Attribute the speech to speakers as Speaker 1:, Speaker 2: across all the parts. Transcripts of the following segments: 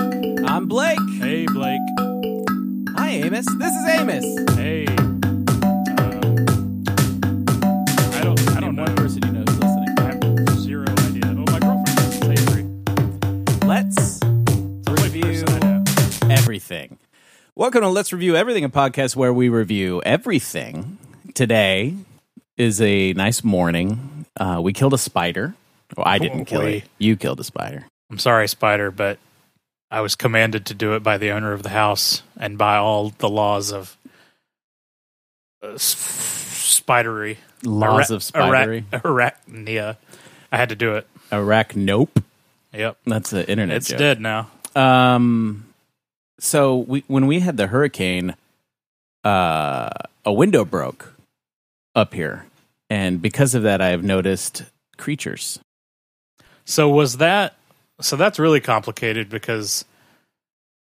Speaker 1: I'm Blake.
Speaker 2: Hey, Blake.
Speaker 1: Hi, Amos. This is Amos.
Speaker 2: Hey. Um, I don't. I don't
Speaker 1: And
Speaker 2: know.
Speaker 1: One person you know is listening.
Speaker 2: I have zero idea. Oh, my girlfriend. does. Hey, Avery.
Speaker 1: Let's
Speaker 2: It's the only
Speaker 1: Review.
Speaker 2: person I know.
Speaker 1: everything. Welcome to Let's Review Everything, a podcast where we review everything. Today is a nice morning. Uh, we killed a spider. Well, I didn't kill
Speaker 2: Boy.
Speaker 1: it. You killed a spider.
Speaker 2: I'm sorry, Spider, but I was commanded to do it by the owner of the house and by all the laws of uh, s- spidery
Speaker 1: Laws
Speaker 2: Ara-
Speaker 1: of spidery.
Speaker 2: ara- arachnia. I had to do it.
Speaker 1: Arachnope.
Speaker 2: Yep,
Speaker 1: That's the internet
Speaker 2: it's
Speaker 1: joke.
Speaker 2: dead now.
Speaker 1: Um, so we when we had the hurricane, uh, a window broke up here, and because of that, I have noticed creatures.
Speaker 2: So was that so that's really complicated because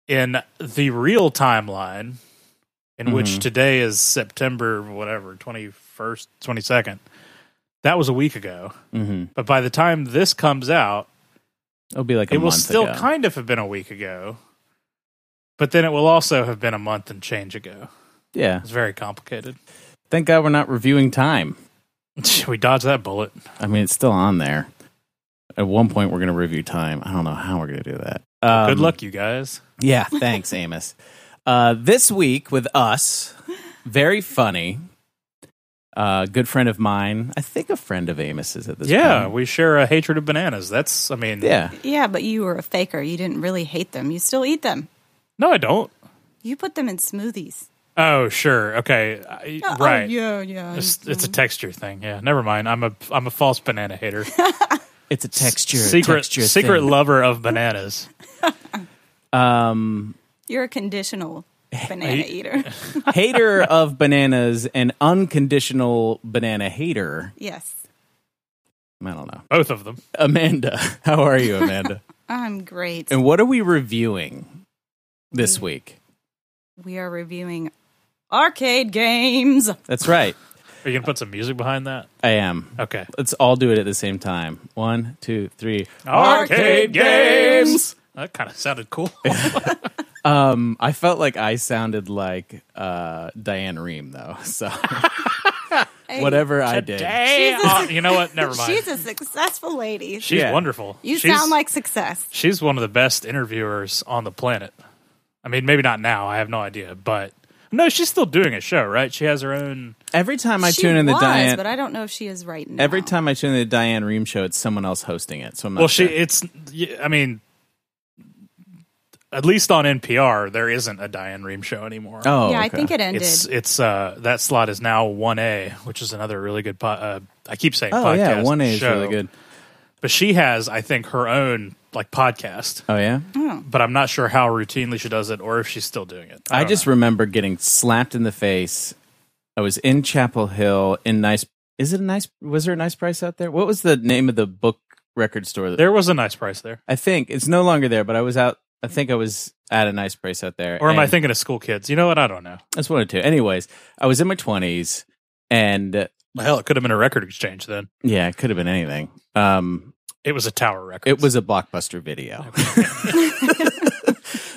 Speaker 2: in the real timeline in which
Speaker 1: Mhm.
Speaker 2: today is September whatever 21st 22nd that was a week ago
Speaker 1: Mm-hmm.
Speaker 2: but by the time this comes out
Speaker 1: It'll be like a
Speaker 2: it will
Speaker 1: month
Speaker 2: still
Speaker 1: ago.
Speaker 2: kind of have been a week ago but then it will also have been a month and change ago
Speaker 1: yeah.
Speaker 2: it's very complicated
Speaker 1: Thank God we're not reviewing time.
Speaker 2: we dodged that bullet
Speaker 1: I mean, it's still on there. At one point, we're going to review time. I don't know how we're going to do that. Um,
Speaker 2: good luck you guys
Speaker 1: Yeah, thanks, Amos. Uh, this week with us, very funny. Uh, good friend of mine, I think a friend of Amos's at this
Speaker 2: yeah
Speaker 1: point.
Speaker 2: we share a hatred of bananas that's i mean
Speaker 1: Yeah,
Speaker 3: Yeah, but you were a faker. You didn't really hate them. You still eat them.
Speaker 2: no i don't
Speaker 3: You put them in smoothies.
Speaker 2: Oh, sure. Okay. I-
Speaker 3: Oh,
Speaker 2: right.
Speaker 3: yeah, yeah.
Speaker 2: It's, it's a texture thing. Yeah. Never mind. I'm a I'm a false banana hater.
Speaker 1: it's a texture,
Speaker 2: secret
Speaker 1: texture
Speaker 2: secret
Speaker 1: thing.
Speaker 2: lover of bananas.
Speaker 1: um,
Speaker 3: You're a conditional banana
Speaker 2: Hey.
Speaker 3: eater.
Speaker 1: hater of bananas and unconditional banana hater.
Speaker 3: yes.
Speaker 1: I don't know.
Speaker 2: Both of them.
Speaker 1: Amanda, how are you, Amanda?
Speaker 3: I'm great.
Speaker 1: and what are we reviewing this week?
Speaker 3: we are reviewing arcade games.
Speaker 1: That's right.
Speaker 2: Are you gonna put some music behind that?
Speaker 1: I am.
Speaker 2: Okay.
Speaker 1: Let's all do it at the same time. One, two, three.
Speaker 3: Arcade games!
Speaker 2: That kind of sounded cool.
Speaker 1: Um, I felt like I sounded like uh, Diane Rehm, though. So
Speaker 3: Hey,
Speaker 1: whatever I did,
Speaker 2: Today,
Speaker 3: Jesus.
Speaker 2: uh, you know what? Never mind.
Speaker 3: She's a successful lady.
Speaker 2: She's
Speaker 1: Yeah.
Speaker 2: wonderful.
Speaker 3: you
Speaker 2: she's,
Speaker 3: sound like success.
Speaker 2: she's one of the best interviewers on the planet. I mean, maybe not now. I have no idea, but no, she's still doing a show, right? She has her own.
Speaker 1: every time I
Speaker 3: she
Speaker 1: tune in the
Speaker 3: was,
Speaker 1: Diane,
Speaker 3: but I don't know if she is right now.
Speaker 1: every time I tune in the Diane Rehm show, it's someone else hosting it. So I'm not
Speaker 2: Well, she
Speaker 1: sure.
Speaker 2: it's. y- I mean, at least on NPR, there isn't a Diane Rehm show anymore.
Speaker 1: oh,
Speaker 3: yeah, I
Speaker 1: okay.
Speaker 3: think it ended.
Speaker 2: It's it's uh that slot is now one A, which is another really good. Po- uh, I keep saying
Speaker 1: Oh
Speaker 2: podcast.
Speaker 1: yeah, one A is
Speaker 2: show,
Speaker 1: really good.
Speaker 2: But she has, I think, her own like podcast.
Speaker 1: Oh yeah,
Speaker 2: But I'm not sure how routinely she does it, or if she's still doing it.
Speaker 1: I,
Speaker 2: don't
Speaker 1: just
Speaker 2: know.
Speaker 1: remember getting slapped in the face. I was in Chapel Hill in nice. Is it a nice? Was there a nice price out there? What was the name of the book record store? That,
Speaker 2: there was a nice price there.
Speaker 1: I think it's no longer there, but I was out. I think I was at a nice price out there.
Speaker 2: Or am I
Speaker 1: and-
Speaker 2: thinking of school kids? You know what? I don't know.
Speaker 1: That's one or two. Anyways, I was in my twenties, and uh,
Speaker 2: Hell, it could have been a record exchange then.
Speaker 1: yeah, it could have been anything. Um,
Speaker 2: It was a tower record.
Speaker 1: it was a blockbuster video,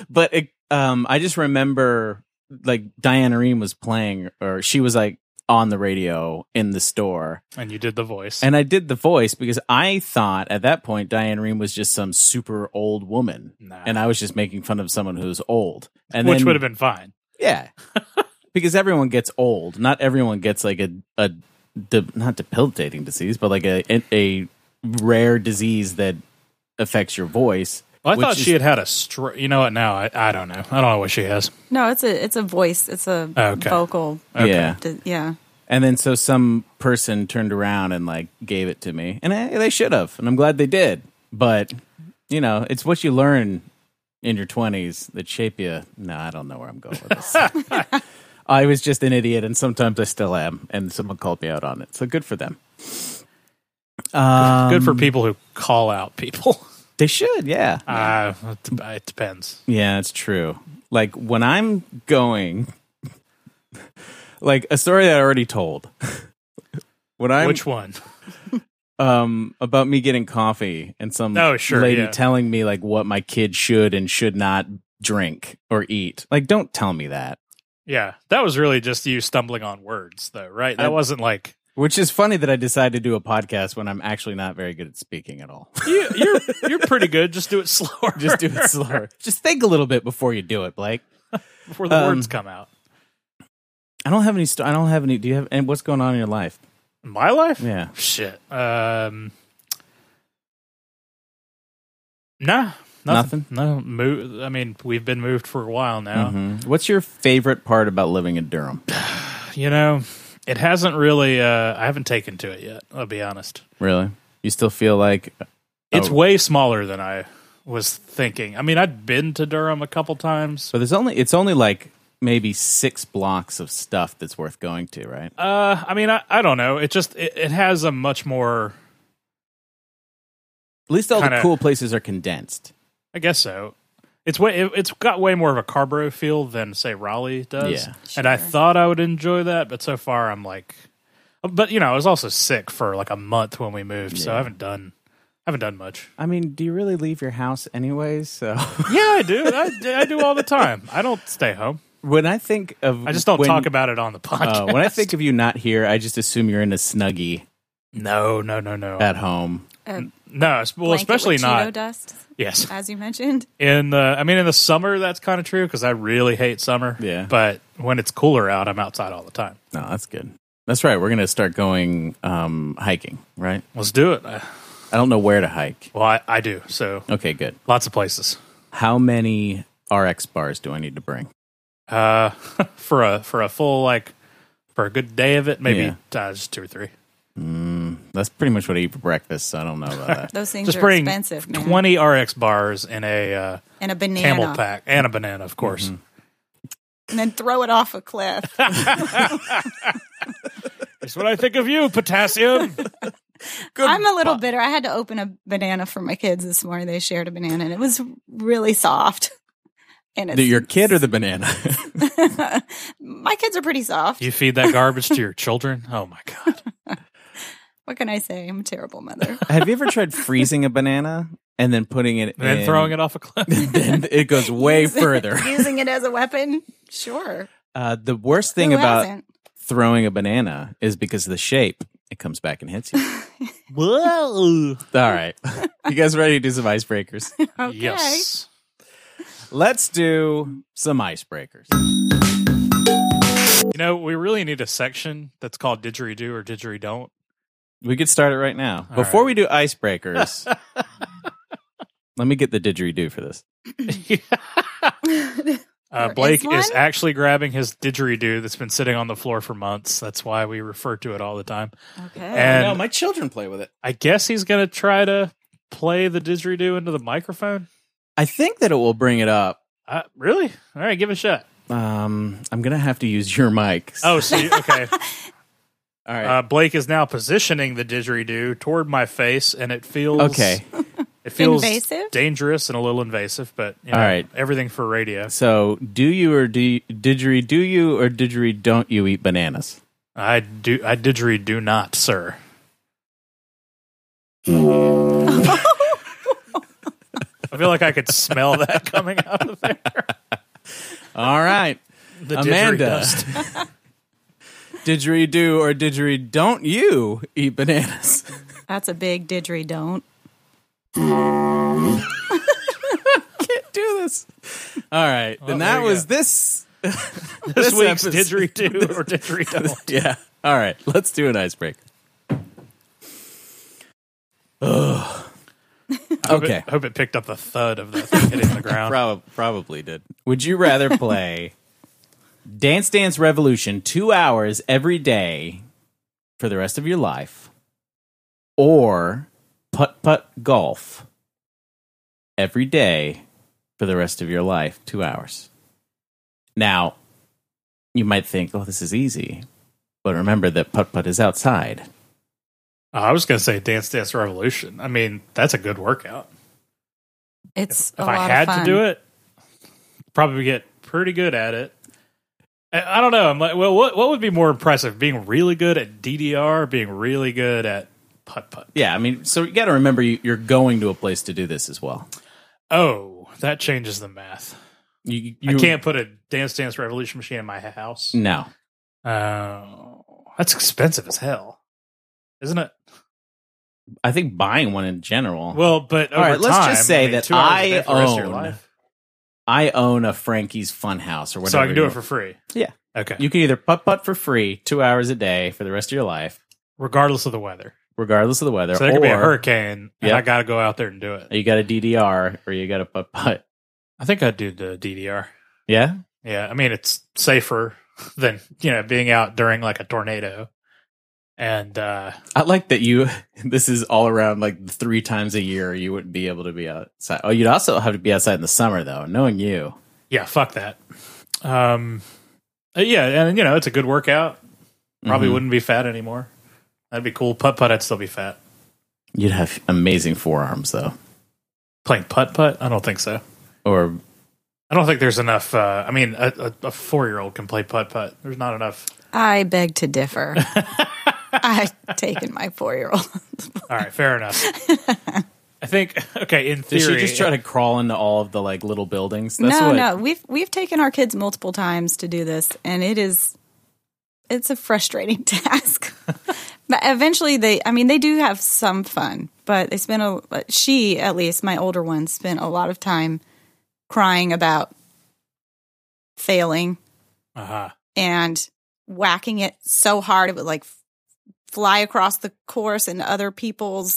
Speaker 1: but it, um, I just remember like Diana Reem was playing, or she was like on the radio in the store,
Speaker 2: and you did the voice.
Speaker 1: and I did the voice because I thought at that point Diana Reem was just some super old woman,
Speaker 2: Nah.
Speaker 1: and I was just making fun of someone who's old, and
Speaker 2: which
Speaker 1: then-
Speaker 2: would have been fine.
Speaker 1: Yeah. because everyone gets old. Not everyone gets like a, a de- not debilitating disease, but like a, a rare disease that affects your voice.
Speaker 2: Well, I
Speaker 1: which
Speaker 2: thought
Speaker 1: is-
Speaker 2: she had had a stroke. You know what? Now I, I don't know. I don't know what she has.
Speaker 3: no, it's a it's a voice. It's a
Speaker 2: Okay.
Speaker 3: vocal.
Speaker 1: Yeah.
Speaker 3: d- Yeah.
Speaker 1: And then so some person turned around and like gave it to me. And I, they should have. And I'm glad they did. But, you know, it's what you learn in your 20s that shape you. No, I don't know where I'm going with this. I was just an idiot, and sometimes I still am. And someone called me out on it. So good for them. Um,
Speaker 2: Good for people who call out people.
Speaker 1: They should, yeah.
Speaker 2: Uh, it, dep- it depends.
Speaker 1: Yeah, it's true. Like when I'm going, like a story that I already told. when I'm
Speaker 2: Which one?
Speaker 1: um about me getting coffee and some
Speaker 2: Oh, sure,
Speaker 1: lady
Speaker 2: yeah.
Speaker 1: telling me like what my kid should and should not drink or eat. Like, don't tell me that.
Speaker 2: Yeah, that was really just you stumbling on words, though, right? That
Speaker 1: I-
Speaker 2: wasn't like
Speaker 1: Which is funny that I decided to do a podcast when I'm actually not very good at speaking at all.
Speaker 2: you, you're you're pretty good. Just do it slower.
Speaker 1: Just do it slower. Just think a little bit before you do it, Blake.
Speaker 2: before the
Speaker 1: Um,
Speaker 2: words come out.
Speaker 1: I don't have any. St- I don't have any. Do you have? And what's going on in your life?
Speaker 2: My life?
Speaker 1: Yeah.
Speaker 2: Shit. Um. Nah,
Speaker 1: Nothing?
Speaker 2: nothing. No, move. I mean, we've been moved for a while now.
Speaker 1: Mhm. What's your favorite part about living in Durham?
Speaker 2: You know, it hasn't really. Uh, I haven't taken to it yet. I'll be honest.
Speaker 1: Really? You still feel like
Speaker 2: It's
Speaker 1: Oh.
Speaker 2: way smaller than I was thinking. I mean, I'd been to Durham a couple times.
Speaker 1: so? There's only. It's only like maybe six blocks of stuff that's worth going to, right?
Speaker 2: Uh, I mean, I, I don't know. It just it, it has a much more.
Speaker 1: At least all the
Speaker 2: Kinda-
Speaker 1: cool places are condensed.
Speaker 2: I guess so. It's way it, it's got way more of a Carborough feel than say Raleigh does.
Speaker 1: Yeah.
Speaker 2: And I
Speaker 3: Sure.
Speaker 2: thought I would enjoy that, but so far I'm like, but you know, I was also sick for like a month when we moved, so I
Speaker 1: Yeah.
Speaker 2: haven't done haven't done much.
Speaker 1: I mean, do you really leave your house anyways? So
Speaker 2: Yeah, I do. I, I do all the time. I don't stay home.
Speaker 1: when I think of,
Speaker 2: I just don't
Speaker 1: when-
Speaker 2: talk about it on the podcast.
Speaker 1: Uh, when I think of you not here, I just assume you're in a snuggie
Speaker 2: no, no, no, no,
Speaker 1: at home.
Speaker 3: A
Speaker 2: no. es- Well,
Speaker 3: blanket
Speaker 2: especially
Speaker 3: with
Speaker 2: not.
Speaker 3: Cheeto dust,
Speaker 2: Yes,
Speaker 3: as you mentioned.
Speaker 2: in the I mean in the summer that's kind of true because I really hate summer.
Speaker 1: Yeah.
Speaker 2: But when it's cooler out, I'm outside all the time.
Speaker 1: No, that's good. That's right. We're gonna start going um, hiking, right?
Speaker 2: Let's do it. Uh,
Speaker 1: I don't know where to hike.
Speaker 2: Well, I, I do. So
Speaker 1: Okay, good.
Speaker 2: lots of places.
Speaker 1: How many RX bars do I need to bring?
Speaker 2: Uh, for a for a full like for a good day of it, maybe
Speaker 1: Yeah.
Speaker 2: uh, just two or three.
Speaker 1: That's pretty much what I eat for breakfast. So I don't know about that.
Speaker 3: Those things
Speaker 2: Just
Speaker 3: are
Speaker 2: bring
Speaker 3: expensive, man.
Speaker 2: twenty RX bars in a uh,
Speaker 3: and a banana,
Speaker 2: camel pack and a banana, of course.
Speaker 1: Mm-hmm.
Speaker 3: and then throw it off a cliff.
Speaker 2: That's what I think of you, potassium.
Speaker 3: I'm a little bitter. I had to open a banana for my kids this morning. They shared a banana, and it was really soft. And it's,
Speaker 1: The- Your kid or the banana?
Speaker 3: my kids are pretty soft.
Speaker 2: you feed that garbage to your children? Oh my god!
Speaker 3: what can I say? I'm a terrible mother.
Speaker 1: Have you ever tried freezing a banana and then putting it
Speaker 2: And then throwing it off a cliff.
Speaker 1: Then it goes way
Speaker 3: Using-
Speaker 1: further.
Speaker 3: Using it as a weapon, sure.
Speaker 1: Uh, the worst thing
Speaker 3: Who
Speaker 1: about
Speaker 3: hasn't?
Speaker 1: throwing a banana is because of the shape. It comes back and hits you. All
Speaker 2: Whoa!
Speaker 1: right. You guys ready to do some icebreakers?
Speaker 3: Okay.
Speaker 2: Yes.
Speaker 1: Let's do some icebreakers.
Speaker 2: You know, we really need a section that's called didgeridoo or didgeridon't.
Speaker 1: We could start it right now.
Speaker 2: All
Speaker 1: Before
Speaker 2: right.
Speaker 1: we do icebreakers, let me get the didgeridoo for this.
Speaker 2: Uh,
Speaker 3: There is
Speaker 2: Blake is,
Speaker 3: one?
Speaker 2: actually grabbing his didgeridoo that's been sitting on the floor for months. That's why we refer to it all the time.
Speaker 3: okay.
Speaker 2: And
Speaker 1: my children play with it.
Speaker 2: I guess he's going to try to play the didgeridoo into the microphone.
Speaker 1: I think that it will bring it up.
Speaker 2: Uh, really? All right, give it a shot.
Speaker 1: Um, I'm gonna have to use your mics.
Speaker 2: Oh, see, okay.
Speaker 1: all right.
Speaker 2: Uh, Blake is now positioning the didgeridoo toward my face, and it feels
Speaker 1: okay.
Speaker 2: It feels
Speaker 3: Invasive?
Speaker 2: dangerous and a little invasive, but you know,
Speaker 1: All right.
Speaker 2: everything for radio.
Speaker 1: So, do you or do you, didgeridoo do you or didgeridoo don't you eat bananas?
Speaker 2: I do. I didgeridoo not, sir. I feel like I could smell that coming out of there.
Speaker 1: All right,
Speaker 2: The
Speaker 1: Amanda.
Speaker 2: didgeridust.
Speaker 1: didgeridoo or didgeridoo don't you eat bananas?
Speaker 3: That's a big didgeridoo. Don't.
Speaker 1: Can't do this. All right, then
Speaker 2: Oh, there
Speaker 1: that
Speaker 2: you
Speaker 1: was
Speaker 2: go.
Speaker 1: this.
Speaker 2: This, week's
Speaker 1: episode-
Speaker 2: didgeridoo or didgeridoo.
Speaker 1: Yeah. All right, let's do an icebreaker. Ugh. Okay.
Speaker 2: I hope it picked up the thud of that thing hitting the ground.
Speaker 1: Prob- probably did. Would you rather play Dance Dance Revolution two hours every day for the rest of your life or putt putt golf every day for the rest of your life? Two hours. Now, you might think, oh, this is easy. But remember that putt putt is outside.
Speaker 2: Oh, I was going to say Dance Dance Revolution. I mean, that's a good workout.
Speaker 3: It's a
Speaker 2: if
Speaker 3: lot
Speaker 2: I had
Speaker 3: of fun.
Speaker 2: to do it, probably get pretty good at it. I, I don't know. I'm like, well, what what would be more impressive? Being really good at DDR, or being really good at putt putt.
Speaker 1: Yeah, I mean, so you got to remember you- you're going to a place to do this as well.
Speaker 2: Oh, that changes the math.
Speaker 1: You,
Speaker 2: I
Speaker 1: you- Mm.
Speaker 2: can't put a Dance Dance Revolution machine in my house.
Speaker 1: No,
Speaker 2: Oh, that's expensive as hell, isn't it?
Speaker 1: I think buying one in general.
Speaker 2: Well, but over
Speaker 1: All right, let's
Speaker 2: time,
Speaker 1: just say
Speaker 2: I mean,
Speaker 1: that
Speaker 2: two hours a
Speaker 1: I
Speaker 2: day for the rest of your
Speaker 1: own
Speaker 2: life.
Speaker 1: I own a Frankie's Funhouse or whatever.
Speaker 2: so I can do
Speaker 1: you-
Speaker 2: it for free.
Speaker 1: Yeah.
Speaker 2: Okay.
Speaker 1: You can either putt putt for free two hours a day for the rest of your life,
Speaker 2: Regardless of the weather,
Speaker 1: regardless of the weather.
Speaker 2: so there could be a
Speaker 1: or
Speaker 2: hurricane, and
Speaker 1: Yep.
Speaker 2: I got to go out there and do it.
Speaker 1: You got a DDR or you got a putt putt.
Speaker 2: I think I'd do the DDR.
Speaker 1: Yeah.
Speaker 2: Yeah, I mean it's safer than you know being out during like a tornado, and uh
Speaker 1: I like that you. This is all around like three times a year you wouldn't be able to be outside. Oh, you'd also have to be outside in the summer though. Knowing you,
Speaker 2: yeah, fuck that. Um, uh, yeah, and you know it's a good workout. Probably
Speaker 1: Mhm.
Speaker 2: wouldn't be fat anymore. That'd be cool. Putt putt, I'd still be fat.
Speaker 1: You'd have amazing forearms though,
Speaker 2: Playing putt putt, I don't think so.
Speaker 1: or
Speaker 2: I don't think there's enough. Uh, I mean, a, a, a four year old can play putt putt. There's not enough.
Speaker 3: I beg to differ. I've taken my four year old.
Speaker 2: All right, fair enough. I think okay. In
Speaker 1: did
Speaker 2: theory,
Speaker 1: she just try to crawl into all of the like little buildings?
Speaker 3: No,
Speaker 1: what,
Speaker 3: no, we've we've taken our kids multiple times to do this, and it is it's a frustrating task. but eventually, they I mean, they do have some fun, but they spend a she at least my older one spent a lot of time crying about failing
Speaker 2: uh-huh.
Speaker 3: and whacking it so hard it would like f- fly across the course and other people's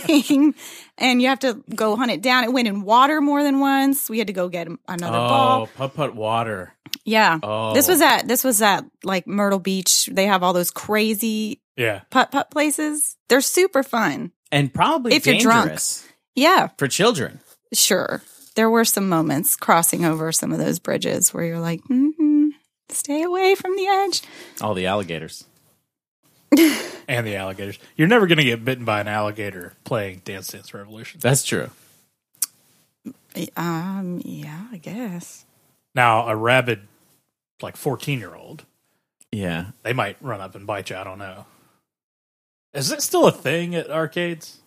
Speaker 3: thing and you have to go hunt it down it went in water more than once we had to go get another
Speaker 2: Oh,
Speaker 3: ball
Speaker 1: putt putt water.
Speaker 3: yeah
Speaker 1: Oh,
Speaker 3: this was at this was at like myrtle beach they have all those crazy
Speaker 2: yeah.
Speaker 3: putt putt places they're super fun
Speaker 1: and probably
Speaker 3: if you're drunk.
Speaker 1: dangerous
Speaker 3: yeah
Speaker 1: for children.
Speaker 3: sure there were some moments crossing over some of those bridges where you're like mm stay away from the edge
Speaker 1: All the alligators.
Speaker 2: And the alligators. You're never going to get bitten by an alligator playing Dance Dance Revolution.
Speaker 1: That's true.
Speaker 3: um yeah i guess
Speaker 2: Now, a rabid, like 14 year old,
Speaker 1: Yeah.
Speaker 2: they might run up and bite you. I don't know. Is it still a thing at arcades?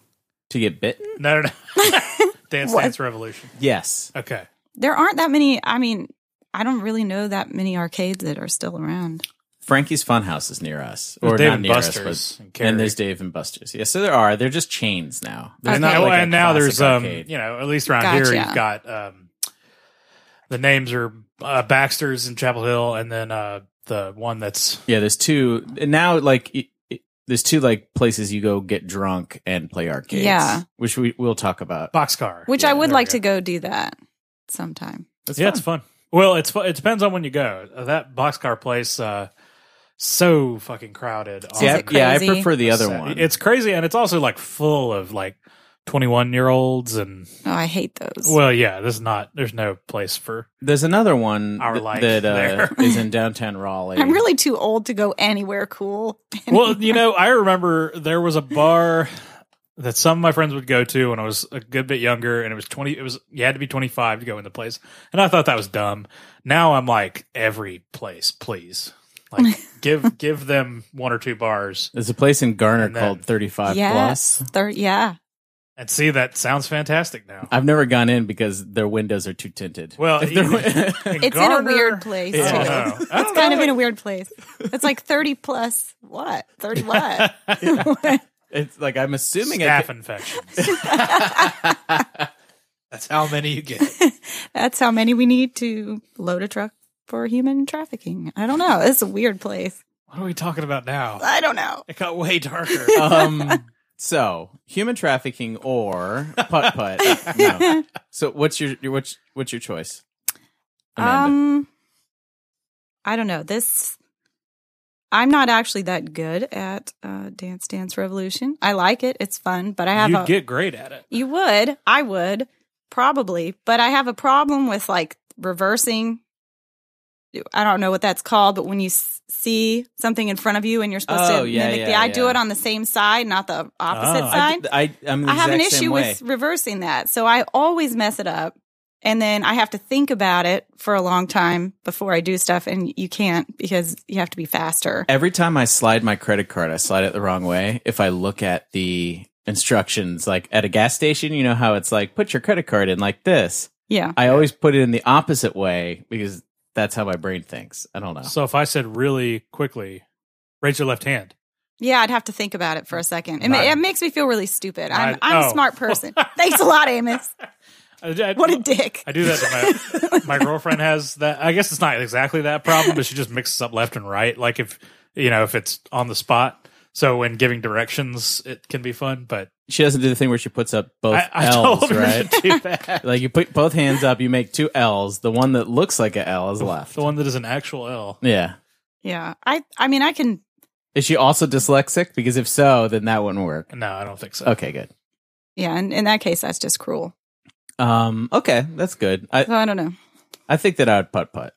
Speaker 1: To get bitten?
Speaker 2: No, no, no. Dance
Speaker 3: What?
Speaker 2: Dance Revolution.
Speaker 1: Yes.
Speaker 2: Okay.
Speaker 3: there aren't that many. I mean, I don't really know that many arcades that are still around.
Speaker 1: Frankie's Funhouse is near us,
Speaker 2: There's
Speaker 1: or
Speaker 2: Dave
Speaker 1: not
Speaker 2: and
Speaker 1: near
Speaker 2: Buster's
Speaker 1: us,
Speaker 2: and
Speaker 1: but
Speaker 2: Carrie.
Speaker 1: and there's Dave and Buster's. Yeah, so there are. They're just chains now. There's
Speaker 3: Okay.
Speaker 1: not
Speaker 2: Yeah, well,
Speaker 1: like a
Speaker 2: Oh, and now
Speaker 1: classic
Speaker 2: there's, um,
Speaker 1: arcade.
Speaker 2: you know, at least around
Speaker 3: Gotcha.
Speaker 2: here, you've got um, the names are uh, Baxter's in Chapel Hill, and then uh, the one that's
Speaker 1: Yeah, there's two. And now, like, it, it, there's two like places you go get drunk and play arcades.
Speaker 3: Yeah.
Speaker 1: which we we'll talk about.
Speaker 2: Boxcar.
Speaker 3: Which
Speaker 2: Yeah,
Speaker 3: I would
Speaker 2: there
Speaker 3: like
Speaker 2: we
Speaker 3: to
Speaker 2: go.
Speaker 3: go do that sometime.
Speaker 1: That's
Speaker 2: yeah,
Speaker 1: fun.
Speaker 2: it's fun. Well, it's fu- it depends on when you go. Uh, That Boxcar place, uh, so fucking crowded.
Speaker 1: See,
Speaker 2: on
Speaker 1: I,
Speaker 3: it
Speaker 1: yeah, I
Speaker 3: crazy?
Speaker 1: prefer the other
Speaker 2: Sa-
Speaker 1: one.
Speaker 2: It's crazy, and it's also like full of like twenty-one year olds, and
Speaker 3: Oh, I hate those.
Speaker 2: well, yeah, this is not. There's no place for.
Speaker 1: there's another one
Speaker 2: Our
Speaker 1: th-
Speaker 2: life
Speaker 1: that uh,
Speaker 2: there.
Speaker 1: is in downtown Raleigh.
Speaker 3: I'm really too old to go anywhere cool.
Speaker 2: Well, you know, I remember there was a bar that some of my friends would go to when I was a good bit younger, and it was twenty. It was you had to be twenty-five to go in the place, and I thought that was dumb. Now I'm like every place, please, like give give them one or two bars.
Speaker 1: There's a place in Garner
Speaker 2: And then-
Speaker 1: called 35
Speaker 3: yes,
Speaker 1: Plus.
Speaker 3: thir- yeah.
Speaker 2: And see, that sounds fantastic now.
Speaker 1: I've never gone in because their windows are too tinted.
Speaker 2: Well,
Speaker 1: If they're-
Speaker 2: in
Speaker 3: It's in
Speaker 2: Garner-
Speaker 3: a weird place.
Speaker 1: Yeah. I
Speaker 3: Too.
Speaker 2: don't know. I
Speaker 3: It's
Speaker 2: don't
Speaker 3: kind
Speaker 2: know.
Speaker 3: of in a weird place. It's like 30 plus what? 30 what?
Speaker 1: it's like I'm assuming I
Speaker 2: staph infections. That's how many you get.
Speaker 3: That's how many we need to load a truck for human trafficking. I don't know. It's a weird place.
Speaker 2: What are we talking about now?
Speaker 3: I don't know.
Speaker 2: It got way darker.
Speaker 1: um so human trafficking or putt putt no. so what's your your- what's what's your choice Amanda?
Speaker 3: Um, I don't know. This, I'm not actually that good at uh, Dance Dance Revolution. I like it; it's fun, but I have
Speaker 2: You'd
Speaker 3: a.
Speaker 2: get great at it.
Speaker 3: you would, I would, probably, but I have a problem with like reversing. I don't know what that's called, but when you s- see something in front of you and you're supposed
Speaker 1: Oh,
Speaker 3: to
Speaker 1: yeah,
Speaker 3: mimic the,
Speaker 1: yeah,
Speaker 3: I do
Speaker 1: yeah. Ah,
Speaker 3: it on the same side, not the opposite
Speaker 2: Oh.
Speaker 3: side.
Speaker 1: I, I am the
Speaker 3: I have an
Speaker 1: exact same
Speaker 3: issue
Speaker 1: way.
Speaker 3: with reversing that. So I always mess it up. And then I have to think about it for a long time before I do stuff. And you can't because you have to be faster.
Speaker 1: every time I slide my credit card I slide it the wrong way if I look at the instructions like at a gas station you know how it's like put your credit card in like this
Speaker 3: Yeah.
Speaker 1: I always put it in the opposite way because that's how my brain thinks. I don't know.
Speaker 2: So if I said really quickly, raise your left hand.
Speaker 3: Yeah, I'd have to think about it for a second. It, ma-
Speaker 2: Right.
Speaker 3: it makes me feel really stupid. I'm,
Speaker 2: Right.
Speaker 3: I'm a
Speaker 2: Oh.
Speaker 3: smart person. Thanks a lot, Amos.
Speaker 2: I, I-
Speaker 3: What a dick.
Speaker 2: I do that. To my, my girlfriend has that. I guess it's not exactly that problem, but she just mixes up left and right. Like if you know if it's on the spot. So when giving directions, it can be fun. But
Speaker 1: She doesn't do the thing where she puts up both
Speaker 2: I, I
Speaker 1: L's,
Speaker 2: told her
Speaker 1: right?
Speaker 2: to do that.
Speaker 1: like you put both hands up, you make two L's. The one that looks like a L is left.
Speaker 2: the one that is an actual L.
Speaker 1: Yeah.
Speaker 3: Yeah. I I mean, I can
Speaker 1: Is she also dyslexic? Because if so, then that wouldn't work.
Speaker 2: No, I don't think so.
Speaker 1: Okay, good.
Speaker 3: yeah, and in that case that's just cruel.
Speaker 1: Um, okay, that's good. I,
Speaker 3: So I don't know.
Speaker 1: I think that I would putt putt.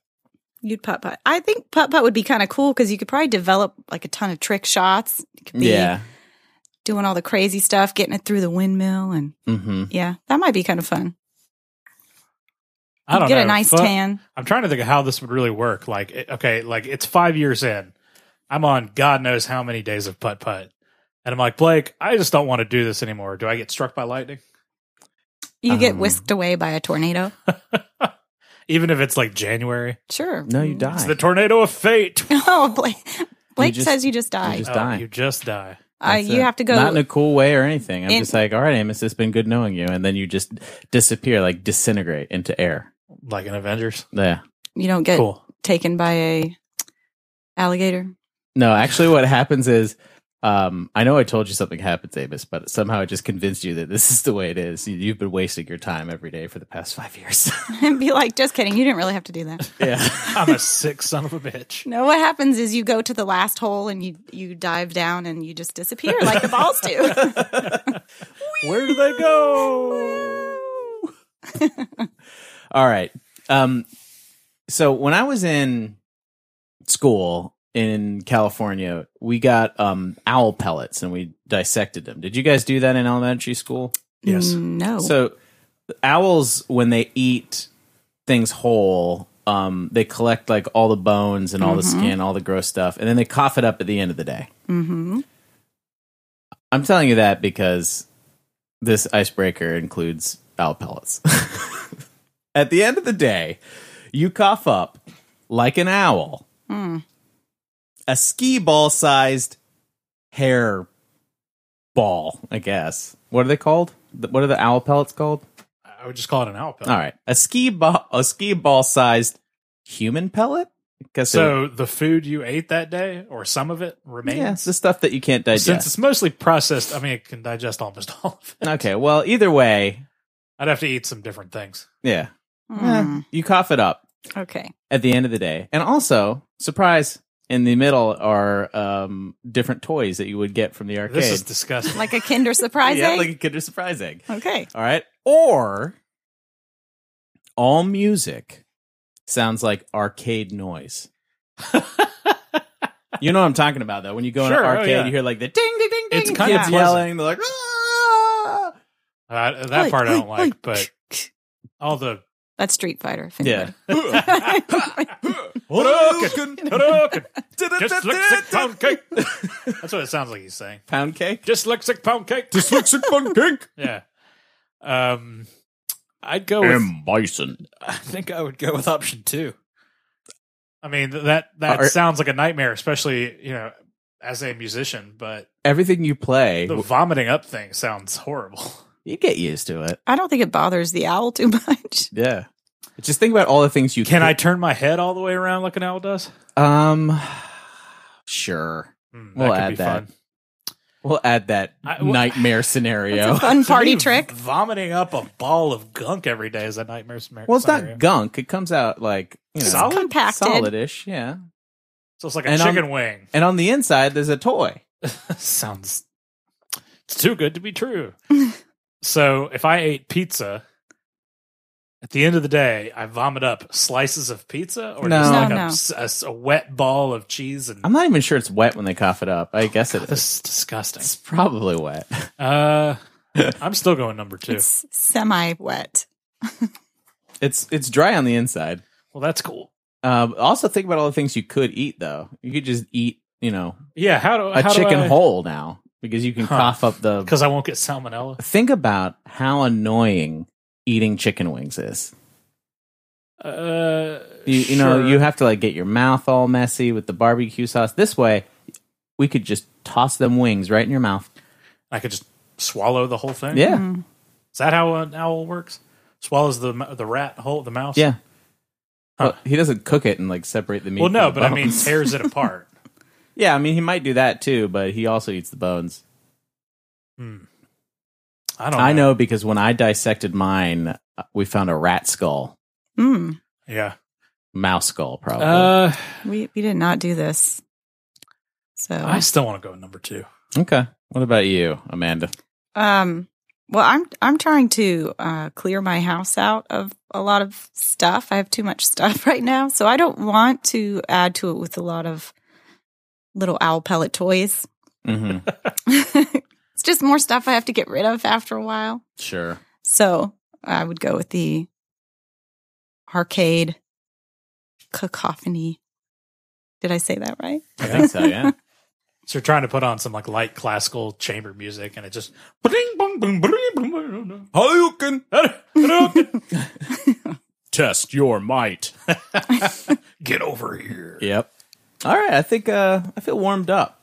Speaker 3: You'd putt putt. I think putt putt would be kind of cool because you could probably develop like a ton of trick shots. You could be
Speaker 1: Yeah.
Speaker 3: doing all the crazy stuff, getting it through the windmill, and
Speaker 1: Mm-hmm.
Speaker 3: yeah, that might be kind of fun.
Speaker 2: I don't
Speaker 3: get
Speaker 2: know.
Speaker 3: a nice
Speaker 2: Fu-
Speaker 3: tan.
Speaker 2: I'm trying to think of how this would really work. Like, it- okay, like it's five years in. I'm on God knows how many days of putt putt, and I'm like Blake. I just don't want to do this anymore. Do I get struck by lightning?
Speaker 3: You get
Speaker 1: Um,
Speaker 3: whisked away by a tornado.
Speaker 2: Even if it's like January,
Speaker 3: Sure.
Speaker 1: No, you die.
Speaker 2: Mm. it's the tornado of fate.
Speaker 3: Oh, Blake, Blake
Speaker 1: just-
Speaker 3: says you just died.
Speaker 1: you just
Speaker 2: Oh,
Speaker 1: die.
Speaker 2: You just die.
Speaker 3: uh,
Speaker 1: That's
Speaker 3: you
Speaker 1: it.
Speaker 3: have to go.
Speaker 1: Not in a cool way or anything. I'm
Speaker 3: In-
Speaker 1: just like, all right, Amos, it's been good knowing you. And then you just disappear, like disintegrate into air.
Speaker 2: Like an Avengers.
Speaker 1: Yeah.
Speaker 3: you don't get
Speaker 2: Cool.
Speaker 3: taken by a alligator.
Speaker 1: No, actually, what happens is, um, I know I told you something happens, Amos, but somehow I just convinced you that this is the way it is. You- You've been wasting your time every day for the past five years.
Speaker 3: and be like, just kidding. You didn't really have to do that.
Speaker 1: yeah.
Speaker 2: I'm a sick son of a bitch.
Speaker 3: No, what happens is you go to the last hole and you you dive down and you just disappear like the balls do.
Speaker 1: Where do they go? All right. Um, so when I was in school in California, we got um, owl pellets and we dissected them. Did you guys do that in elementary school?
Speaker 2: Yes.
Speaker 3: No.
Speaker 1: So owls, when they eat things whole, um, they collect like all the bones and all the skin, all the gross stuff, and then they cough it up at the end of the day.
Speaker 3: hmm
Speaker 1: I'm telling you that because this icebreaker includes owl pellets. At the end of the day, you cough up like an owl
Speaker 3: Mm-hmm.
Speaker 1: a ski ball sized hair ball, I guess. What are they called? The- What are the owl pellets called?
Speaker 2: I would just call it an owl pellet.
Speaker 1: All right. A ski ball a ski ball sized human pellet? Because
Speaker 2: So the food you ate that day, or some of it, remains.
Speaker 1: yeah, it's the stuff that you can't digest.
Speaker 2: Since it's mostly processed, I mean, it can digest almost all of it.
Speaker 1: okay, well, either way,
Speaker 2: I'd have to eat some different things.
Speaker 1: yeah.
Speaker 3: Hmm.
Speaker 1: Eh, you cough it up.
Speaker 3: Okay.
Speaker 1: at the end of the day. And also, surprise, in the middle are um, different toys that you would get from the arcade.
Speaker 2: This is disgusting.
Speaker 3: Like a Kinder Surprise
Speaker 1: yeah,
Speaker 3: egg?
Speaker 1: like a Kinder Surprise egg.
Speaker 3: okay.
Speaker 1: All right. Or all music sounds like arcade noise. you know what I'm talking about, though. When you go in
Speaker 2: Sure,
Speaker 1: an
Speaker 2: oh,
Speaker 1: arcade,
Speaker 2: yeah.
Speaker 1: you hear like the ding, ding, ding, ding.
Speaker 2: It's kind of
Speaker 1: kids
Speaker 2: pleasant.
Speaker 1: yelling. They're like, ah!
Speaker 2: Uh, that part I don't like, but all the
Speaker 3: That's Street Fighter. if
Speaker 1: Yeah.
Speaker 3: anybody-
Speaker 2: just lexic pound cake. That's what it sounds like he's saying.
Speaker 1: Pound cake.
Speaker 2: Just lexic pound cake.
Speaker 1: Dyslexic pound cake.
Speaker 2: Yeah. Um, I'd go with.
Speaker 1: M. Bison.
Speaker 2: I think I would go with option two. I mean th- that that
Speaker 1: Are-
Speaker 2: sounds like a nightmare, especially you know as a musician. But
Speaker 1: Everything you play,
Speaker 2: the vomiting up thing sounds horrible.
Speaker 1: you get used to it.
Speaker 3: I don't think it bothers the owl too much.
Speaker 1: Yeah. Just think about all the things you
Speaker 2: Can I turn my head all the way around like an owl does?
Speaker 1: I? Um. Sure.
Speaker 2: Hmm,
Speaker 1: We'll add that. We'll add that
Speaker 2: I- wh-
Speaker 1: nightmare scenario.
Speaker 3: It's a fun
Speaker 2: To
Speaker 3: party
Speaker 2: me,
Speaker 3: trick.
Speaker 2: Vomiting up a ball of gunk every day is a nightmare. scenario.
Speaker 1: Well, it's not gunk. It comes out like you know,
Speaker 2: Solid?
Speaker 3: Compacted.
Speaker 1: solidish. Yeah.
Speaker 2: So it's like a
Speaker 1: And I'm-
Speaker 2: chicken wing.
Speaker 1: And on the inside, there's a toy.
Speaker 2: Sounds. It's too good to be true. so if I ate pizza, at the end of the day, I vomit up slices of pizza or
Speaker 1: No.
Speaker 2: just like
Speaker 3: No,
Speaker 2: a-
Speaker 3: no.
Speaker 2: s- a, s- a wet ball of cheese and.
Speaker 1: I'm not even sure it's wet when they cough it up. I guess it is.
Speaker 2: this is disgusting.
Speaker 1: It's probably wet.
Speaker 2: Uh, I'm still going number two.
Speaker 3: It's semi wet.
Speaker 1: It's it's dry on the inside.
Speaker 2: Well, that's cool.
Speaker 1: Um, also, think about all the things you could eat, though. You could just eat, you know,
Speaker 2: Yeah, how do
Speaker 1: a
Speaker 2: how
Speaker 1: chicken
Speaker 2: do I,
Speaker 1: whole now because you can
Speaker 2: Huh.
Speaker 1: cough up the
Speaker 2: Because I won't get salmonella.
Speaker 1: think about how annoying eating chicken wings is.
Speaker 2: Uh,
Speaker 1: You, you know,
Speaker 2: sure.
Speaker 1: you have to like get your mouth all messy with the barbecue sauce. This way, we could just toss them wings right in your mouth.
Speaker 2: I could just swallow the whole thing.
Speaker 1: Yeah,
Speaker 2: Is that how an owl works? Swallows the m- the rat hole, the mouse.
Speaker 1: yeah. Well, he doesn't cook it and like separate the meat.
Speaker 2: Well,
Speaker 1: from
Speaker 2: no,
Speaker 1: the
Speaker 2: but I mean,
Speaker 1: bones.
Speaker 2: tears it apart.
Speaker 1: yeah, I mean, he might do that too, but he also eats the bones.
Speaker 2: Hmm. I don't.
Speaker 1: I know because when I dissected mine, uh, we found a rat skull,
Speaker 3: Mm,
Speaker 2: Yeah.
Speaker 1: mouse skull, probably.
Speaker 2: Uh,
Speaker 3: we we did not do this. So
Speaker 2: I still want to go with number two.
Speaker 1: okay. What about you, Amanda?
Speaker 3: Um, well, I'm I'm trying to uh, clear my house out of a lot of stuff. I have too much stuff right now, so I don't want to add to it with a lot of little owl pellet toys.
Speaker 1: hmm
Speaker 3: it's just more stuff I have to get rid of after a while.
Speaker 1: sure.
Speaker 3: So I would go with the arcade cacophony. Did I say that right?
Speaker 1: I think so. Yeah.
Speaker 2: So you're trying to put on some like light classical chamber music, and it just bling, bong, bong, bling, bong, bong, bong.
Speaker 1: Hadouken.
Speaker 2: test your might. Get over here.
Speaker 1: Yep. All right. I think uh, I feel warmed up.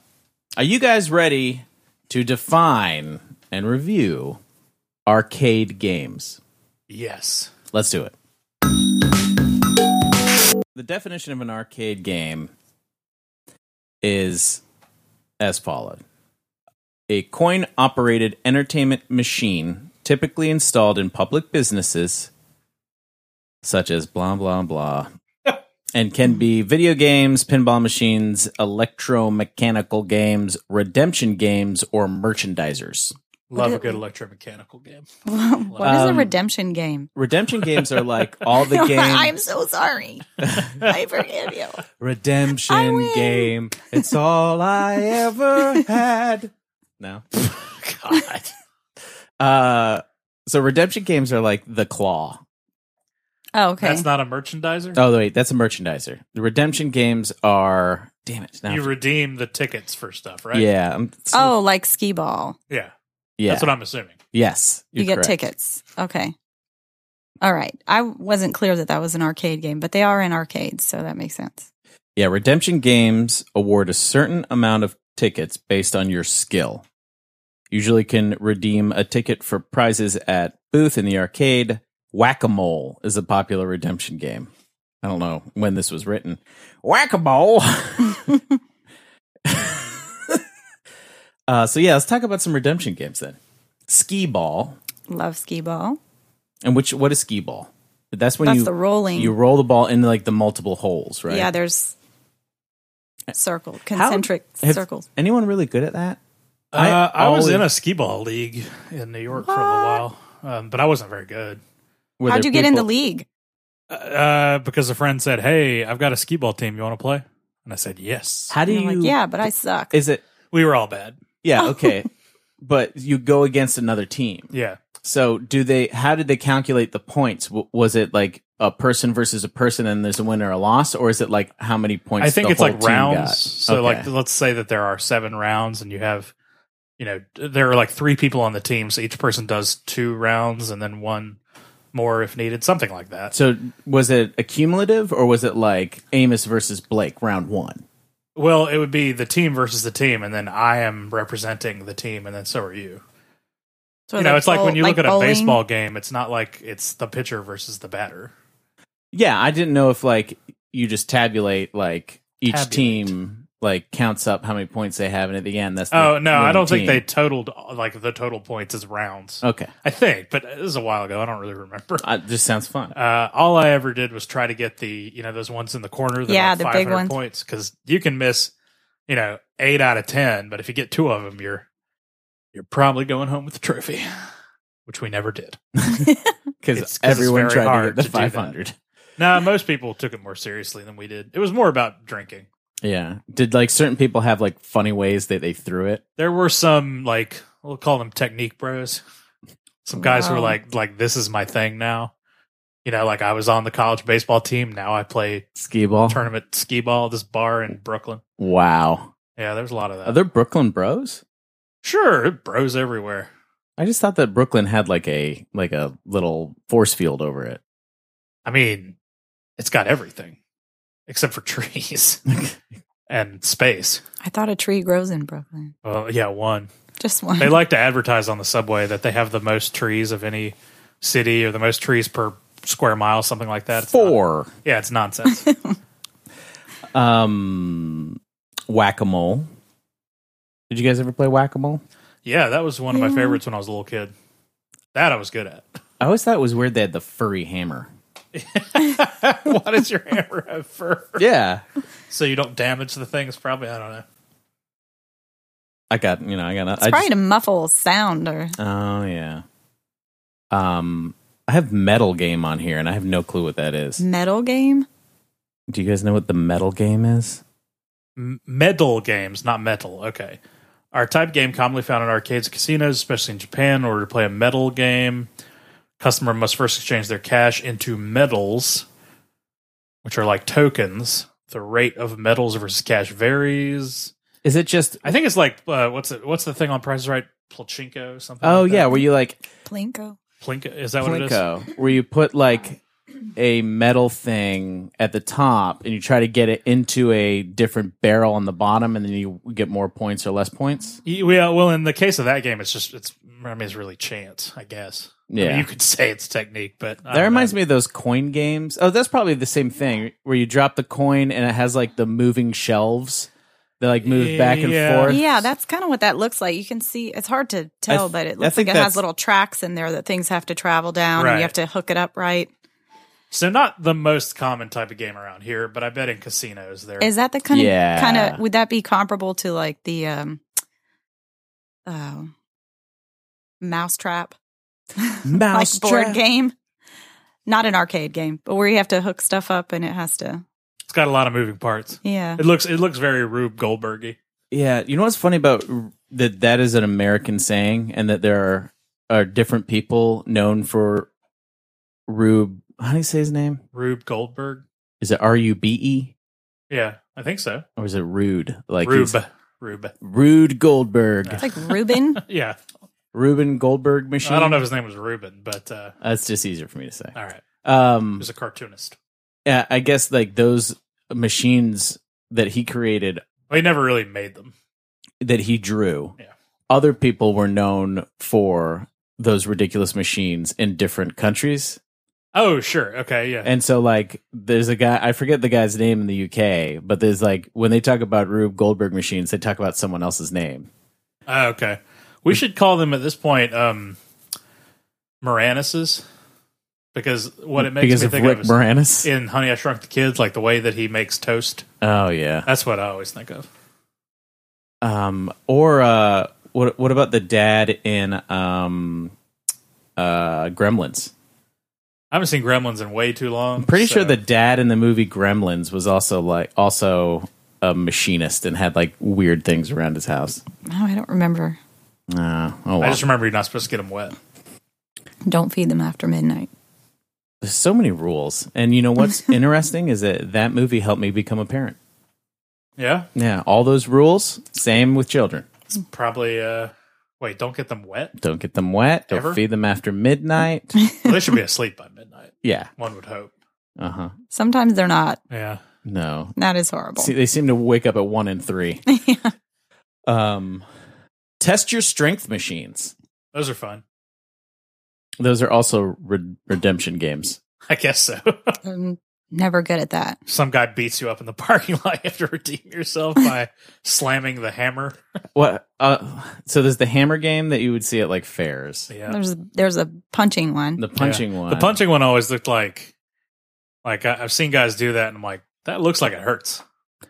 Speaker 1: Are you guys ready to define and review arcade games?
Speaker 2: Yes.
Speaker 1: Let's do it. The definition of an arcade game is as follows a coin operated entertainment machine typically installed in public businesses such as blah blah blah and can be video games pinball machines electromechanical games redemption games or merchandisers
Speaker 2: Love
Speaker 3: What
Speaker 2: a good
Speaker 3: it-
Speaker 2: electromechanical game.
Speaker 3: what is a
Speaker 1: Um,
Speaker 3: redemption game?
Speaker 1: redemption games are like all the
Speaker 3: I'm
Speaker 1: games
Speaker 3: so sorry. I forgive you. I
Speaker 1: redemption
Speaker 3: win.
Speaker 1: game. It's all I ever had. No.
Speaker 2: God.
Speaker 1: Uh so redemption games are like the claw.
Speaker 3: Oh, okay.
Speaker 2: That's not a merchandiser.
Speaker 1: Oh wait, that's a merchandiser. The redemption games are damn it. Now,
Speaker 2: You redeem the tickets for stuff, right?
Speaker 1: Yeah. I'm,
Speaker 3: Oh, like skee ball.
Speaker 2: Yeah.
Speaker 1: yeah.
Speaker 2: That's what I'm assuming.
Speaker 1: yes.
Speaker 3: You
Speaker 1: you're
Speaker 3: get
Speaker 1: correct.
Speaker 3: tickets. Okay. All right. I wasn't clear that that was an arcade game, but they are in arcades, so that makes sense.
Speaker 1: Yeah, redemption games award a certain amount of tickets based on your skill. Usually can redeem a ticket for prizes at booth in the arcade. Whack-a-mole is a popular redemption game. I don't know when this was written. Whack-a-mole. uh, so yeah, let's talk about some redemption games then. Skee ball.
Speaker 3: Love skee ball.
Speaker 1: And which what is skee ball? That's when
Speaker 3: That's
Speaker 1: you
Speaker 3: the rolling.
Speaker 1: you roll the ball into like the multiple holes, right?
Speaker 3: Yeah, there's circle,
Speaker 1: How-
Speaker 3: concentric
Speaker 1: have-
Speaker 3: circles.
Speaker 1: Anyone really good at that?
Speaker 2: I, uh, I was
Speaker 1: always-
Speaker 2: in a skee ball league in New York for a little while, um, but I wasn't very good
Speaker 1: Were
Speaker 3: How'd
Speaker 1: there
Speaker 3: you get in the
Speaker 1: people-
Speaker 3: league?
Speaker 2: uh, because a friend said, "Hey, I've got a skee ball team. You want to play?" And I said, "Yes."
Speaker 1: How do
Speaker 3: You're
Speaker 1: you?
Speaker 3: like, yeah, Oh. but I suck.
Speaker 1: Is it?
Speaker 2: We were all bad.
Speaker 1: Yeah. Okay. but you go against another team.
Speaker 2: Yeah.
Speaker 1: So do they? How did they calculate the points? W- was it like a person versus a person, and there's a win or a loss, or is it like how many points?
Speaker 2: I think
Speaker 1: the
Speaker 2: it's
Speaker 1: whole
Speaker 2: like
Speaker 1: team
Speaker 2: rounds.
Speaker 1: got?
Speaker 2: So
Speaker 1: Okay.
Speaker 2: like let's say that there are seven rounds and you have you know there are like three people on the team so each person does two rounds and then one more if needed something like that.
Speaker 1: So was it accumulative, or was it like Amos versus Blake round one?
Speaker 2: Well, it would be the team versus the team and then I am representing the team and then so are you.
Speaker 3: So
Speaker 2: you know, it's like when
Speaker 3: bowl-
Speaker 2: you look at a
Speaker 3: bowling.
Speaker 2: baseball game, it's not like it's the pitcher versus the batter.
Speaker 1: Yeah, I didn't know if like you just tabulate like each
Speaker 2: Tabulate.
Speaker 1: team like counts up how many points they have, and at the end that's the
Speaker 2: Oh, no, I
Speaker 1: winning
Speaker 2: don't think
Speaker 1: team. Oh.
Speaker 2: they totaled like the total points as rounds.
Speaker 1: Okay,
Speaker 2: I think, but this is a while ago. I don't really remember.
Speaker 1: uh, just sounds fun.
Speaker 2: Uh, all I ever did was try to get the you know those ones in the corner. That
Speaker 3: Yeah,
Speaker 2: yeah,
Speaker 3: the
Speaker 2: the
Speaker 3: big
Speaker 2: 500
Speaker 3: ones.
Speaker 2: points because you can miss you know eight out of ten, but if you get two of them, you're you're probably going home with the trophy, which we never did.
Speaker 1: because
Speaker 2: It's- 'cause it's
Speaker 1: everyone
Speaker 2: very
Speaker 1: tried to
Speaker 2: hard
Speaker 1: get the
Speaker 2: to do that.
Speaker 1: 500
Speaker 2: now most people took it more seriously than we did. It was more about drinking.
Speaker 1: yeah did like certain people have like funny ways that they threw it
Speaker 2: There were some like we'll call them technique bros, some guys who were
Speaker 3: Wow.
Speaker 2: like like this is my thing now. You know, like I was on the college baseball team. Now I play
Speaker 1: skee ball
Speaker 2: tournament skee ball. at This bar in Brooklyn.
Speaker 1: wow
Speaker 2: Yeah, there's a lot of that.
Speaker 1: are there brooklyn bros
Speaker 2: Sure, bros everywhere.
Speaker 1: i just thought that brooklyn had like a like a little force field over it
Speaker 2: I mean, it's got everything except for trees and space.
Speaker 3: I thought a tree grows in Brooklyn.
Speaker 2: Well, yeah, one.
Speaker 3: Just one.
Speaker 2: They like to advertise on the subway that they have the most trees of any city or the most trees per square mile, something like that. It's not-
Speaker 1: Four.
Speaker 2: yeah, it's nonsense.
Speaker 1: Um, whack a mole. Did you guys ever play whack a mole?
Speaker 2: yeah, that was one of my favorites when I was a little kid. That I was good at.
Speaker 1: I always thought it was weird they had the furry hammer.
Speaker 2: Why does your hammer have fur?
Speaker 1: Yeah.
Speaker 2: So you don't damage the things, probably. I don't know.
Speaker 1: I got, you know, I got,
Speaker 3: it's
Speaker 1: I
Speaker 3: probably
Speaker 1: just,
Speaker 3: to muffle sound or
Speaker 1: oh, yeah. Um, I have metal game on here and I have no clue what that is.
Speaker 3: metal game.
Speaker 1: Do you guys know what the metal game is?
Speaker 2: M- metal games, not metal. Okay. Our type game commonly found in arcades and casinos, especially in Japan, in order to play a metal game. Customer must first exchange their cash into medals, which are like tokens. The rate of medals versus cash varies.
Speaker 1: Is it just,
Speaker 2: I think it's like uh, what's it, what's the thing on Price is Right? Plachinko something.
Speaker 1: oh,
Speaker 2: like
Speaker 1: yeah,
Speaker 2: that?
Speaker 1: were you like
Speaker 3: Plinko.
Speaker 2: Plinko is that what it is?
Speaker 1: Plinko, where you put like a metal thing at the top and you try to get it into a different barrel on the bottom and then you get more points or less points?
Speaker 2: Y- Yeah, well, in the case of that game, it's just it's I mean it's really chance, I guess. I mean,
Speaker 1: Yeah.
Speaker 2: you could say it's technique, but
Speaker 1: That
Speaker 2: I don't
Speaker 1: reminds
Speaker 2: know.
Speaker 1: me of those coin games. Oh, that's probably the same thing where you drop the coin and it has like the moving shelves. They like move back and
Speaker 2: Yeah.
Speaker 1: forth.
Speaker 3: Yeah, that's kind of what that looks like. You can see it's hard to tell,
Speaker 1: th-
Speaker 3: but it
Speaker 1: I
Speaker 3: looks like
Speaker 1: think
Speaker 3: it
Speaker 1: that's-
Speaker 3: has little tracks in there that things have to travel down, and
Speaker 2: Right.
Speaker 3: you have to hook it up right.
Speaker 2: So not the most common type of game around here, but I bet in casinos there.
Speaker 3: Is that the kind of
Speaker 1: Yeah.
Speaker 3: kind of would that be comparable to like the um uh, mousetrap
Speaker 1: Mouse
Speaker 3: like board
Speaker 1: trap.
Speaker 3: game? Not an arcade game, but where you have to hook stuff up and it has to
Speaker 2: it's got a lot of moving parts.
Speaker 3: yeah.
Speaker 2: It looks it looks very Rube Goldbergy.
Speaker 1: Yeah, you know what's funny about r- that? That is an American saying, and that there are are different people known for Rube. How do you say his name?
Speaker 2: Rube Goldberg.
Speaker 1: Is it R U B E
Speaker 2: Yeah, I think so.
Speaker 1: or is it Rude? Like
Speaker 2: Rube.
Speaker 1: he's-
Speaker 2: Rube.
Speaker 1: Rude Goldberg,
Speaker 3: It's like Reuben.
Speaker 2: Yeah.
Speaker 1: Ruben Goldberg machine.
Speaker 2: I don't know if his name was Ruben, but uh
Speaker 1: That's just easier for me to say.
Speaker 2: all right. He
Speaker 1: Um,
Speaker 2: was a cartoonist.
Speaker 1: yeah, I guess like those machines that he created
Speaker 2: Well, he never really made them.
Speaker 1: that he drew.
Speaker 2: Yeah.
Speaker 1: Other people were known for those ridiculous machines in different countries.
Speaker 2: Oh, sure. Okay, yeah.
Speaker 1: And so like there's a guy I forget the guy's name in the UK, but there's like when they talk about Rube Goldberg machines, they talk about someone else's name.
Speaker 2: Oh, okay. We should call them at this point um Moranises. Because what it makes
Speaker 1: because
Speaker 2: me
Speaker 1: of
Speaker 2: think
Speaker 1: Rick
Speaker 2: of is
Speaker 1: Moranis.
Speaker 2: in Honey I Shrunk the Kids, like the way that he makes toast.
Speaker 1: oh yeah.
Speaker 2: That's what I always think of.
Speaker 1: Um or uh what what about the dad in um uh Gremlins?
Speaker 2: I haven't seen Gremlins in way too long.
Speaker 1: I'm pretty sure
Speaker 2: so-
Speaker 1: the dad in the movie Gremlins was also like also a machinist and had like weird things around his house.
Speaker 3: oh, I don't remember.
Speaker 1: Uh, oh,
Speaker 2: I
Speaker 1: wow.
Speaker 2: just remember you're not supposed to get them wet.
Speaker 3: Don't feed them after midnight.
Speaker 1: There's so many rules. And you know what's interesting is that that movie helped me become a parent.
Speaker 2: Yeah,
Speaker 1: Yeah, all those rules, same with children.
Speaker 2: it's probably. uh Wait, don't get them wet.
Speaker 1: Don't get them wet. Don't
Speaker 2: Ever?
Speaker 1: feed them after midnight.
Speaker 2: Well, they should be asleep by midnight.
Speaker 1: yeah.
Speaker 2: One would hope.
Speaker 1: Uh huh.
Speaker 3: Sometimes they're not.
Speaker 2: Yeah,
Speaker 1: No.
Speaker 3: That is horrible.
Speaker 1: See, they seem to wake up at one and three. Um, test your strength machines.
Speaker 2: those are fun.
Speaker 1: Those are also re- redemption games.
Speaker 2: I guess so.
Speaker 3: I'm never good at that.
Speaker 2: Some guy beats you up in the parking lot. You have to redeem yourself by slamming the hammer.
Speaker 1: What? Uh, so there's the hammer game that you would see at like fairs.
Speaker 2: Yeah,
Speaker 3: There's there's a punching one.
Speaker 1: The punching one.
Speaker 2: the punching one always looked like, like I, I've seen guys do that, and I'm like, that looks like it hurts.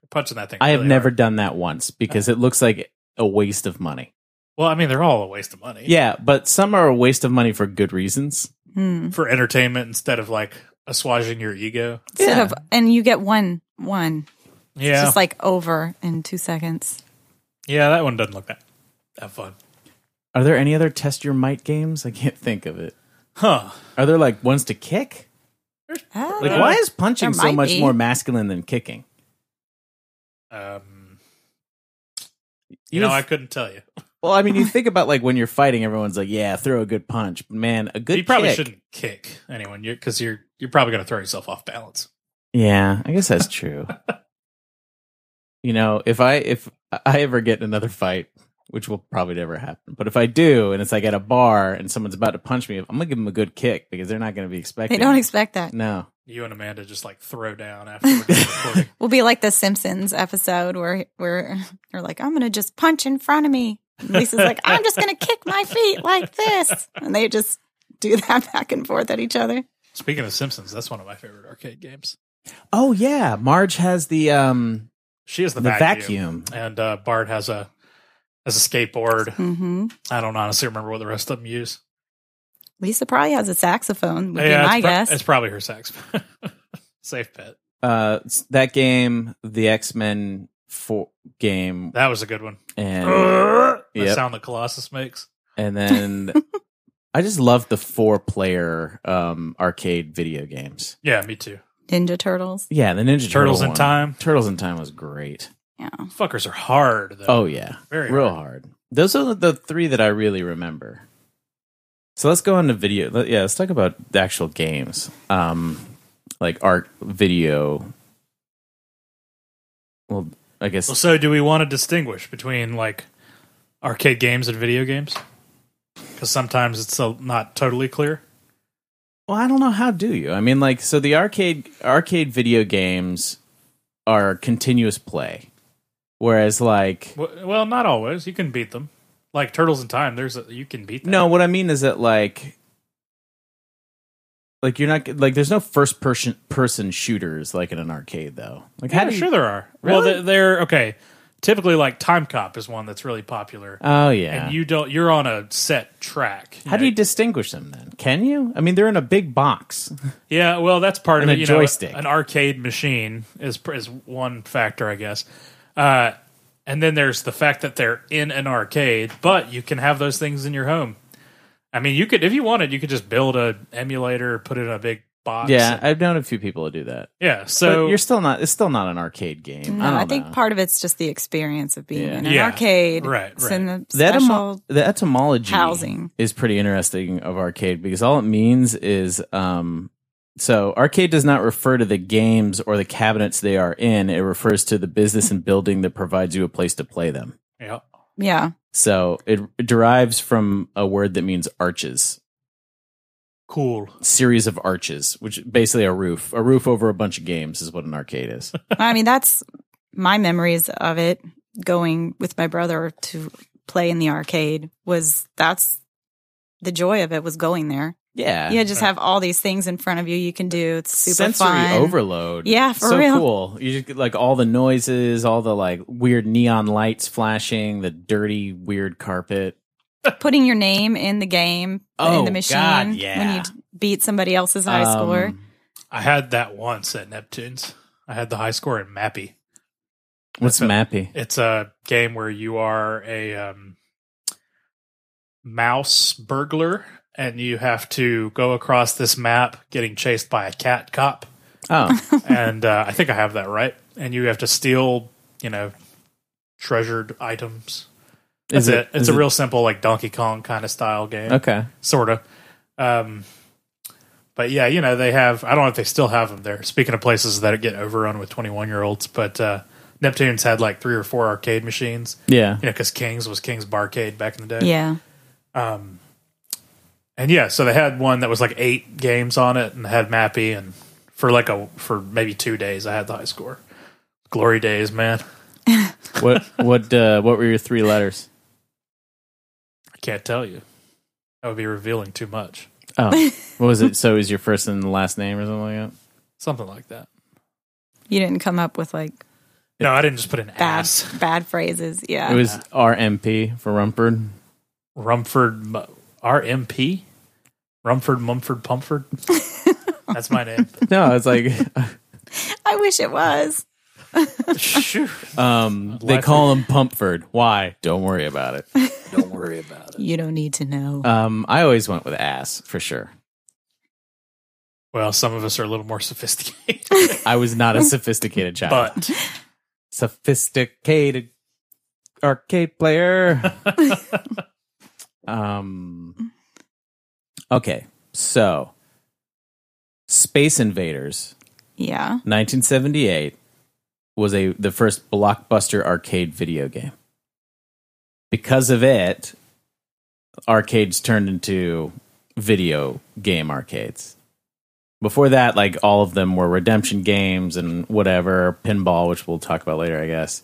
Speaker 2: Punching that thing.
Speaker 1: I have
Speaker 2: really
Speaker 1: never
Speaker 2: hard. Uh-huh.
Speaker 1: done that once because it looks like a waste of money.
Speaker 2: Well, I mean, they're all a waste of money.
Speaker 1: Yeah, but some are a waste of money for good reasons.
Speaker 3: Hmm.
Speaker 2: For entertainment instead of like assuaging your ego.
Speaker 3: Instead
Speaker 1: Yeah.
Speaker 3: of and you get one one. It's
Speaker 2: Yeah.
Speaker 3: just like over in two seconds.
Speaker 2: Yeah, that one doesn't look that that fun.
Speaker 1: Are there any other test your might games? I can't think of it.
Speaker 2: Huh.
Speaker 1: Are there like ones to kick?
Speaker 3: Ah,
Speaker 1: Like,
Speaker 2: Uh,
Speaker 1: why is punching
Speaker 3: there
Speaker 1: so
Speaker 3: might
Speaker 1: much
Speaker 3: be.
Speaker 1: more masculine than kicking?
Speaker 2: Um you,
Speaker 1: You
Speaker 2: know,
Speaker 1: would-
Speaker 2: I couldn't tell you.
Speaker 1: Well, I mean, you think about like when you're fighting, everyone's like, "Yeah, throw a good punch." Man, a good
Speaker 2: you probably
Speaker 1: kick-
Speaker 2: shouldn't kick anyone because you're you're probably going to throw yourself off balance.
Speaker 1: Yeah, I guess that's true. you know, if I if I ever get in another fight, which will probably never happen, but if I do, and it's like at a bar and someone's about to punch me, I'm gonna give them a good kick because they're not gonna be
Speaker 3: They
Speaker 1: expecting.
Speaker 3: don't
Speaker 1: it.
Speaker 3: expect that.
Speaker 1: no.
Speaker 2: You and Amanda just like throw down after we're done recording.
Speaker 3: We'll be like the Simpsons episode where where they're like, I'm gonna just punch in front of me. And Lisa's like, I'm just gonna kick my feet like this, and they just do that back and forth at each other.
Speaker 2: Speaking of Simpsons, that's one of my favorite arcade games.
Speaker 1: Oh yeah, Marge has the um
Speaker 2: She has the,
Speaker 1: the
Speaker 2: vacuum.
Speaker 1: vacuum.
Speaker 2: and uh, Bart has a has a skateboard.
Speaker 1: Mm-hmm.
Speaker 3: hmm
Speaker 2: I don't honestly remember what the rest of them use.
Speaker 3: Lisa probably has a saxophone. Would be
Speaker 2: it's
Speaker 3: my
Speaker 2: pro-
Speaker 3: guess.
Speaker 2: It's probably her sax. Safe bet.
Speaker 1: Uh, s- that game, the X Men four game,
Speaker 2: That was a good one.
Speaker 1: and
Speaker 2: that
Speaker 1: Yep.
Speaker 2: sound that Colossus makes.
Speaker 1: and then I just love the four player um arcade video games.
Speaker 2: Yeah, me too.
Speaker 3: Ninja Turtles.
Speaker 1: Yeah, the Ninja
Speaker 2: Turtles
Speaker 1: Turtle
Speaker 2: in
Speaker 1: one.
Speaker 2: Time.
Speaker 1: Turtles in Time was great.
Speaker 3: Yeah.
Speaker 2: Fuckers are hard. Though.
Speaker 1: Oh yeah,
Speaker 2: very
Speaker 1: real
Speaker 2: hard.
Speaker 1: hard. Those are the three that I really remember. So let's go on to video. let- Yeah, let's talk about the actual games, um, like art, video. Well, I guess
Speaker 2: Well, so do we want to distinguish between like arcade games and video games? Because sometimes it's so not totally clear.
Speaker 1: Well, I don't know how do you? I mean, like, so the arcade arcade video games are continuous play, whereas like
Speaker 2: W- Well, not always. You can beat them. Like Turtles in Time, there's a, you can beat them.
Speaker 1: no, what I mean is that like like you're not like there's no first person person shooters like in an arcade though. Like how
Speaker 2: Yeah,
Speaker 1: do you?
Speaker 2: sure there are. Well,
Speaker 1: Really?
Speaker 2: they're, they're okay. Typically, like Time Cop is one that's really popular,
Speaker 1: Oh yeah.
Speaker 2: and you don't. You're on a set track.
Speaker 1: how do you distinguish them then? Can you? I mean, they're in a big box.
Speaker 2: Yeah, well, that's part
Speaker 1: And
Speaker 2: of
Speaker 1: a
Speaker 2: it. You
Speaker 1: joystick.
Speaker 2: know, an arcade machine is is one factor, I guess. Uh, and then there's the fact that they're in an arcade, but you can have those things in your home. I mean, you could, if you wanted, you could just build a emulator, put it in a big box.
Speaker 1: yeah, I've known a few people who do that.
Speaker 2: yeah.
Speaker 1: So
Speaker 2: So
Speaker 1: you're still not. It's still not an arcade game.
Speaker 3: No,
Speaker 1: I,
Speaker 3: I,
Speaker 1: don't
Speaker 3: think
Speaker 1: know.
Speaker 3: part of it's just the experience of being
Speaker 1: Yeah.
Speaker 3: in an
Speaker 2: Yeah.
Speaker 3: arcade.
Speaker 2: Right,
Speaker 3: It's in the
Speaker 1: that
Speaker 3: special.
Speaker 1: emo- the etymology
Speaker 3: housing.
Speaker 1: is pretty interesting of arcade because all it means is um so arcade does not refer to the games or the cabinets they are in it refers to the business and building that provides you a place to play them
Speaker 2: yeah.
Speaker 3: yeah.
Speaker 1: so it derives from a word that means arches
Speaker 2: cool.
Speaker 1: series of arches which basically a roof a roof over a bunch of games is what an arcade is
Speaker 3: I mean, that's my memories of it going with my brother to play in the arcade was that's the joy of it was going there.
Speaker 1: yeah
Speaker 3: Yeah, just have all these things in front of you you can do. It's super
Speaker 1: sensory
Speaker 3: fun.
Speaker 1: overload.
Speaker 3: Yeah, for
Speaker 1: so
Speaker 3: real.
Speaker 1: cool. You just get like all the noises, all the like weird neon lights flashing, the dirty weird carpet.
Speaker 3: Putting your name in the game
Speaker 1: Oh,
Speaker 3: in the machine
Speaker 1: God,
Speaker 3: when
Speaker 1: yeah.
Speaker 3: you d- beat somebody else's high
Speaker 1: Um,
Speaker 3: score.
Speaker 2: I had that once at Neptune's. I had the high score in Mappy.
Speaker 1: What's
Speaker 2: That's
Speaker 1: Mappy?
Speaker 2: It's a game where you are a um, mouse burglar and you have to go across this map getting chased by a cat cop.
Speaker 1: Oh,
Speaker 2: and uh, I think I have that right. And you have to steal, you know, treasured items. That's
Speaker 1: is
Speaker 2: it. It's
Speaker 1: is
Speaker 2: a real simple, like Donkey Kong kind of style game
Speaker 1: okay.
Speaker 2: sort of. Um, but yeah, you know they have. I don't know if they still have them there. Speaking of places that get overrun with twenty-one-year-olds, but uh, Neptune's had like three or four arcade machines.
Speaker 1: Yeah,
Speaker 2: You know, because Kings was Kings Barcade back in the day.
Speaker 3: Yeah.
Speaker 2: Um, and yeah, so they had one that was like eight games on it, and had Mappy, and for like a for maybe two days, I had the high score. Glory days, man.
Speaker 1: what what uh, what were your three letters?
Speaker 2: I can't tell you. That would be revealing too much.
Speaker 1: Oh, what was it? So is your first and last name or something like that?
Speaker 2: Something like that.
Speaker 3: You didn't come up with like
Speaker 2: No, I didn't just put an
Speaker 3: bad
Speaker 2: ass.
Speaker 3: bad phrases. Yeah.
Speaker 1: It was RMP for Rumford.
Speaker 2: Rumford M- RMP? Rumford Mumford Pumford? That's my name.
Speaker 1: No, it's like
Speaker 3: I wish it was.
Speaker 2: Shoo.
Speaker 1: um, they call him Pumpford. Why? Don't worry about it.
Speaker 2: Don't worry about it.
Speaker 3: You don't need to know.
Speaker 1: Um, I always went with ass for sure.
Speaker 2: Well, some of us are a little more sophisticated.
Speaker 1: I was not a sophisticated child.
Speaker 2: But
Speaker 1: sophisticated arcade player. um okay. So Space Invaders
Speaker 3: Yeah.
Speaker 1: 1978 was a the first blockbuster arcade video game. Because of it, arcades turned into video game arcades. Before that, like all of them were redemption games and whatever, pinball, which we'll talk about later, I guess.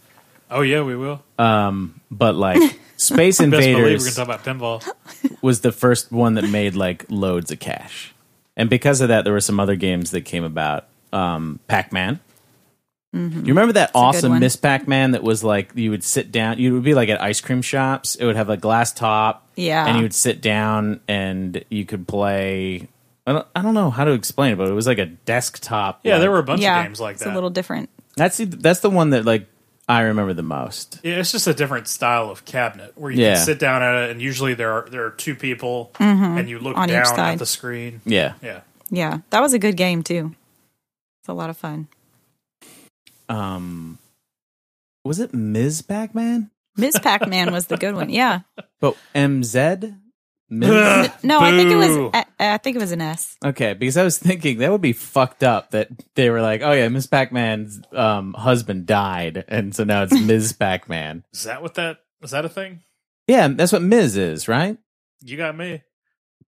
Speaker 2: Oh yeah, we will.
Speaker 1: Um, but like Space
Speaker 2: Best believe we're
Speaker 1: Invaders
Speaker 2: gonna talk about pinball.
Speaker 1: was the first one that made like loads of cash. And because of that, there were some other games that came about. Um, Pac Man. You remember that
Speaker 3: Mm-hmm. good
Speaker 1: awesome
Speaker 3: one.
Speaker 1: Miss Pac Man that was like you would sit down. You would be like at ice cream shops. It would have a glass top.
Speaker 3: Yeah.
Speaker 1: and you would sit down and you could play. I don't, I don't know how to explain it, but it was like a desktop.
Speaker 2: Yeah,
Speaker 1: like-
Speaker 2: there were a bunch
Speaker 3: yeah.
Speaker 2: of games like
Speaker 3: it's
Speaker 2: that.
Speaker 3: a little different.
Speaker 1: That's the, that's the one that like I remember the most.
Speaker 2: Yeah, it's just a different style of cabinet where you
Speaker 1: Yeah.
Speaker 2: can sit down at it, and usually there are there are two people, and you look
Speaker 3: Mm-hmm, On each
Speaker 2: down at
Speaker 3: side.
Speaker 2: the screen.
Speaker 1: Yeah.
Speaker 2: Yeah,
Speaker 3: Yeah. That was a good game too. It's a lot of fun.
Speaker 1: Um, was it Ms. Pac Man?
Speaker 3: Ms. Pac Man was the good one. Yeah.
Speaker 1: But MZ? Ms.
Speaker 3: No, I think it
Speaker 2: Boo.
Speaker 3: was I, I think it was an S.
Speaker 1: Okay, because I was thinking that would be fucked up that they were like, oh yeah, Ms. Pac Man's um, husband died, and so now it's Ms. Pac Man.
Speaker 2: is that what that is that a thing?
Speaker 1: Yeah, that's what Ms. is, right?
Speaker 2: You got me.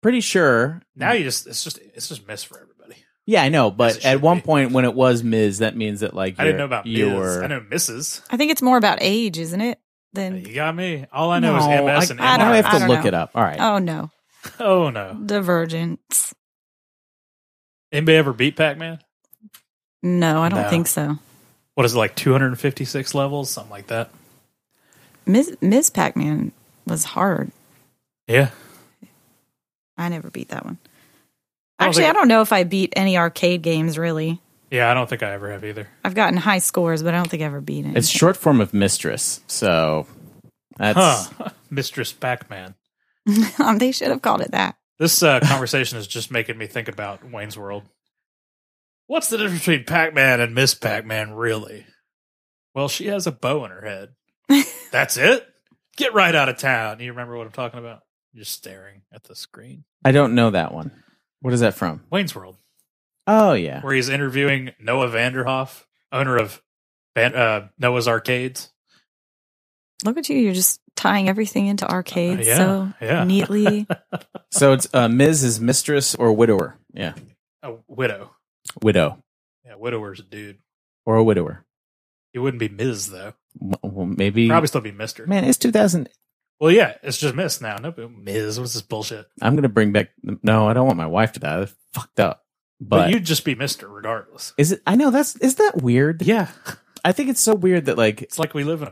Speaker 1: Pretty sure.
Speaker 2: Now you just it's just it's just miss for everybody.
Speaker 1: Yeah, I know,
Speaker 2: As it
Speaker 1: but
Speaker 2: should
Speaker 1: at one
Speaker 2: be.
Speaker 1: point when it was Ms., that means that like
Speaker 2: I didn't know about
Speaker 1: you
Speaker 2: Miz.
Speaker 1: were.
Speaker 2: I know Mrs.
Speaker 3: I think it's more about age, isn't it? Than
Speaker 2: You got me. All I
Speaker 1: No,
Speaker 2: know is MS and
Speaker 1: I,
Speaker 3: Oh,
Speaker 1: now
Speaker 3: I
Speaker 1: I
Speaker 3: don't-
Speaker 2: MR.
Speaker 1: have to
Speaker 3: I don't
Speaker 1: look
Speaker 3: know.
Speaker 1: it up. All right,
Speaker 3: Oh no.
Speaker 2: oh no!
Speaker 3: Divergent.
Speaker 2: Anybody ever beat Pac Man?
Speaker 3: No, I don't
Speaker 2: No.
Speaker 3: think so.
Speaker 2: What is it like? Two hundred and fifty six levels, something like that.
Speaker 3: Ms. Ms. Pac Man was hard.
Speaker 2: Yeah,
Speaker 3: I never beat that one.
Speaker 2: I don't
Speaker 3: Actually,
Speaker 2: think-
Speaker 3: I don't know if I beat any arcade games really.
Speaker 2: yeah. I don't think I ever have either.
Speaker 3: I've gotten high scores, but I don't think I ever beat it.
Speaker 1: it's short form of mistress, so that's
Speaker 2: Huh? Mistress Pac Man.
Speaker 3: Um, they should have called it that.
Speaker 2: This uh, conversation is just making me think about Wayne's World. What's the difference between Pac Man and Miss Pac Man, really? Well, she has a bow in her head. That's it? Get right out of town. You remember what I'm talking about? You're staring at the screen.
Speaker 1: I don't know that one. What is that from?
Speaker 2: Wayne's World,
Speaker 1: Oh yeah,
Speaker 2: where he's interviewing Noah Vanderhoff, owner of Van- uh, Noah's Arcades.
Speaker 3: Look at you. You're just tying everything into
Speaker 2: Uh,
Speaker 3: arcades
Speaker 2: yeah,
Speaker 3: so
Speaker 2: yeah.
Speaker 3: neatly.
Speaker 1: so it's uh, Ms. is mistress or widower. Yeah,
Speaker 2: A widow.
Speaker 1: widow
Speaker 2: Yeah, widower's a dude.
Speaker 1: or a widower.
Speaker 2: He wouldn't be Ms. though.
Speaker 1: Well, maybe
Speaker 2: Probably still be Mister.
Speaker 1: Man, it's 2000.
Speaker 2: Well, yeah, it's just Miss now. No, but Ms. What's this bullshit?
Speaker 1: I'm going to bring back. No, I don't want my wife to die. That's fucked up.
Speaker 2: But,
Speaker 1: But,
Speaker 2: you'd just be Mister regardless.
Speaker 1: is it? I know that's. Is that weird?
Speaker 2: Yeah,
Speaker 1: I think it's so weird that like,
Speaker 2: it's like we live in a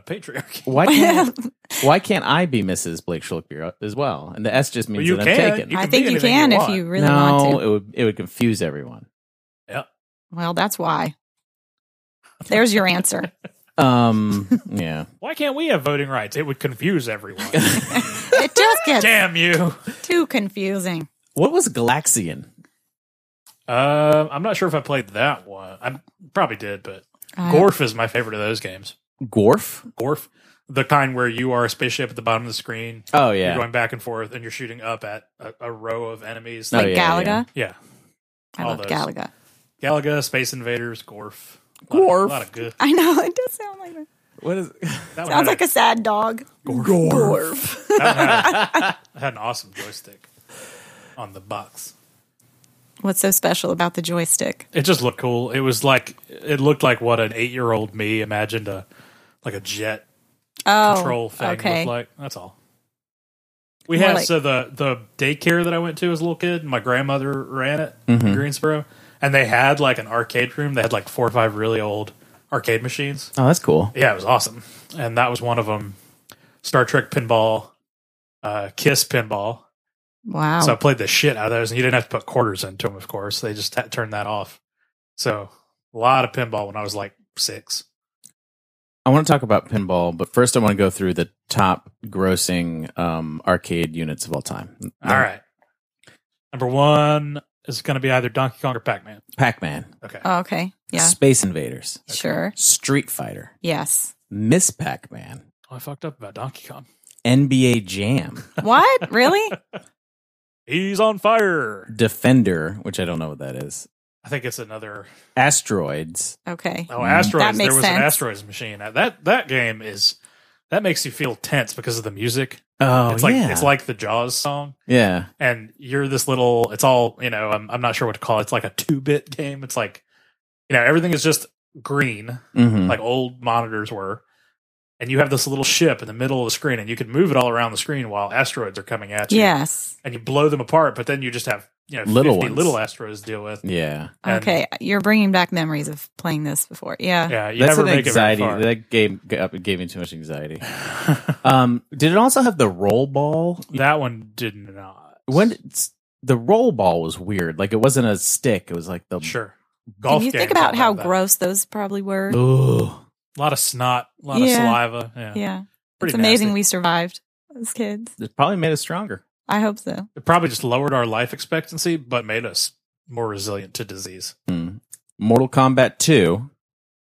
Speaker 2: patriarchy.
Speaker 1: why can't why can't I be Mrs. Blake Schulpier as well? And the S just means
Speaker 2: you
Speaker 1: that
Speaker 2: can.
Speaker 1: I'm taken.
Speaker 2: You
Speaker 3: I
Speaker 2: can
Speaker 3: think
Speaker 2: be
Speaker 3: you
Speaker 2: anything
Speaker 3: can
Speaker 2: you
Speaker 3: if
Speaker 2: want.
Speaker 3: you really
Speaker 1: no,
Speaker 3: want to.
Speaker 1: it would it would confuse everyone.
Speaker 3: Well, that's why. There's your answer.
Speaker 1: Um, yeah.
Speaker 2: Why can't we have voting rights? It would confuse everyone.
Speaker 3: it just gets
Speaker 2: Damn you!
Speaker 3: too confusing.
Speaker 1: What was Galaxian?
Speaker 2: Um, I'm not sure if I played that one. I probably did, but
Speaker 3: Uh,
Speaker 2: Gorf is my favorite of those games.
Speaker 1: Gorf?
Speaker 2: Gorf, the kind where you are a spaceship at the bottom of the screen,
Speaker 1: Oh
Speaker 2: you're
Speaker 1: yeah.
Speaker 2: going back and forth, and you're shooting up at a, a row of enemies.
Speaker 1: No.
Speaker 3: like
Speaker 1: Oh, yeah,
Speaker 3: Galaga.
Speaker 1: yeah.
Speaker 2: Yeah,
Speaker 3: I
Speaker 2: All
Speaker 3: love
Speaker 2: those.
Speaker 3: Galaga.
Speaker 2: Galaga, Space Invaders, Gorf,
Speaker 1: Gorf.
Speaker 2: a lot of good.
Speaker 3: I know. It does sound like that.
Speaker 1: What is oh,
Speaker 2: That one
Speaker 3: Sounds
Speaker 2: had
Speaker 3: like a sad dog.
Speaker 1: Gorf?
Speaker 3: Gorf.
Speaker 2: that one had, a- had an awesome joystick on the box.
Speaker 3: What's so special about the joystick?
Speaker 2: It just looked cool. It was like it looked like what an eight year old me imagined a like a jet
Speaker 3: Oh,
Speaker 2: control thing
Speaker 3: okay.
Speaker 2: looked like. That's all. We
Speaker 3: More
Speaker 2: had
Speaker 3: like-
Speaker 2: so the the daycare that I went to as a little kid, my grandmother ran it in Greensboro, and they had like an arcade room. They had like four or five really old arcade machines.
Speaker 1: Oh, that's cool.
Speaker 2: Yeah, it was awesome, and that was one of them. Star Trek pinball, uh, Kiss pinball.
Speaker 3: wow.
Speaker 2: So I played the shit out of those, and you didn't have to put quarters into them. Of course, they just t- turned that off. So a lot of pinball when I was like six.
Speaker 1: I want to talk about pinball, but first I want to go through the top grossing um arcade units of all time.
Speaker 2: All right, number one is going to be either Donkey Kong or Pac Man.
Speaker 1: Pac-Man.
Speaker 2: Okay,
Speaker 3: Oh, okay. Yeah.
Speaker 1: Space Invaders.
Speaker 3: Sure.
Speaker 1: Street Fighter,
Speaker 3: Yes.
Speaker 1: Miss Pac Man,
Speaker 2: Oh, I fucked up about Donkey Kong.
Speaker 1: NBA Jam,
Speaker 3: What? Really?
Speaker 2: He's on fire.
Speaker 1: Defender, which I don't know what that is,
Speaker 2: I think it's another.
Speaker 1: Asteroids.
Speaker 3: Okay.
Speaker 2: Oh, asteroids!
Speaker 3: That makes
Speaker 2: there was an
Speaker 3: sense.
Speaker 2: asteroids machine. That- That that game is that makes you feel tense because of the music.
Speaker 1: Oh,
Speaker 2: it's like
Speaker 1: yeah.
Speaker 2: it's like the Jaws song,
Speaker 1: yeah.
Speaker 2: and you're this little. It's all you know. I'm I'm not sure what to call it. It's like a two bit game. It's like you know everything is just green,
Speaker 1: Mm-hmm.
Speaker 2: like old monitors were. And you have this little ship in the middle of the screen, and you can move it all around the screen while asteroids are coming at you.
Speaker 3: Yes.
Speaker 2: and you blow them apart, but then you just have you know
Speaker 1: Little
Speaker 2: little 50
Speaker 1: ones.
Speaker 2: little asteroids to deal with.
Speaker 1: yeah.
Speaker 2: And-
Speaker 3: Okay. You're bringing back memories of playing this before. Yeah.
Speaker 2: Yeah, you
Speaker 1: That's
Speaker 2: never
Speaker 1: an
Speaker 2: make
Speaker 1: anxiety.
Speaker 2: it very far.
Speaker 1: That game gave, gave me too much anxiety. Um, did it also have the roll ball?
Speaker 2: that one did not.
Speaker 1: When it's, the roll ball was weird. Like it wasn't a stick. It was like the
Speaker 2: sure,
Speaker 3: Can
Speaker 2: golf.
Speaker 3: you think
Speaker 2: games
Speaker 3: about
Speaker 2: are
Speaker 3: how
Speaker 2: like that.
Speaker 3: gross those probably were?
Speaker 1: Ugh.
Speaker 2: A lot of snot, a lot of
Speaker 3: Yeah.
Speaker 2: saliva. Yeah,
Speaker 3: Yeah.
Speaker 2: Pretty
Speaker 3: it's amazing
Speaker 2: nasty.
Speaker 3: we survived as kids.
Speaker 1: It probably made us stronger.
Speaker 3: I hope so.
Speaker 2: It probably just lowered our life expectancy, but made us more resilient to disease
Speaker 1: Hmm. Mortal Kombat Two.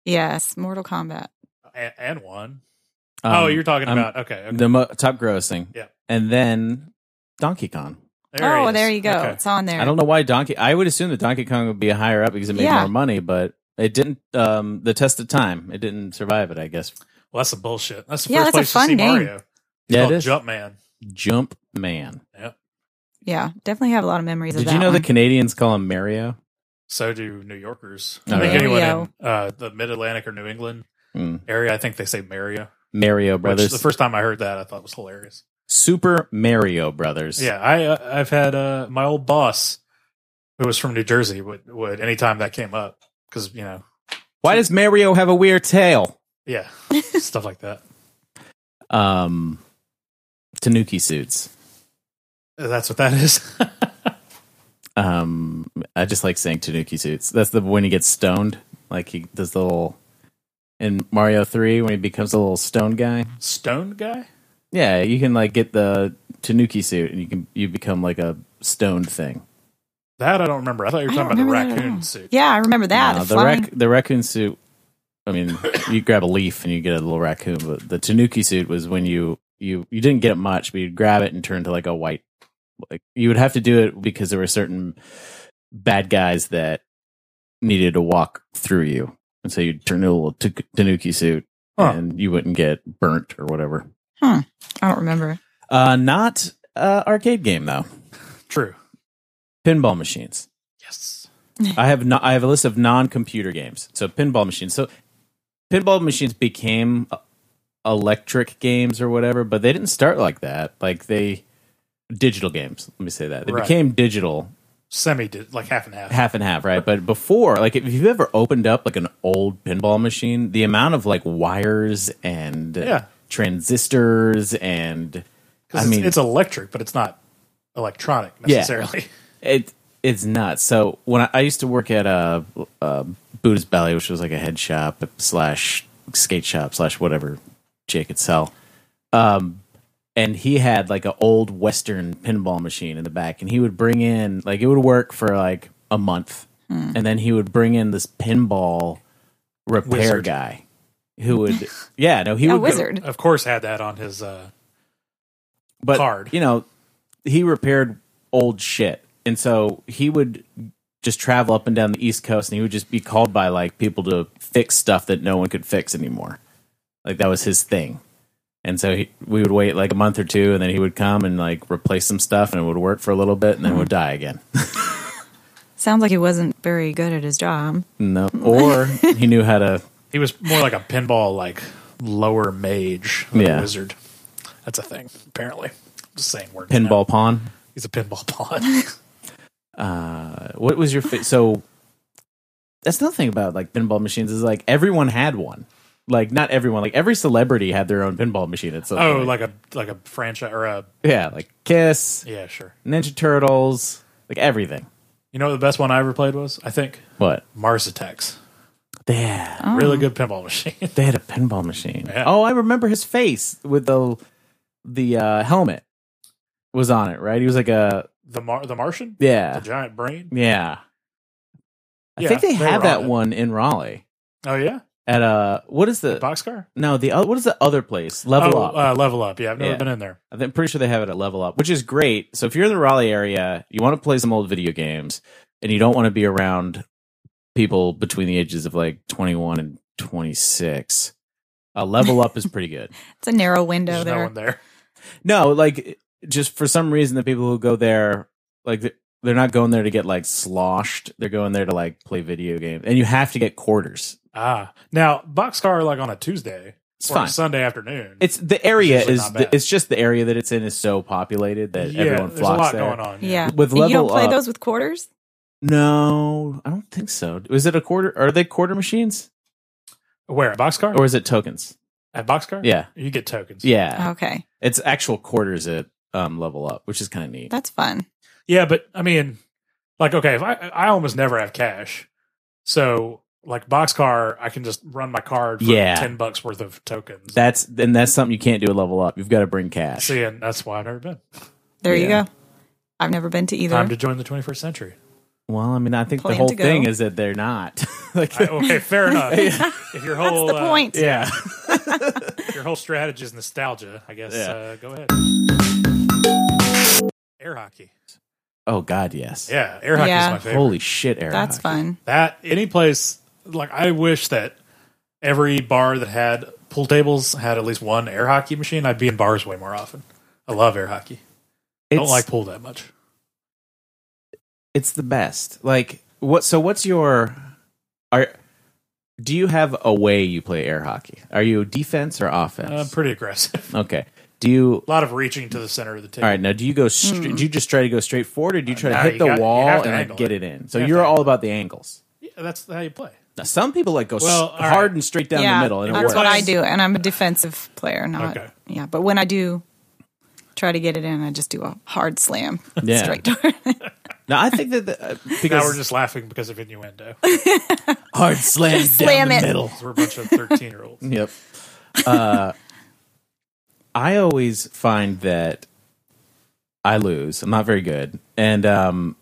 Speaker 3: Yes. Mortal Kombat.
Speaker 2: and, and one.
Speaker 1: Um,
Speaker 2: oh, you're talking
Speaker 1: um,
Speaker 2: about okay. okay.
Speaker 1: the mo- top grossing.
Speaker 2: Yeah.
Speaker 1: and then Donkey Kong.
Speaker 2: There
Speaker 3: oh,
Speaker 2: it is.
Speaker 3: there you go.
Speaker 2: Okay.
Speaker 3: It's on there.
Speaker 1: I don't know why Donkey. I would assume that Donkey Kong would be higher up because it made
Speaker 3: Yeah.
Speaker 1: more money, but it didn't. Um, the test of time, it didn't survive it. I guess.
Speaker 2: Well, that's some bullshit. That's the
Speaker 3: Yeah,
Speaker 2: first
Speaker 3: that's
Speaker 2: place
Speaker 3: a fun
Speaker 2: to see
Speaker 3: game.
Speaker 2: Mario. It's
Speaker 1: Yeah,
Speaker 2: called
Speaker 1: it is. Jump,
Speaker 2: Jumpman.
Speaker 1: Man.
Speaker 3: yeah. Definitely have a lot of memories of
Speaker 1: Did
Speaker 3: that.
Speaker 1: you know the
Speaker 3: one.
Speaker 1: Canadians call him Mario?
Speaker 2: So do New Yorkers.
Speaker 1: Oh,
Speaker 2: I think
Speaker 1: really?
Speaker 2: anyone in uh, the Mid Atlantic or New England
Speaker 1: Mm.
Speaker 2: area, I think they say Mario.
Speaker 1: Mario
Speaker 2: Brothers.
Speaker 1: Brothers.
Speaker 2: the first time I heard that, I thought was hilarious.
Speaker 1: Super Mario Brothers.
Speaker 2: Yeah, I uh, I've had uh, my old boss, who was from New Jersey, would would anytime that came up because you know
Speaker 1: Why does Mario have a weird tail?
Speaker 2: yeah stuff like that.
Speaker 1: Um, Tanuki suits.
Speaker 2: That's what that is.
Speaker 1: Um, I just like saying Tanuki suits. That's the when he gets stoned. Like he does the little in Mario Three when he becomes a little stone guy.
Speaker 2: Stone guy.
Speaker 1: Yeah, you can like get the Tanuki suit and you can you become like a stoned thing.
Speaker 2: That I don't remember. I thought you were
Speaker 3: I
Speaker 2: talking
Speaker 3: don't
Speaker 2: about the
Speaker 3: remember that at all.
Speaker 2: raccoon suit.
Speaker 3: Yeah, I remember that.
Speaker 1: No,
Speaker 3: the
Speaker 1: the
Speaker 3: flying-
Speaker 1: rac- the raccoon suit. I mean, you grab a leaf and you get a little raccoon, but the Tanuki suit was when you you you didn't get it much, but you'd grab it and turn to like a white. Like you would have to do it because there were certain bad guys that needed to walk through you, and so you'd turn to a little t- Tanuki suit,
Speaker 2: Huh.
Speaker 1: and you wouldn't get burnt or whatever.
Speaker 3: I don't remember.
Speaker 1: Uh, not uh, arcade game though.
Speaker 2: True.
Speaker 1: Pinball machines.
Speaker 2: Yes.
Speaker 1: I have no, I have a list of non-computer games. So pinball machines. So pinball machines became uh, electric games or whatever, but they didn't start like that. Like they digital games. Let me say that they
Speaker 2: Right.
Speaker 1: became digital
Speaker 2: Semi did like half and half.
Speaker 1: half and half, right? But before, like if you've ever opened up like an old pinball machine, the amount of like wires and
Speaker 2: Yeah.
Speaker 1: transistors and
Speaker 2: 'Cause
Speaker 1: I
Speaker 2: it's,
Speaker 1: mean
Speaker 2: it's electric, but it's not electronic
Speaker 1: Yeah.
Speaker 2: necessarily.
Speaker 1: it it's nuts. So when I, I used to work at uh, uh Buddha's Belly, which was like a head shop slash skate shop slash whatever Jay could sell, um, and he had like an old Western pinball machine in the back, and he would bring in like it would work for like a month,
Speaker 3: Hmm.
Speaker 1: and then he would bring in this pinball repair
Speaker 2: Wizard.
Speaker 1: guy who would yeah no he
Speaker 3: A
Speaker 1: would go-
Speaker 3: wizard.
Speaker 2: Of course, had that on his. uh
Speaker 1: but
Speaker 2: card.
Speaker 1: you know he repaired old shit and so he would just travel up and down the east coast and he would just be called by like people to fix stuff that no one could fix anymore like that was his thing and so he, we would wait like a month or two and then he would come and like replace some stuff and it would work for a little bit and then it would die again
Speaker 3: Sounds like he wasn't very good at his job.
Speaker 1: no or he knew how to
Speaker 2: He was more like a pinball, like lower mage than
Speaker 1: Yeah.
Speaker 2: a wizard. That's a thing, apparently. Just saying words. now.
Speaker 1: pinball pawn
Speaker 2: He's a pinball pawn.
Speaker 1: Uh, what was your fa- so that's another thing about like pinball machines is like everyone had one like not everyone like every celebrity had their own pinball machine at some
Speaker 2: oh,
Speaker 1: point.
Speaker 2: like a like a franchise or a
Speaker 1: yeah like kiss
Speaker 2: yeah, sure.
Speaker 1: ninja turtles like everything
Speaker 2: You know what the best one I ever played was? I think
Speaker 1: what
Speaker 2: Mars Attacks.
Speaker 1: they had,
Speaker 3: Oh.
Speaker 2: Really good pinball machine.
Speaker 1: they had a pinball machine
Speaker 2: Yeah.
Speaker 1: oh i remember his face with the the uh helmet was on it right he was like a
Speaker 2: the Mar- the Martian,
Speaker 1: yeah
Speaker 2: the giant brain.
Speaker 1: yeah i
Speaker 2: Yeah,
Speaker 1: think they
Speaker 2: they were
Speaker 1: have that
Speaker 2: on it.
Speaker 1: one in raleigh
Speaker 2: Oh yeah,
Speaker 1: at uh what is the
Speaker 2: boxcar.
Speaker 1: no the o- what is the other place level
Speaker 2: oh,
Speaker 1: up
Speaker 2: Uh, level up. Yeah, I've never
Speaker 1: Yeah.
Speaker 2: been in there.
Speaker 1: I think- I'm pretty sure they have it at Level Up, which is great. So if you're in the Raleigh area, you want to play some old video games, and you don't want to be around people between the ages of like 21 and 26. A level up is pretty good.
Speaker 3: It's a narrow window
Speaker 2: There's
Speaker 3: there.
Speaker 2: no one there.
Speaker 1: No, like just for some reason, the people who go there, like th- they're not going there to get like sloshed. They're going there to like play video games, and you have to get quarters.
Speaker 2: Ah, now Boxcar like on a Tuesday
Speaker 1: It's
Speaker 2: or a
Speaker 1: fine.
Speaker 2: Sunday afternoon.
Speaker 1: It's the area
Speaker 2: usually
Speaker 1: is
Speaker 2: not
Speaker 1: the,
Speaker 2: bad.
Speaker 1: it's just the area that it's in is so populated that
Speaker 2: yeah,
Speaker 1: everyone
Speaker 2: there's a lot
Speaker 1: flocks there.
Speaker 2: going on.
Speaker 3: yeah.
Speaker 1: With
Speaker 3: And you
Speaker 1: level uh,
Speaker 3: don't play
Speaker 1: up-
Speaker 3: those with quarters?
Speaker 1: No, I don't think so. Is it a quarter? Are they quarter machines
Speaker 2: Where at Boxcar
Speaker 1: or is it tokens?
Speaker 2: at Boxcar?
Speaker 1: Yeah,
Speaker 2: you get tokens.
Speaker 1: yeah.
Speaker 3: Okay.
Speaker 1: It's actual quarters at um, level up, which is kind of neat.
Speaker 3: That's fun.
Speaker 2: Yeah, but I mean, like, okay, if I I almost never have cash, so like Boxcar, I can just run my card for
Speaker 1: Yeah.
Speaker 2: ten bucks worth of tokens.
Speaker 1: That's and that's something you can't do at level up. You've got to bring cash.
Speaker 2: See, and that's why I've never been.
Speaker 3: There
Speaker 1: Yeah.
Speaker 3: you go. I've never been to either.
Speaker 2: Time to join the 21st century.
Speaker 1: Well, I mean, I think the
Speaker 3: Plan
Speaker 1: whole
Speaker 3: to go.
Speaker 1: thing is that they're not. like,
Speaker 2: I, okay, fair enough. If your
Speaker 3: That's
Speaker 2: whole
Speaker 3: the
Speaker 2: uh,
Speaker 3: point.
Speaker 1: yeah.
Speaker 2: your whole strategy is nostalgia, I guess.
Speaker 1: Yeah.
Speaker 2: Uh, go ahead. Air hockey.
Speaker 1: Oh God, yes.
Speaker 2: Yeah, air hockey
Speaker 3: Yeah.
Speaker 2: is my favorite.
Speaker 1: Holy shit, Aaron.
Speaker 3: That's fun.
Speaker 2: That any place like I wish that every bar that had pool tables had at least one air hockey machine. I'd be in bars way more often. I love air hockey. I
Speaker 1: It's,
Speaker 2: don't like pool that much.
Speaker 1: it's the best. Like what? So what's your are? Do you have a way you play air hockey? Are you defense or
Speaker 2: Uh, I'm
Speaker 1: offense?
Speaker 2: pretty aggressive.
Speaker 1: okay. Do you?
Speaker 2: a lot of reaching to the center of the table.
Speaker 1: All right. Now, do you go? Str-
Speaker 3: Hmm.
Speaker 1: Do you just try to go straight forward, or do you try to
Speaker 2: no,
Speaker 1: hit
Speaker 2: you
Speaker 1: the
Speaker 2: got- you
Speaker 1: wall
Speaker 2: have
Speaker 1: and
Speaker 2: to
Speaker 1: like,
Speaker 2: angle
Speaker 1: get
Speaker 2: it.
Speaker 1: it in? So
Speaker 2: You have
Speaker 1: you're
Speaker 2: to
Speaker 1: all about the angles.
Speaker 2: Yeah, that's how you play.
Speaker 1: Now, some people like go s-
Speaker 2: Well, all right.
Speaker 1: hard and straight down
Speaker 3: yeah,
Speaker 1: the middle, and it
Speaker 3: that's
Speaker 1: works.
Speaker 3: what I do, and I'm a defensive player, not
Speaker 2: Okay.
Speaker 3: yeah. But when I do try to get it in, I just do a hard slam
Speaker 1: Yeah.
Speaker 3: straight door.
Speaker 1: Now, I think that the, uh, because
Speaker 2: Now we're just laughing because of innuendo.
Speaker 1: hard slam down
Speaker 3: slam
Speaker 1: the
Speaker 3: it.
Speaker 1: middle.
Speaker 2: 'Cause We're a bunch of 13 year olds.
Speaker 1: Yep. Uh, I always find that I lose. I'm not very good, and um,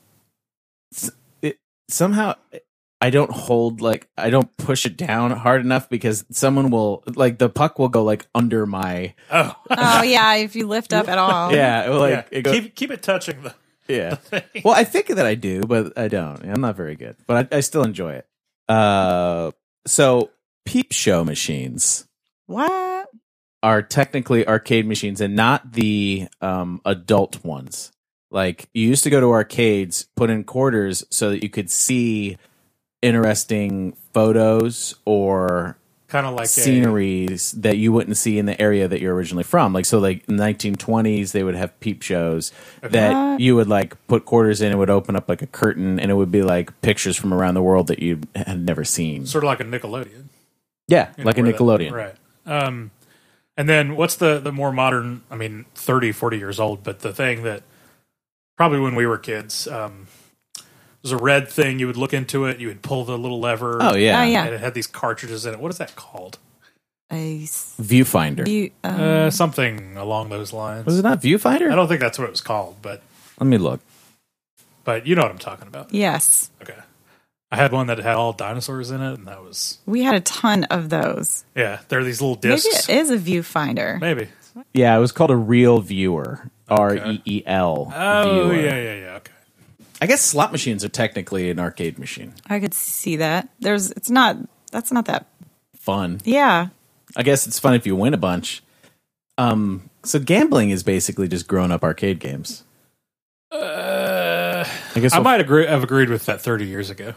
Speaker 1: s- it, somehow I don't hold like I don't push it down hard enough because someone will like the puck will go like under my
Speaker 2: Oh,
Speaker 3: oh yeah, if you lift up at all,
Speaker 1: yeah it will, like
Speaker 2: Um, yeah.
Speaker 1: it goes,
Speaker 2: keep, keep it touching the.
Speaker 1: yeah. Well, I think that I do, but I don't. I'm not very good, but I, I still enjoy it. Uh, so peep show machines.
Speaker 3: What?
Speaker 1: are technically arcade machines and not the um, adult ones. Like you used to go to arcades, put in quarters so that you could see interesting photos or
Speaker 2: Kind of like a.
Speaker 1: sceneries that you wouldn't see in the area that you're originally from. Like so, like in the 1920s, they would have peep shows that
Speaker 3: What?
Speaker 1: you would like put quarters in. It would open up like a curtain, and it would be like pictures from around the world that you had never seen.
Speaker 2: Sort of like a Nickelodeon.
Speaker 1: yeah,
Speaker 2: you know,
Speaker 1: like a
Speaker 2: where that-
Speaker 1: Nickelodeon. Oh,
Speaker 2: right um and then what's the the more modern i mean 30 40 years old but the thing that probably when we were kids um was a red thing you would look into it you would pull the little lever
Speaker 1: Oh yeah,
Speaker 3: Oh, yeah.
Speaker 2: and it had these cartridges in it what is that called
Speaker 3: A
Speaker 1: Viewfinder.
Speaker 3: you, um,
Speaker 2: uh something along those lines
Speaker 1: was it not Viewfinder?
Speaker 2: i don't think that's what it was called but
Speaker 1: Let me look.
Speaker 2: but you know what i'm talking about
Speaker 3: yes,
Speaker 2: okay i had one that had all dinosaurs in it and that was
Speaker 3: we had a ton of those.
Speaker 2: yeah there are these little
Speaker 3: Maybe
Speaker 2: discs
Speaker 3: it is a viewfinder.
Speaker 2: maybe,
Speaker 1: Yeah, it was called a real viewer. R E E L.
Speaker 2: oh
Speaker 1: viewer.
Speaker 2: yeah yeah yeah okay
Speaker 1: I guess slot machines are technically an arcade machine.
Speaker 3: I could see that. There's, it's not. That's not that.
Speaker 1: Fun.
Speaker 3: Yeah,
Speaker 1: I guess it's fun if you win a bunch. Um, so gambling is basically just grown up arcade games.
Speaker 2: uh
Speaker 1: I guess.
Speaker 2: I
Speaker 1: we'll-
Speaker 2: might agree, have agreed with that 30 years ago.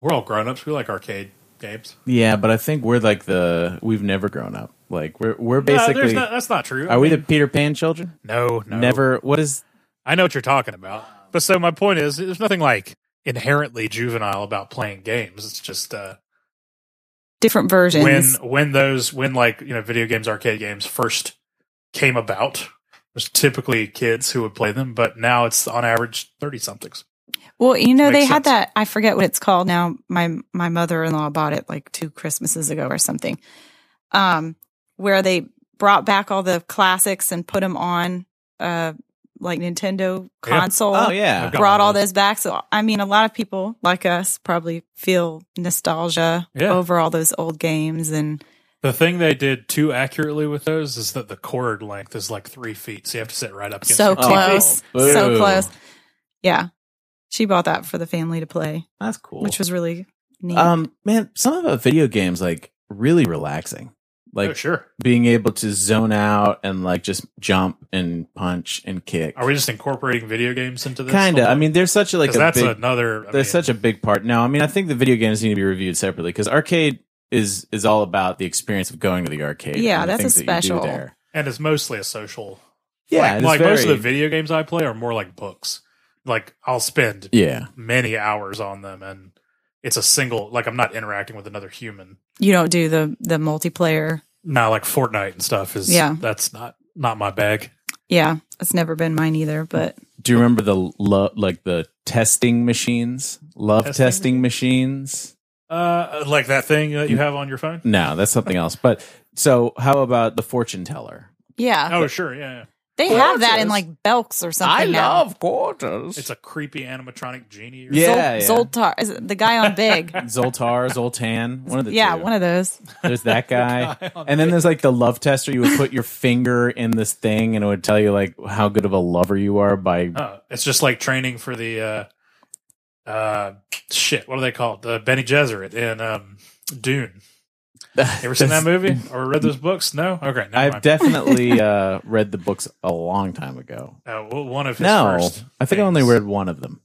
Speaker 2: We're all grown ups. We like arcade games.
Speaker 1: yeah, but I think we're like the we've never grown up. Like we're we're
Speaker 2: No, there's
Speaker 1: basically.
Speaker 2: not- that's not true. I
Speaker 1: are we the
Speaker 2: mean,
Speaker 1: Peter Pan children?
Speaker 2: no, no,
Speaker 1: Never. What is?
Speaker 2: I know what you're talking about. But so my point is, there's nothing like inherently juvenile about playing games. It's just uh,
Speaker 3: different versions.
Speaker 2: when when those when like you know video games, arcade games first came about. it Was typically kids who would play them, but now it's on average thirty somethings.
Speaker 3: Well, you know,
Speaker 2: Makes
Speaker 3: they
Speaker 2: sense.
Speaker 3: had that. I forget what it's called now. My my mother in law bought it like two Christmases ago or something, um, where they brought back all the classics and put them on uh, like Nintendo
Speaker 2: Yeah.
Speaker 3: console.
Speaker 1: Oh yeah.
Speaker 2: I've got
Speaker 3: Brought
Speaker 2: one of
Speaker 3: all
Speaker 2: those.
Speaker 3: those back. So, I mean, a lot of people like us probably feel nostalgia
Speaker 2: Yeah.
Speaker 3: over all those old games. And
Speaker 2: The thing they did too accurately with those is that the cord length is like three feet, so you have to sit right up. Against
Speaker 3: so
Speaker 2: your TV.
Speaker 1: Oh,
Speaker 3: close.
Speaker 1: boo.
Speaker 3: so close. Yeah. She bought that for the family to play,
Speaker 1: That's cool.
Speaker 3: which was really neat.
Speaker 1: um, man, some of the video games like really relaxing. Like
Speaker 2: oh, sure.
Speaker 1: being able to zone out and like just jump and punch and kick.
Speaker 2: Are we just incorporating video games into this?
Speaker 1: Kinda. I mean, there's such a like
Speaker 2: because
Speaker 1: a
Speaker 2: that's
Speaker 1: big,
Speaker 2: another. I
Speaker 1: there's
Speaker 2: mean,
Speaker 1: such a big part. No, I mean, I think the video games need to be reviewed separately because arcade is is all about the experience of going to the arcade.
Speaker 3: Yeah,
Speaker 1: and the
Speaker 3: that's a
Speaker 1: things that you do
Speaker 3: special.
Speaker 1: there.
Speaker 2: and it's mostly a social.
Speaker 1: Yeah,
Speaker 2: like,
Speaker 1: it's
Speaker 2: like most of the
Speaker 1: very-
Speaker 2: video games I play are more like books. Like I'll spend
Speaker 1: yeah,
Speaker 2: many hours on them, and it's a single. Like I'm not interacting with another human.
Speaker 3: you don't do the the multiplayer.
Speaker 2: Now, like Fortnite and stuff is
Speaker 3: Yeah.
Speaker 2: That's not not my bag.
Speaker 3: Yeah, it's never been mine either, but
Speaker 1: Do you remember the lo- like the testing machines? Love
Speaker 2: Testing?
Speaker 1: testing, machines?
Speaker 2: Uh, like that thing that you have on your phone.
Speaker 1: No, that's something else. But so how about the fortune teller?
Speaker 3: yeah,
Speaker 2: Oh, sure, yeah, yeah.
Speaker 3: they
Speaker 1: Well,
Speaker 3: have that
Speaker 1: it's-
Speaker 3: in like Belks or something. now.
Speaker 1: quarters.
Speaker 2: It's a creepy animatronic genie. Or
Speaker 1: Yeah.
Speaker 3: Zol- Zoltar, is it the guy on Big.
Speaker 1: Zoltar, Zoltan, one of the
Speaker 3: yeah,
Speaker 1: two.
Speaker 3: one of those.
Speaker 1: there's that guy.
Speaker 2: guy on
Speaker 1: and then there's like the love tester. You would put your finger in this thing and it would tell you like how good of a lover you are by
Speaker 2: Oh, it's just like training for the uh, uh, shit. What do they call it? The Benny Gesserit in um, Dune. Oh, You ever seen that movie or read those books? No. Okay. Never
Speaker 1: I've
Speaker 2: mind.
Speaker 1: definitely uh, read the books a long time ago.
Speaker 2: Uh, well, one of his
Speaker 1: No,
Speaker 2: first.
Speaker 1: I think I only
Speaker 2: things.
Speaker 1: read one of them.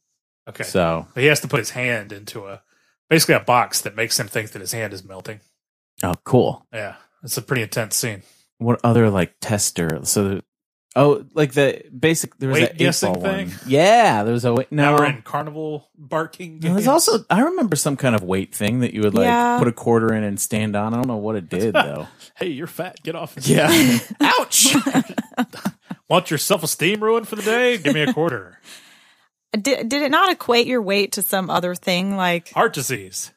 Speaker 2: Okay.
Speaker 1: So,
Speaker 2: But he has to put his hand into a basically a box that makes him think that his hand is melting.
Speaker 1: oh, cool.
Speaker 2: Yeah, it's a pretty intense scene.
Speaker 1: what other like tester? So, oh, like the basic there was
Speaker 2: Weight
Speaker 1: that eight
Speaker 2: guessing
Speaker 1: ball
Speaker 2: thing?
Speaker 1: One. Yeah, there was a weight.
Speaker 2: Now
Speaker 1: No,
Speaker 2: we're in carnival barking.
Speaker 1: Oh. no, there's
Speaker 2: games.
Speaker 1: also I remember some kind of weight thing that you would like
Speaker 3: Yeah.
Speaker 1: put a quarter in and stand on. I don't know what it did though.
Speaker 2: hey, you're fat. Get off.
Speaker 1: yeah,
Speaker 2: Ouch. Want your self esteem ruined for the day? Give me a quarter.
Speaker 3: Did, did it not equate your weight to some other thing? Like
Speaker 2: Heart disease.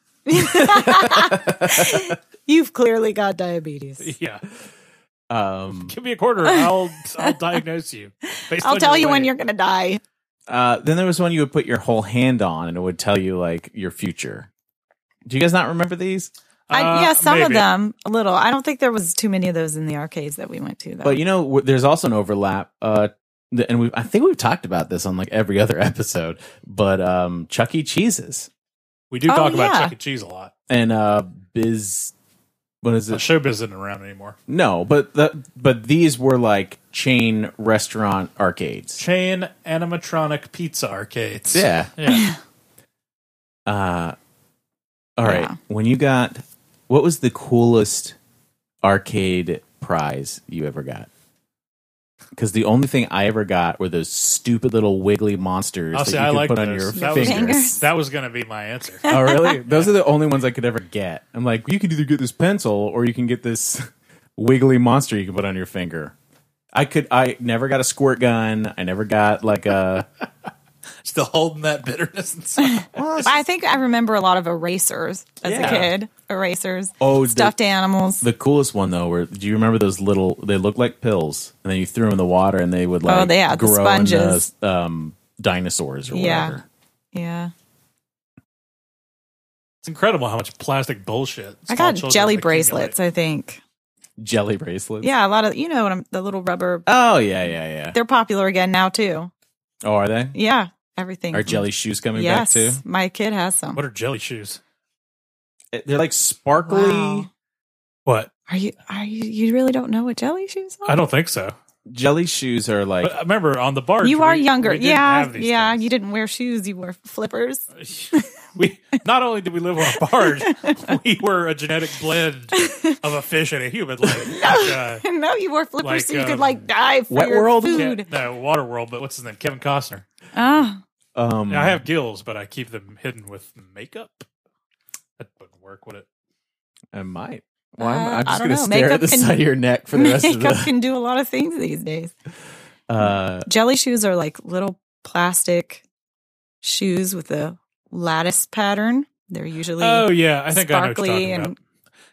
Speaker 3: you've clearly got diabetes.
Speaker 2: Yeah.
Speaker 1: um,
Speaker 2: Give me a quarter. I'll I'll diagnose you. based
Speaker 3: I'll
Speaker 2: on
Speaker 3: tell
Speaker 2: your
Speaker 3: you when
Speaker 2: weight.
Speaker 3: you're gonna die.
Speaker 1: uh, then there was one you would put your whole hand on and it would tell you like your future. Do you guys not remember these?
Speaker 3: I,
Speaker 2: Uh,
Speaker 3: yeah, some of
Speaker 2: maybe.
Speaker 3: them a little. I don't think there was too many of those in the arcades that we went to though.
Speaker 1: But you know, w- there's also an overlap. Uh, th- and we I think we've talked about this on like every other episode. But um, Chuck E. Cheese's.
Speaker 2: We do
Speaker 3: Oh,
Speaker 2: talk about
Speaker 3: yeah.
Speaker 2: Chuck E. Cheese a lot.
Speaker 1: and uh biz what is
Speaker 2: The
Speaker 1: it
Speaker 2: showbiz isn't around anymore.
Speaker 1: no but the but these were like chain restaurant arcades
Speaker 2: Chain animatronic pizza arcades.
Speaker 1: yeah
Speaker 2: Yeah.
Speaker 1: uh all right
Speaker 3: Yeah.
Speaker 1: when you got what was the coolest arcade prize you ever got because the only thing I ever got were those stupid little wiggly monsters
Speaker 2: Oh,
Speaker 1: that
Speaker 2: see,
Speaker 1: you
Speaker 2: I
Speaker 1: could
Speaker 2: like
Speaker 1: put on
Speaker 2: those.
Speaker 1: your
Speaker 2: That was-
Speaker 1: fingers.
Speaker 3: Fingers.
Speaker 2: That was going to be my answer.
Speaker 1: oh, really? Those are the only ones I could ever get. I'm like, you could either get this pencil or you can get this wiggly monster you can put on your finger. I could. I never got a squirt gun. I never got like a.
Speaker 2: Still holding that bitterness inside.
Speaker 3: I think I remember a lot of erasers as
Speaker 1: Yeah.
Speaker 3: a kid. Erasers.
Speaker 1: Oh, the-
Speaker 3: stuffed animals.
Speaker 1: The coolest one though, were do you remember those little? They looked like pills, and then you threw them in the water, and they would like
Speaker 3: Oh, yeah, the
Speaker 1: grow
Speaker 3: sponges.
Speaker 1: into um, dinosaurs or
Speaker 3: Yeah.
Speaker 1: whatever.
Speaker 3: yeah.
Speaker 2: It's incredible how much plastic bullshit.
Speaker 3: I
Speaker 2: small
Speaker 3: got
Speaker 2: children
Speaker 3: jelly
Speaker 2: accumulate.
Speaker 3: bracelets, I think.
Speaker 1: Jelly bracelets.
Speaker 3: Yeah, a lot of you know what I'm the little rubber
Speaker 1: Oh yeah, yeah, yeah.
Speaker 3: they're popular again now too.
Speaker 1: Oh, are they?
Speaker 3: Yeah. Everything.
Speaker 1: Are jelly shoes coming
Speaker 3: yes,
Speaker 1: back
Speaker 3: My kid has some.
Speaker 2: What are jelly shoes?
Speaker 1: too? Eh, They're like sparkly.
Speaker 3: Wow.
Speaker 2: What?
Speaker 3: Are you are you you really don't know what jelly shoes are?
Speaker 2: I don't think so.
Speaker 1: Jelly shoes are like
Speaker 2: But I remember on the bar.
Speaker 3: you are younger.
Speaker 2: We didn't
Speaker 3: yeah.
Speaker 2: have these
Speaker 3: Yeah.
Speaker 2: things.
Speaker 3: You didn't wear shoes, you wore flippers.
Speaker 2: we not only did we live on a barge, we were a genetic blend of a fish and a human. Like, like, uh,
Speaker 3: no, you wore flippers
Speaker 2: Like,
Speaker 3: so you
Speaker 2: um,
Speaker 3: could like dive for
Speaker 1: Wet
Speaker 3: your
Speaker 1: World?
Speaker 3: food.
Speaker 2: no, Water World, but what's his name? Kevin Costner.
Speaker 3: Oh.
Speaker 1: um.
Speaker 2: I have gills, but I keep them hidden with makeup. That wouldn't work, would it?
Speaker 1: I might. Well, I'm,
Speaker 3: Uh,
Speaker 1: I'm
Speaker 3: I
Speaker 1: just
Speaker 3: don't
Speaker 1: going to
Speaker 3: know.
Speaker 1: stare
Speaker 3: Makeup
Speaker 1: at the
Speaker 3: can-
Speaker 1: side of your neck for the rest of
Speaker 3: Makeup
Speaker 1: the.
Speaker 3: can do a lot of things these days.
Speaker 1: Uh,
Speaker 3: Jelly shoes are like little plastic shoes with a lattice pattern. They're usually
Speaker 2: Oh yeah, I think I know what you're
Speaker 3: sparkly
Speaker 2: talking
Speaker 3: and-
Speaker 2: about.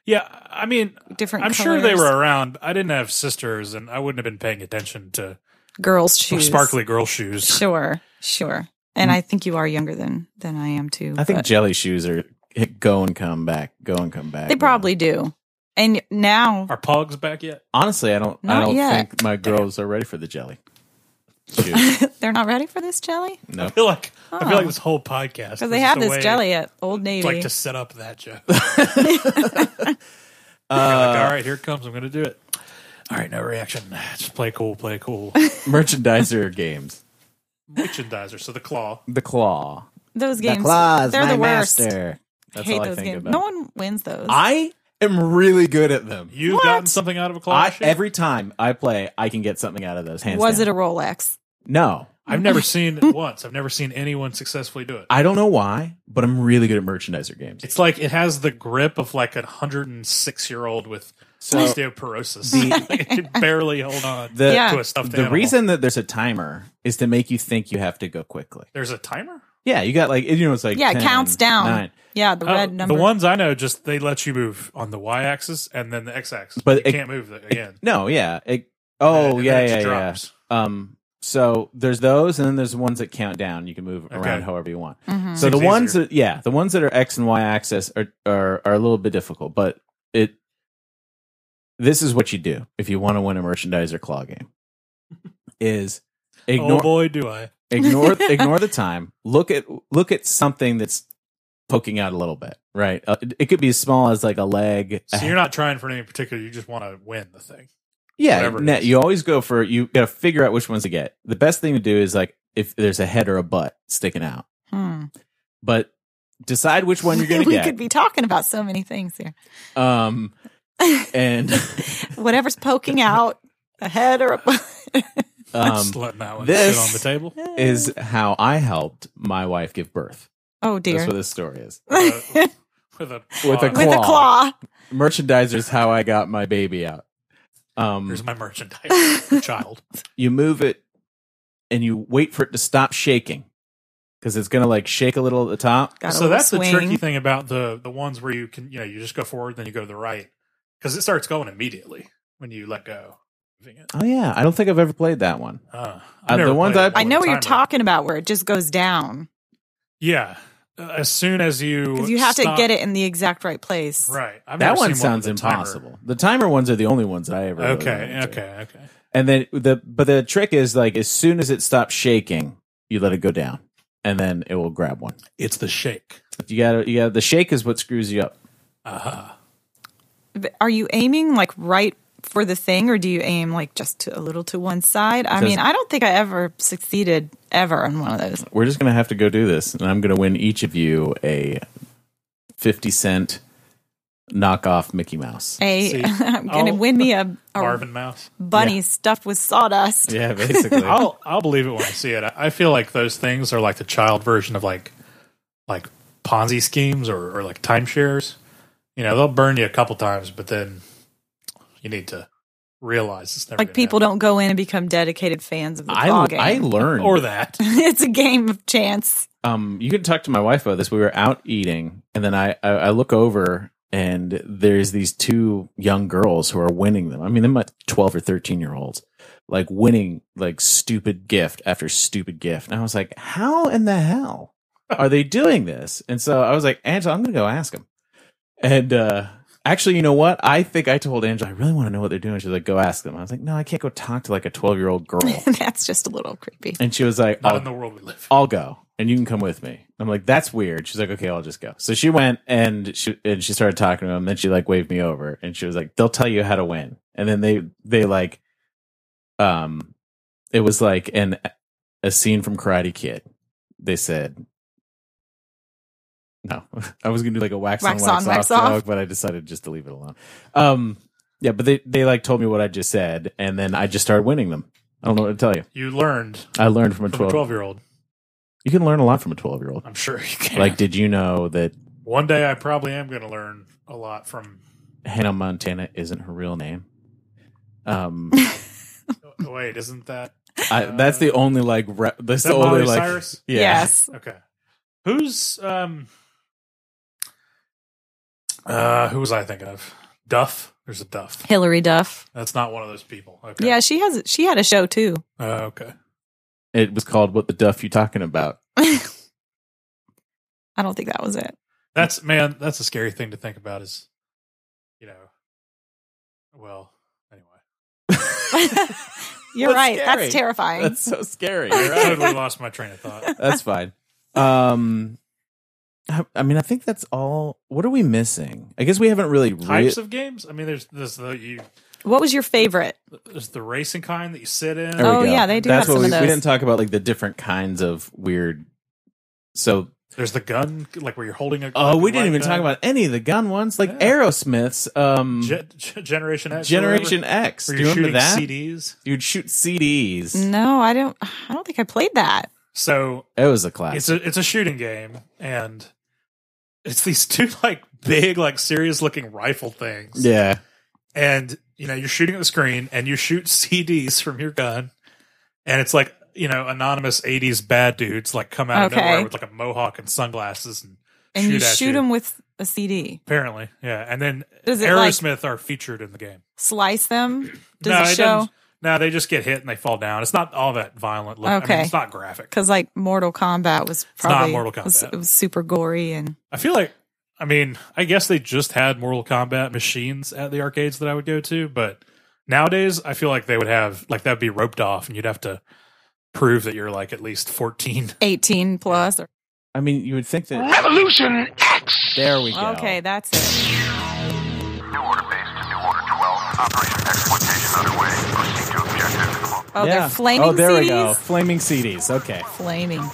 Speaker 2: Yeah, I mean,
Speaker 3: different
Speaker 2: I'm sure they
Speaker 3: colors.
Speaker 2: were around. I didn't have sisters, and I wouldn't have been paying attention to
Speaker 3: girls' shoes.
Speaker 2: sparkly Mm. girl shoes.
Speaker 3: Sure, sure. And I think you are younger than than I am too.
Speaker 1: I think
Speaker 3: but
Speaker 1: jelly shoes are hit go and come back, go and come back.
Speaker 3: they probably do. And now
Speaker 2: Are Pogs back yet?
Speaker 1: honestly, I don't. I
Speaker 3: Not
Speaker 1: don't
Speaker 3: yet.
Speaker 1: think my girls are ready for the jelly. Shoot.
Speaker 3: They're not ready for this jelly
Speaker 1: No.
Speaker 2: I feel like I feel like this whole podcast
Speaker 3: because
Speaker 2: was
Speaker 3: they
Speaker 2: just
Speaker 3: have
Speaker 2: a
Speaker 3: this
Speaker 2: way,
Speaker 3: jelly at Old Navy.
Speaker 2: like to set up that joke. like, all right, here it comes. I'm going to do it. All right, no reaction. Just play cool, play cool.
Speaker 1: Merchandiser games.
Speaker 2: Merchandiser. So the claw.
Speaker 1: The Claw.
Speaker 3: those games,
Speaker 1: Claw's
Speaker 3: they're the worst. I
Speaker 1: That's
Speaker 3: hate
Speaker 1: all I
Speaker 3: those
Speaker 1: think
Speaker 3: games.
Speaker 1: about.
Speaker 3: No one wins those.
Speaker 1: I am really good at them.
Speaker 2: You've
Speaker 3: What?
Speaker 2: gotten something out of a claw.
Speaker 1: I,
Speaker 2: shit?
Speaker 1: every time I play, I can get something out of those hands.
Speaker 3: was
Speaker 1: down.
Speaker 3: it a Rolex?
Speaker 1: no?
Speaker 2: I've never seen it once. I've never seen anyone successfully do it.
Speaker 1: I don't know why, but I'm really good at merchandiser games.
Speaker 2: It's like it has the grip of like a 106 year old with osteoporosis. Like, it can barely hold on
Speaker 1: The-
Speaker 3: Yeah.
Speaker 2: to a stuffed
Speaker 1: the
Speaker 2: animal.
Speaker 1: reason that there's a timer is to make you think you have to go quickly.
Speaker 2: there's a timer.
Speaker 1: Yeah, you got like you know it's like
Speaker 3: Yeah, it
Speaker 1: 10,
Speaker 3: counts down.
Speaker 1: nine.
Speaker 3: Yeah, the
Speaker 2: Oh,
Speaker 3: red number.
Speaker 2: The ones I know just they let you move on the y axis and then the x axis,
Speaker 1: But
Speaker 2: but you
Speaker 1: it-
Speaker 2: can't move it again.
Speaker 1: No, yeah. It, oh,
Speaker 2: And
Speaker 1: yeah,
Speaker 2: then it
Speaker 1: yeah,
Speaker 2: just
Speaker 1: yeah.
Speaker 2: drops.
Speaker 1: Um, so there's those, and then there's the ones that count down. You can move around
Speaker 2: Okay.
Speaker 1: however you want.
Speaker 3: Mhm.
Speaker 1: So the
Speaker 2: Seems
Speaker 1: ones
Speaker 2: easier.
Speaker 1: that, yeah, the ones that are X and Y axis are, are are a little bit difficult, but it. This is what you do if you want to win a merchandiser claw game, is
Speaker 2: oh
Speaker 1: ignore
Speaker 2: boy, do I!
Speaker 1: ignore ignore the time. Look at look at something that's poking out a little bit, right? Uh, it, it could be as small as like a leg. a
Speaker 2: So you're not trying for anything in particular. You just want to win the thing.
Speaker 1: Yeah,
Speaker 2: whatever it
Speaker 1: net,
Speaker 2: is.
Speaker 1: you always go for you got to figure out which ones to get. The best thing to do is like if there's a head or a butt sticking out,
Speaker 3: Hmm.
Speaker 1: but decide which one you're going to
Speaker 3: we
Speaker 1: get.
Speaker 3: could be talking about so many things here.
Speaker 1: um, and
Speaker 3: Whatever's poking out, a head or a butt.
Speaker 1: um,
Speaker 2: just letting that one
Speaker 1: this-
Speaker 2: sit on the table.
Speaker 1: is how I helped my wife give birth.
Speaker 3: oh dear,
Speaker 1: That's what this story is.
Speaker 2: Uh, with a
Speaker 1: With a
Speaker 2: claw.
Speaker 3: with a claw.
Speaker 1: Merchandiser is how I got my baby out. Um,
Speaker 2: Here's my merchandise child.
Speaker 1: you move it and you wait for it to stop shaking because it's going to like shake a little at the top.
Speaker 3: Got a
Speaker 2: so
Speaker 3: little
Speaker 2: that's
Speaker 3: swing.
Speaker 2: the tricky thing about the the ones where you can you know you just go forward then you go to the right because it starts going immediately when you let go.
Speaker 1: Oh yeah, I don't think I've ever played that one.
Speaker 2: Uh, I've
Speaker 1: Uh, the
Speaker 2: never
Speaker 1: ones
Speaker 2: played
Speaker 1: I-
Speaker 2: it
Speaker 1: I
Speaker 3: I
Speaker 2: with
Speaker 3: know
Speaker 2: a
Speaker 3: what you're
Speaker 2: timer.
Speaker 3: talking about, where it just goes down
Speaker 2: Yeah, Uh, as soon as you
Speaker 3: because you have
Speaker 2: stop-
Speaker 3: to get it in the exact right place.
Speaker 2: right. I've
Speaker 1: that
Speaker 2: never
Speaker 1: one
Speaker 2: seen
Speaker 1: sounds
Speaker 2: with a timer.
Speaker 1: impossible. The timer ones are the only ones that I ever. really ran
Speaker 2: Okay,
Speaker 1: into.
Speaker 2: okay, okay.
Speaker 1: And then the but the trick is like as soon as it stops shaking, you let it go down, and then it will grab one.
Speaker 2: It's the shake. Uh-huh.
Speaker 1: You got you got the shake is what screws you up.
Speaker 3: But Are you aiming like right for the thing, or do you aim like just to, a little to one side? I mean, I don't think I ever succeeded ever on one of those.
Speaker 1: We're just gonna have to go do this, and I'm gonna win each of you a fifty cent knockoff Mickey Mouse.
Speaker 3: A,
Speaker 2: See,
Speaker 3: I'm gonna
Speaker 2: I'll-
Speaker 3: win me a, a
Speaker 2: Marvin Mouse.
Speaker 3: bunny stuffed with sawdust.
Speaker 1: Yeah, basically.
Speaker 2: I'll I'll believe it when I see it. I, I feel like those things are like the child version of like like Ponzi schemes or, or like timeshares. You know, they'll burn you a couple times, but then you need to realize it's never
Speaker 3: Like
Speaker 2: gonna
Speaker 3: people don't go in and become dedicated fans of the
Speaker 1: I,
Speaker 3: claw game.
Speaker 1: I learned
Speaker 2: happen. or that.
Speaker 3: it's a game of chance.
Speaker 1: um you can talk to my wife about this we were out eating and then I, I i look over and there's these two young girls who are winning them i mean they're like 12 or 13 year olds like winning like stupid gift after stupid gift and i was like how in the hell are they doing this and so i was like angela i'm gonna go ask them and uh Actually, you know what? I think I told Angela I really want to know what they're doing. She's like, "Go ask them." I was like, "No, I can't go talk to like a twelve-year-old girl."
Speaker 3: That's just a little creepy.
Speaker 1: And she was like, "Oh,
Speaker 2: Not
Speaker 1: "I'll
Speaker 2: in the world we live.
Speaker 1: I'll go and you can come with me. I'm like, that's weird. She's like, okay, I'll just go. So she went and she and she started talking to him. Then she like waved me over and she was like, they'll tell you how to win. And then they they like, um, it was like an a scene from Karate Kid. They said, no, I was gonna do like a wax,
Speaker 3: Wax
Speaker 1: on, wax,
Speaker 3: on, wax
Speaker 1: off,
Speaker 3: off.
Speaker 1: joke, but I decided just to leave it alone. Um, yeah, but they they like told me what I just said, and then I just started winning them. I don't know what to tell you.
Speaker 2: You learned
Speaker 1: I learned from a
Speaker 2: from a
Speaker 1: twelve.
Speaker 2: twelve year old.
Speaker 1: You can learn a lot from a twelve year old.
Speaker 2: I'm sure you can.
Speaker 1: Like, did you know that
Speaker 2: one day I probably am gonna learn a lot from
Speaker 1: Hannah Montana isn't her real name? Um,
Speaker 2: wait, isn't that
Speaker 1: I, that's the only like. Re- that's
Speaker 2: is that
Speaker 1: the only
Speaker 2: Miley
Speaker 1: like.
Speaker 2: Cyrus?
Speaker 1: Yeah.
Speaker 3: Yes.
Speaker 2: Okay. Who's um uh who was I thinking of? Duff. There's a Duff.
Speaker 3: Hillary Duff.
Speaker 2: That's not one of those people. Okay.
Speaker 3: Yeah, she has she had a show too.
Speaker 2: Uh, okay.
Speaker 1: It was called "What the Duff You Talking About."
Speaker 3: I don't think that was it.
Speaker 2: That's man, that's a scary thing to think about is you know well, anyway.
Speaker 3: You're right.
Speaker 1: scary.
Speaker 3: That's terrifying.
Speaker 1: That's so scary. You're
Speaker 2: I
Speaker 1: right.
Speaker 2: totally lost my train of thought.
Speaker 1: That's fine. Um, I, I mean, I think that's all. What are we missing? I guess we haven't really. Re-
Speaker 2: Types of games? I mean, there's there's the you,
Speaker 3: what was your favorite?
Speaker 2: there's the racing kind that you sit in.
Speaker 1: There we
Speaker 3: Oh,
Speaker 1: go.
Speaker 3: yeah, they do
Speaker 1: That's
Speaker 3: have
Speaker 1: what
Speaker 3: some
Speaker 1: we,
Speaker 3: of
Speaker 1: We
Speaker 3: those.
Speaker 1: didn't talk about like the different kinds of weird. So,
Speaker 2: There's the gun, like where you're holding a.
Speaker 1: oh, we didn't
Speaker 2: like
Speaker 1: even
Speaker 2: that.
Speaker 1: talk about any of the gun ones, like
Speaker 2: Yeah.
Speaker 1: Aerosmith's um,
Speaker 2: Ge- Ge- Generation X. or whatever,
Speaker 1: Generation X. Do
Speaker 2: Where
Speaker 1: you
Speaker 2: you're
Speaker 1: remember
Speaker 2: shooting
Speaker 1: that?
Speaker 2: CDs.
Speaker 1: You'd shoot CDs.
Speaker 3: No, I don't. I don't think I played that.
Speaker 2: So
Speaker 1: It was a classic.
Speaker 2: it's a it's a shooting game, and it's these two like big like serious looking rifle things.
Speaker 1: yeah,
Speaker 2: and you know you're shooting at the screen and you shoot CDs from your gun, and it's like you know anonymous '80s bad dudes like come out of
Speaker 3: Okay.
Speaker 2: nowhere with like a mohawk and sunglasses and,
Speaker 3: And
Speaker 2: shoot
Speaker 3: you
Speaker 2: at
Speaker 3: shoot
Speaker 2: you.
Speaker 3: them with a CD.
Speaker 2: Apparently, yeah, and then
Speaker 3: Does it like
Speaker 2: Aerosmith are featured in the game.
Speaker 3: slice them? Does
Speaker 2: no,
Speaker 3: it show?
Speaker 2: doesn't- No, they just get hit and they fall down. It's not all that violent. Look, I
Speaker 3: Okay.
Speaker 2: mean, it's not graphic.
Speaker 3: Because like Mortal Kombat was
Speaker 2: not
Speaker 3: probably
Speaker 2: Mortal
Speaker 3: was-
Speaker 2: Kombat.
Speaker 3: it was super gory and
Speaker 2: I feel like, I mean, I guess they just had Mortal Kombat machines at the arcades that I would go to, but nowadays I feel like they would have, like, that'd be roped off and you'd have to prove that you're, like, at least 14.
Speaker 3: eighteen plus. Or,
Speaker 1: I mean, you would think that.
Speaker 4: Evolution X.
Speaker 1: There we go.
Speaker 3: okay, that's it.
Speaker 4: New order base to new order 12. Operation exploitation underway. Proceed to objective.
Speaker 1: Yeah.
Speaker 3: Oh, they're flaming
Speaker 1: Oh, there
Speaker 3: CDs.
Speaker 1: we go. Flaming CDs. Okay.
Speaker 3: Flaming. All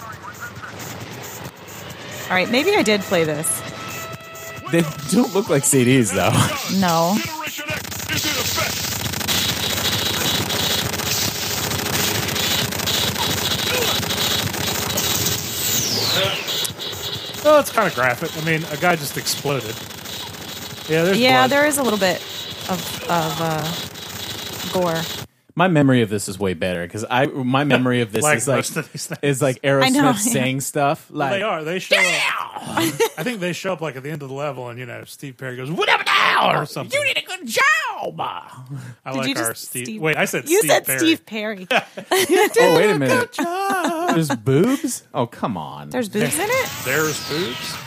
Speaker 3: right, maybe I did play this.
Speaker 1: They don't look like CDs though.
Speaker 3: No.
Speaker 4: Generation X is in effect.
Speaker 2: Oh, it's kind of graphic. I mean, a guy just exploded. Yeah, there's
Speaker 3: Yeah,
Speaker 2: blood.
Speaker 3: there is a little bit of of uh, gore.
Speaker 1: My memory of this is way better because I my memory of this
Speaker 2: Like
Speaker 1: is like
Speaker 2: most of these things.
Speaker 1: is like
Speaker 3: I
Speaker 1: Aerosmith
Speaker 3: know, yeah.
Speaker 1: saying stuff like
Speaker 2: They are. They show up. I think they show up, like, at the end of the level and, you know, Steve Perry goes, whatever now! Or something.
Speaker 1: a good job. oh
Speaker 2: I
Speaker 3: Did
Speaker 2: like
Speaker 3: you just-
Speaker 2: our Steve.
Speaker 3: Steve-
Speaker 2: Wait, I said
Speaker 3: You
Speaker 2: Steve
Speaker 3: said
Speaker 2: Perry.
Speaker 3: Steve Perry.
Speaker 1: wait a minute, there's boobs. Oh come on,
Speaker 3: There's boobs in it.
Speaker 2: There's boobs.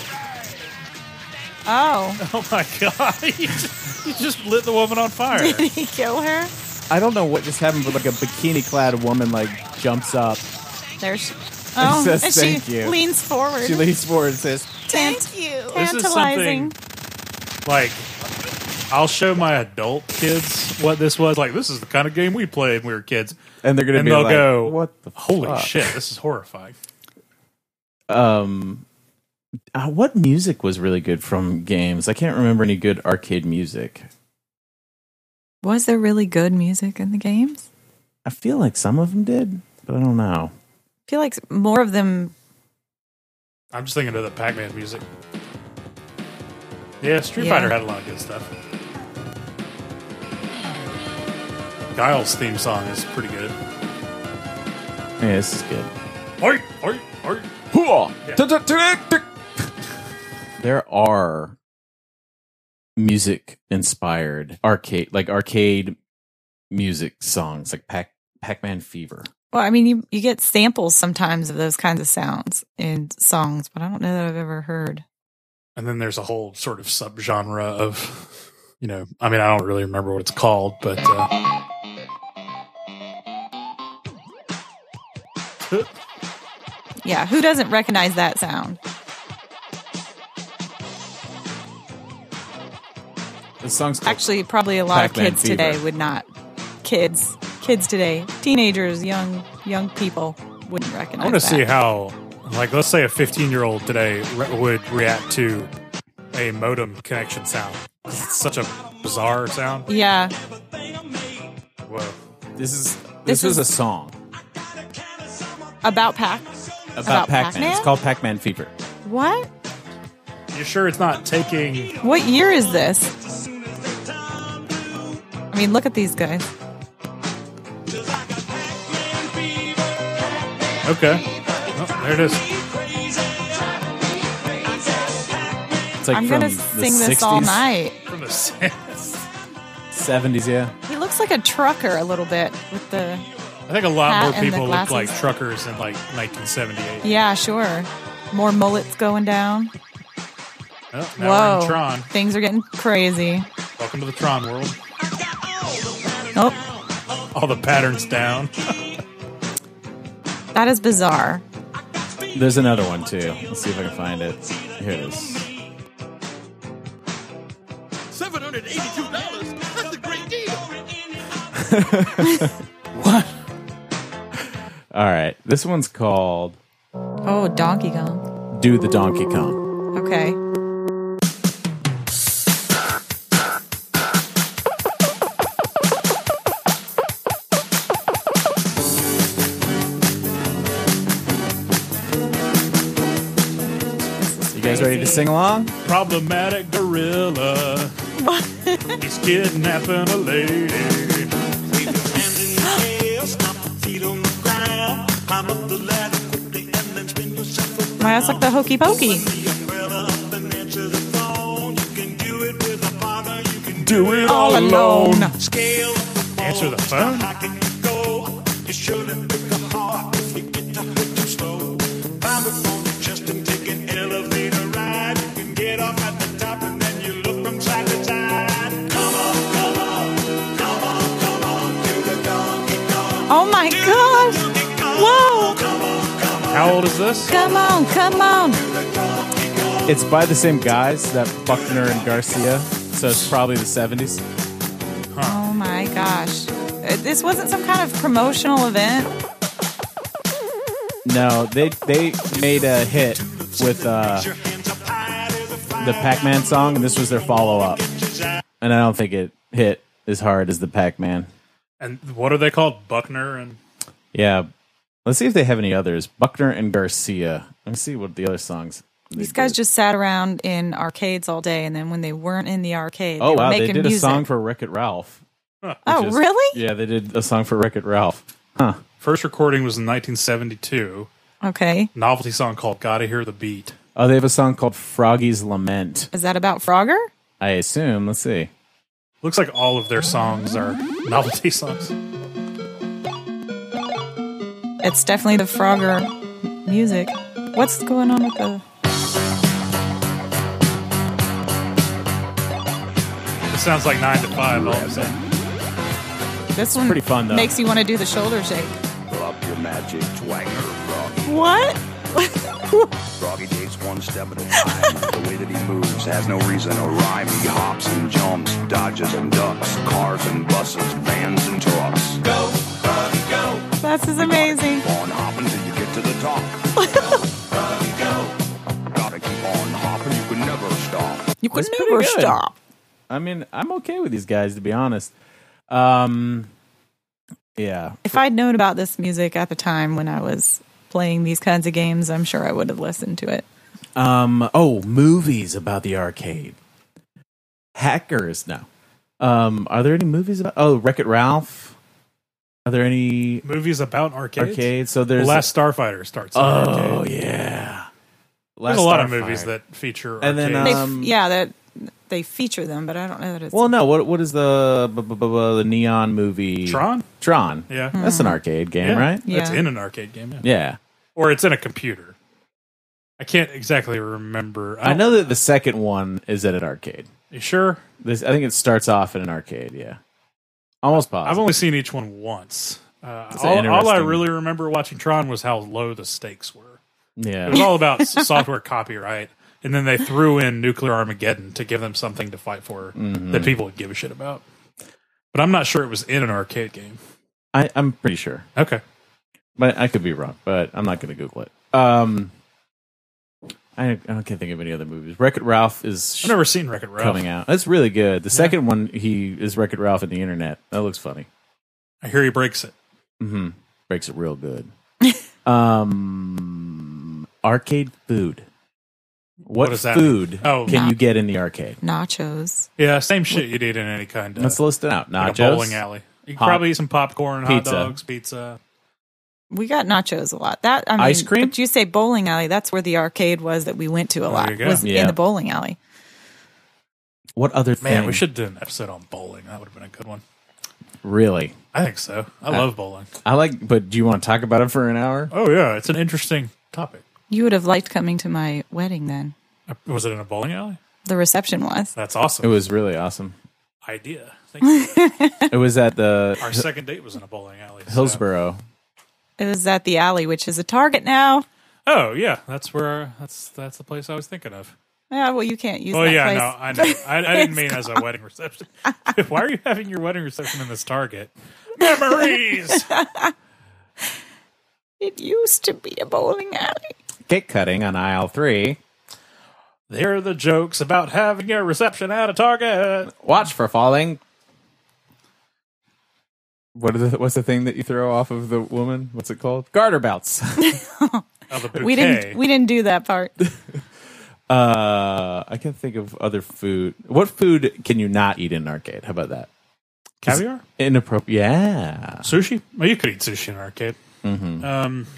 Speaker 3: Oh,
Speaker 2: Oh my god! You just, you just lit the woman on fire.
Speaker 3: did he kill her?
Speaker 1: I don't know what just happened, but like a bikini clad woman like jumps up,
Speaker 3: There she. Oh,
Speaker 1: says
Speaker 3: and
Speaker 1: thank
Speaker 3: she
Speaker 1: you.
Speaker 3: leans forward.
Speaker 1: she leans forward and says,
Speaker 3: Tant-
Speaker 2: This is
Speaker 3: Tantalizing.
Speaker 2: something like I'll show my adult kids what this was. Like this is the kind of game we played when we were kids,
Speaker 1: and they're gonna
Speaker 2: and
Speaker 1: be
Speaker 2: they'll
Speaker 1: like,
Speaker 2: go,
Speaker 1: "What the
Speaker 2: Holy
Speaker 1: fuck?
Speaker 2: shit! This is horrifying.
Speaker 1: Um, uh, what music was really good from games? I can't remember any good arcade music.
Speaker 3: Was there really good music in the games?
Speaker 1: I feel like some of them did, but I don't know.
Speaker 3: I feel like more of them.
Speaker 2: I'm just thinking of the Pac-Man music. Yeah, Street
Speaker 3: Yeah.
Speaker 2: Fighter had a lot of good stuff. Guile's theme song is pretty good.
Speaker 1: Yeah, this is good.
Speaker 2: Oi, oi, oi.
Speaker 1: There are music inspired arcade like arcade music songs like Pac Pac-Man Fever.
Speaker 3: Well, I mean, you, you get samples sometimes of those kinds of sounds in songs, but I don't know that I've ever heard.
Speaker 2: And then there's a whole sort of subgenre of, you know, I mean, I don't really remember what it's called, but. Uh,
Speaker 3: Yeah, who doesn't recognize that sound?
Speaker 1: The song's called
Speaker 3: Actually, probably a lot of
Speaker 1: Pac-Man
Speaker 3: kids
Speaker 1: fever.
Speaker 3: today would not. Kids, kids today, teenagers, young young people wouldn't recognize.
Speaker 2: I want to
Speaker 3: that.
Speaker 2: see how, like, let's say a 15 year old today re- would react to a modem connection sound. 'Cause It's such a bizarre sound.
Speaker 3: Yeah,
Speaker 2: Whoa.
Speaker 1: this is this,
Speaker 3: This
Speaker 1: was
Speaker 3: is-
Speaker 1: a song
Speaker 3: about Pac.
Speaker 1: about,
Speaker 3: About
Speaker 1: Pac-Man.
Speaker 3: Pac-Man?
Speaker 1: It's called Pac-Man Fever.
Speaker 3: What?
Speaker 2: You sure it's not taking.
Speaker 3: What year is this? I mean, look at these guys.
Speaker 2: Okay. Oh, there it is.
Speaker 1: It's like
Speaker 3: I'm
Speaker 1: from
Speaker 3: gonna
Speaker 1: the
Speaker 3: sing
Speaker 1: 60s,
Speaker 3: this all night.
Speaker 2: From the sense.
Speaker 1: 70s, yeah.
Speaker 3: He looks like a trucker a little bit with the.
Speaker 2: I think a lot
Speaker 3: Hat
Speaker 2: more
Speaker 3: and the
Speaker 2: people look like
Speaker 3: glasses.
Speaker 2: truckers in, like, 1978.
Speaker 3: Yeah, sure. More mullets going down.
Speaker 2: Oh, now we're
Speaker 3: Whoa.
Speaker 2: in Tron.
Speaker 3: Things are getting crazy.
Speaker 2: Welcome to the Tron world.
Speaker 3: Oh,
Speaker 2: all the patterns down.
Speaker 3: That is bizarre.
Speaker 1: There's another one too. Let's see if I can find it. Here it is.
Speaker 5: $782. That's a great deal.
Speaker 1: All right. This one's called
Speaker 3: Oh, Donkey Kong.
Speaker 1: Do the Donkey Kong.
Speaker 3: Okay.
Speaker 1: You guys ready to sing along?
Speaker 2: Problematic gorilla. He's kidnapping a lady.
Speaker 3: My ass like the hokey pokey.
Speaker 2: Do it all alone. Answer the phone.
Speaker 3: Oh my gosh! Whoa!
Speaker 2: How old is this?
Speaker 3: Come on, come on!
Speaker 1: It's by the same guys that Buckner and Garcia, so it's probably the 70s.
Speaker 3: Oh my gosh. Uh, This wasn't some kind of promotional event.
Speaker 1: No, they they made a hit with uh, the Pac-Man song, and this was their follow-up. And I don't think it hit as hard as the Pac-Man.
Speaker 2: And what are they called? Buckner and
Speaker 1: Yeah, let's see if they have any others. Buckner and Garcia. Let me see what the other songs. they
Speaker 3: These guys
Speaker 1: did.
Speaker 3: just sat around in arcades all day, and then when they weren't in the arcade,
Speaker 1: Oh
Speaker 3: they were
Speaker 1: wow, they
Speaker 3: making
Speaker 1: did a
Speaker 3: music.
Speaker 1: song for Wreck It Ralph.
Speaker 3: oh,
Speaker 1: Just-
Speaker 3: really?
Speaker 1: Yeah, they did a song for Wreck It Ralph. Huh.
Speaker 2: first recording was in 1972.
Speaker 3: Okay.
Speaker 2: Novelty song called "Gotta Hear the Beat."
Speaker 1: Oh, they have a song called Froggy's Lament.
Speaker 3: Is that about Frogger?
Speaker 1: I assume. Let's see.
Speaker 2: Looks like all of their songs are novelty songs.
Speaker 3: It's definitely the Frogger music. What's going on with the.
Speaker 2: It sounds like nine to five. All of a sudden.
Speaker 3: This one
Speaker 1: pretty fun, though.
Speaker 3: makes you want to do the shoulder shake.
Speaker 6: Up your magic twanger, Froggy.
Speaker 3: What?
Speaker 6: Froggy takes one step at a time. the way that he moves has no reason or rhyme. He hops and jumps, dodges and ducks, cars and buses, vans and trucks. Go
Speaker 3: This is amazing.
Speaker 6: on hopping till you get to the top. Froggy, go. Gotta keep on hopping, you can never stop.
Speaker 3: You could
Speaker 1: That's pretty
Speaker 3: never
Speaker 1: good.
Speaker 3: stop.
Speaker 1: I mean, I'm okay with these guys to be honest. Um, yeah,
Speaker 3: If I'd known about this music at the time when I was playing these kinds of games, I'm sure I would have listened to it.
Speaker 1: Um, oh, movies about the arcade. Hackers. No. Um, are there any movies about? Oh, Wreck It Ralph. Are there any
Speaker 2: Movies about arcades.
Speaker 1: arcades? So there's.
Speaker 2: Last Starfighter starts. in an
Speaker 1: oh
Speaker 2: arcade.
Speaker 1: yeah.
Speaker 2: there's
Speaker 1: Last
Speaker 2: a lot of
Speaker 1: Starfighter.
Speaker 2: movies that feature.
Speaker 1: And then,
Speaker 3: They,
Speaker 2: arcades.
Speaker 3: f-
Speaker 1: Um,
Speaker 3: yeah, that they feature them, but I don't know that it's.
Speaker 1: Well, no. What what is the bu- bu- bu- bu- the neon movie?
Speaker 2: Tron.
Speaker 1: Tron.
Speaker 2: Yeah.
Speaker 1: That's an arcade game, right?
Speaker 3: Yeah.
Speaker 2: It's in an arcade game. Yeah.
Speaker 1: Yeah.
Speaker 2: or it's in a computer. I can't exactly remember.
Speaker 1: I
Speaker 2: don't-
Speaker 1: know that the second one is at an arcade.
Speaker 2: You sure?
Speaker 1: This I think it starts off in an arcade. Yeah. Almost
Speaker 2: I've
Speaker 1: possible.
Speaker 2: only seen each one once. Uh,
Speaker 1: That's
Speaker 2: all,
Speaker 1: an
Speaker 2: all I
Speaker 1: interesting-
Speaker 2: really remember watching Tron was how low the stakes were. It was
Speaker 1: yeah.
Speaker 2: all about s- software copyright, and then they threw in nuclear Armageddon to give them something to fight for
Speaker 1: Mm-hmm.
Speaker 2: that people would give a shit about. But I'm not sure it was in an arcade game.
Speaker 1: I, I'm pretty sure.
Speaker 2: Okay,
Speaker 1: but I could be wrong. But I'm not going to Google it. Um, I, I don't can't think of any other movies. Wreck It Ralph is sh-
Speaker 2: I've never seen Wreck It Ralph.
Speaker 1: coming out. That's really good. The second one he is Wreck It Ralph in the internet. That looks funny.
Speaker 2: I hear he breaks it.
Speaker 1: hmm Breaks it real good. um, arcade food. What,
Speaker 2: What does that mean?
Speaker 1: food
Speaker 2: Oh.
Speaker 1: can you get in the arcade?
Speaker 3: nachos.
Speaker 2: Yeah, same shit you'd eat in any kind of
Speaker 1: Let's list it out.
Speaker 2: like
Speaker 1: Nachos.
Speaker 2: a bowling alley. You could
Speaker 1: Hot-
Speaker 2: probably eat some popcorn,
Speaker 1: Pizza.
Speaker 2: hot dogs, pizza.
Speaker 3: We got nachos a lot. That I mean,
Speaker 1: Ice cream?
Speaker 3: But you say bowling alley? That's where the arcade was that we went to a lot.
Speaker 2: you go.
Speaker 3: Was
Speaker 1: Yeah.
Speaker 3: in the bowling alley.
Speaker 1: What other thing?
Speaker 2: Man, we should do an episode on bowling. That would have been a good one.
Speaker 1: really.
Speaker 2: I think so.
Speaker 1: Uh,
Speaker 2: I love bowling.
Speaker 1: I like, but do you want to talk about it for an hour?
Speaker 2: Oh yeah, it's an interesting topic. Uh,
Speaker 3: You would have liked coming to my wedding then.
Speaker 2: Was it in a bowling alley?
Speaker 3: The reception was.
Speaker 2: That's awesome.
Speaker 1: It was really awesome.
Speaker 2: idea. Thank you.
Speaker 1: It was at the
Speaker 2: Our second date was in a bowling alley. so-
Speaker 1: Hillsboro.
Speaker 3: It is at the alley, which is a Target now.
Speaker 2: Oh yeah, that's where that's that's the place I was thinking of.
Speaker 3: Yeah, well, you can't use
Speaker 2: Oh
Speaker 3: that
Speaker 2: yeah,
Speaker 3: place.
Speaker 2: no, I know. I, I didn't mean as a wedding reception. Why are you having your wedding reception in this Target? Memories.
Speaker 3: It used to be a bowling alley.
Speaker 1: Cake cutting on aisle three.
Speaker 2: there are the jokes about having a reception at a Target.
Speaker 1: Watch for falling. What are the, what's the thing that you throw off of the woman? What's it called? Garter belts.
Speaker 2: Of a Oh, bouquet.
Speaker 3: We didn't. We didn't do that part.
Speaker 1: Uh, I can't think of other food. What food can you not eat in an arcade? How about that?
Speaker 2: caviar,
Speaker 1: Inappropriate. Yeah.
Speaker 2: sushi. Well, you could eat sushi in an arcade.
Speaker 1: Mm-hmm.
Speaker 2: Um,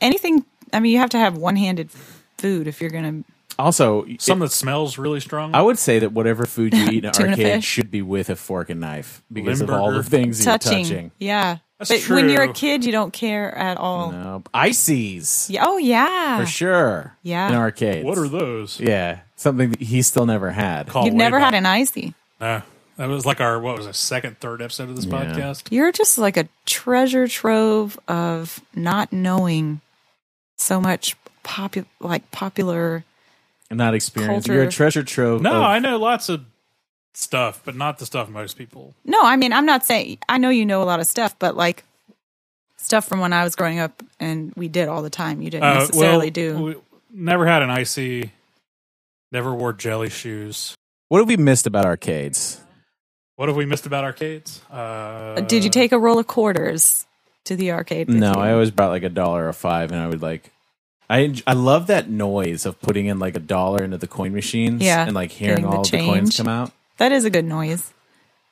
Speaker 3: Anything. I mean, you have to have one-handed food if you're gonna.
Speaker 1: Also,
Speaker 2: some that smells really strong.
Speaker 1: I would say that whatever food you eat in an
Speaker 3: Tuna
Speaker 1: arcade
Speaker 3: fish.
Speaker 1: should be with a fork and knife because of all the
Speaker 2: Limburger.
Speaker 1: things
Speaker 3: touching.
Speaker 1: you're touching.
Speaker 3: Yeah.
Speaker 2: That's
Speaker 3: but when you're a
Speaker 2: true.
Speaker 3: kid, you don't care at all.
Speaker 1: No. Ices.
Speaker 3: Yeah, oh, yeah.
Speaker 1: For sure.
Speaker 3: Yeah.
Speaker 1: In arcades.
Speaker 2: what are those?
Speaker 1: Yeah. Something that he still never had.
Speaker 2: Call
Speaker 3: You've
Speaker 2: way
Speaker 3: never
Speaker 2: back.
Speaker 3: had an icy.
Speaker 2: No, that was like our what was it, second, third episode of this podcast.
Speaker 3: You're just like a treasure trove of not knowing so much popu- like popular.
Speaker 1: Not experienced.
Speaker 3: Culture.
Speaker 1: You're a treasure trove.
Speaker 2: No,
Speaker 1: of-
Speaker 2: I know lots of stuff, but not the stuff most people.
Speaker 3: No, I mean, I'm not saying I know you know a lot of stuff, but like stuff from when I was growing up and we did all the time. You didn't
Speaker 2: Uh,
Speaker 3: necessarily
Speaker 2: well,
Speaker 3: do.
Speaker 2: we never had an icy. Never wore jelly shoes.
Speaker 1: What have we missed about arcades?
Speaker 2: What have we missed about arcades? Uh,
Speaker 3: did you take a roll of quarters to the arcade? with
Speaker 1: No,
Speaker 3: you?
Speaker 1: I always brought like a dollar or five, and I would like. I enj- I love that noise of putting in like a dollar into the coin machines,
Speaker 3: Yeah,
Speaker 1: and like hearing
Speaker 3: getting the
Speaker 1: all the coins
Speaker 3: change.
Speaker 1: come out.
Speaker 3: That is a good noise.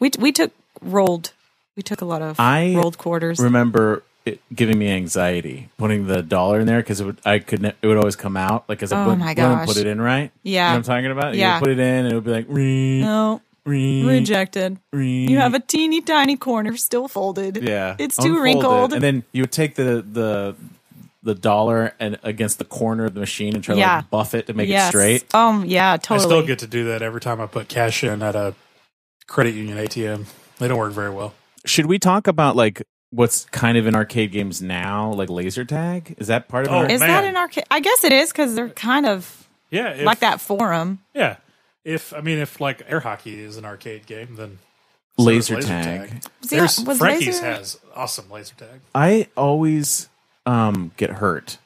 Speaker 3: We we took rolled. We took a lot of
Speaker 1: I
Speaker 3: rolled quarters.
Speaker 1: Remember it giving me anxiety putting the dollar in there because it would I could ne- it would always come out like as I
Speaker 3: Oh
Speaker 1: wouldn't-
Speaker 3: my
Speaker 1: wouldn't
Speaker 3: gosh.
Speaker 1: put it in right.
Speaker 3: Yeah.
Speaker 1: you know what I'm talking about. You
Speaker 3: Yeah.
Speaker 1: would put it in, and it would be like "Ree,
Speaker 3: no,
Speaker 1: ree,
Speaker 3: rejected.
Speaker 1: ree."
Speaker 3: You have a teeny tiny corner still folded.
Speaker 1: yeah,
Speaker 3: It's too
Speaker 1: Unfold it,
Speaker 3: wrinkled.
Speaker 1: and then you would take the the the dollar and against the corner of the machine and try to
Speaker 3: Yeah.
Speaker 1: like buff it to make
Speaker 3: Yes.
Speaker 1: it straight.
Speaker 3: Um, yeah, totally.
Speaker 2: I still get to do that every time I put cash in at a credit union ATM. They don't work very well.
Speaker 1: should we talk about like what's kind of in arcade games now, like laser tag? Is that part of
Speaker 2: Oh,
Speaker 1: it?
Speaker 3: is that
Speaker 2: man.
Speaker 3: an arcade? I guess it is because they're kind of
Speaker 2: Yeah, if,
Speaker 3: like that forum.
Speaker 2: Yeah, if I mean, if like air hockey is an arcade game, then so is
Speaker 1: laser, tag?
Speaker 3: Was
Speaker 2: There's
Speaker 3: that- was
Speaker 2: Frankie's
Speaker 3: laser-
Speaker 2: has awesome laser tag.
Speaker 1: I always um get hurt.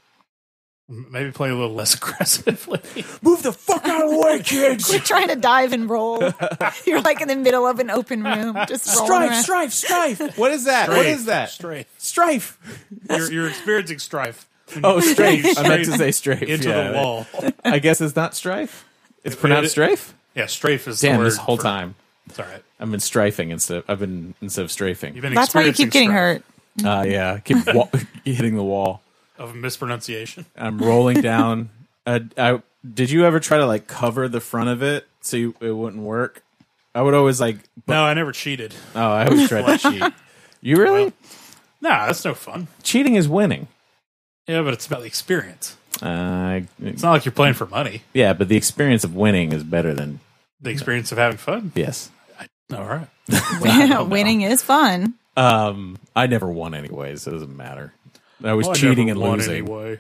Speaker 2: M- Maybe play a little less aggressively.
Speaker 1: Move the fuck out of the way, kids!
Speaker 3: Quit trying to dive and roll. You're like in the middle of an open room, just rolling around.
Speaker 1: strife, strife. What is that? What is that?
Speaker 2: Strafe.
Speaker 1: Strife.
Speaker 2: You're, you're experiencing strife. when
Speaker 1: Oh,
Speaker 2: you
Speaker 1: strafe.
Speaker 2: shoot
Speaker 1: I meant to say strafe.
Speaker 2: into
Speaker 1: Yeah,
Speaker 2: the wall.
Speaker 1: I guess it's not strife. It's pronounced
Speaker 2: it-
Speaker 1: strafe.
Speaker 2: Yeah, strafe is the
Speaker 1: Damn,
Speaker 2: word
Speaker 1: this whole
Speaker 2: for-
Speaker 1: time
Speaker 2: It's all right.
Speaker 1: I've been strifing instead. Of, I've been instead of strafing.
Speaker 2: You've been
Speaker 3: That's why you keep
Speaker 2: experiencing
Speaker 3: getting
Speaker 2: strife
Speaker 3: hurt.
Speaker 1: Uh, yeah, I keep wa- hitting the wall.
Speaker 2: of mispronunciation.
Speaker 1: I'm rolling down. Uh, I did you ever try to like cover the front of it so you, it wouldn't work? I would always like. bu-
Speaker 2: No, I never cheated.
Speaker 1: Oh, I always try to cheat. You really?
Speaker 2: Well. Nah, that's no fun.
Speaker 1: Cheating is winning.
Speaker 2: Yeah, but it's about the experience.
Speaker 1: Uh,
Speaker 2: It's not like you're playing for money.
Speaker 1: yeah, but the experience of winning is better than
Speaker 2: The experience of having fun.
Speaker 1: yes.
Speaker 2: All right.
Speaker 3: Winning is fun.
Speaker 1: Um, I never won anyways. So it doesn't matter. I was
Speaker 2: Well, Oh, I
Speaker 1: cheating
Speaker 2: never
Speaker 1: and
Speaker 2: won
Speaker 1: losing.
Speaker 2: Anyway.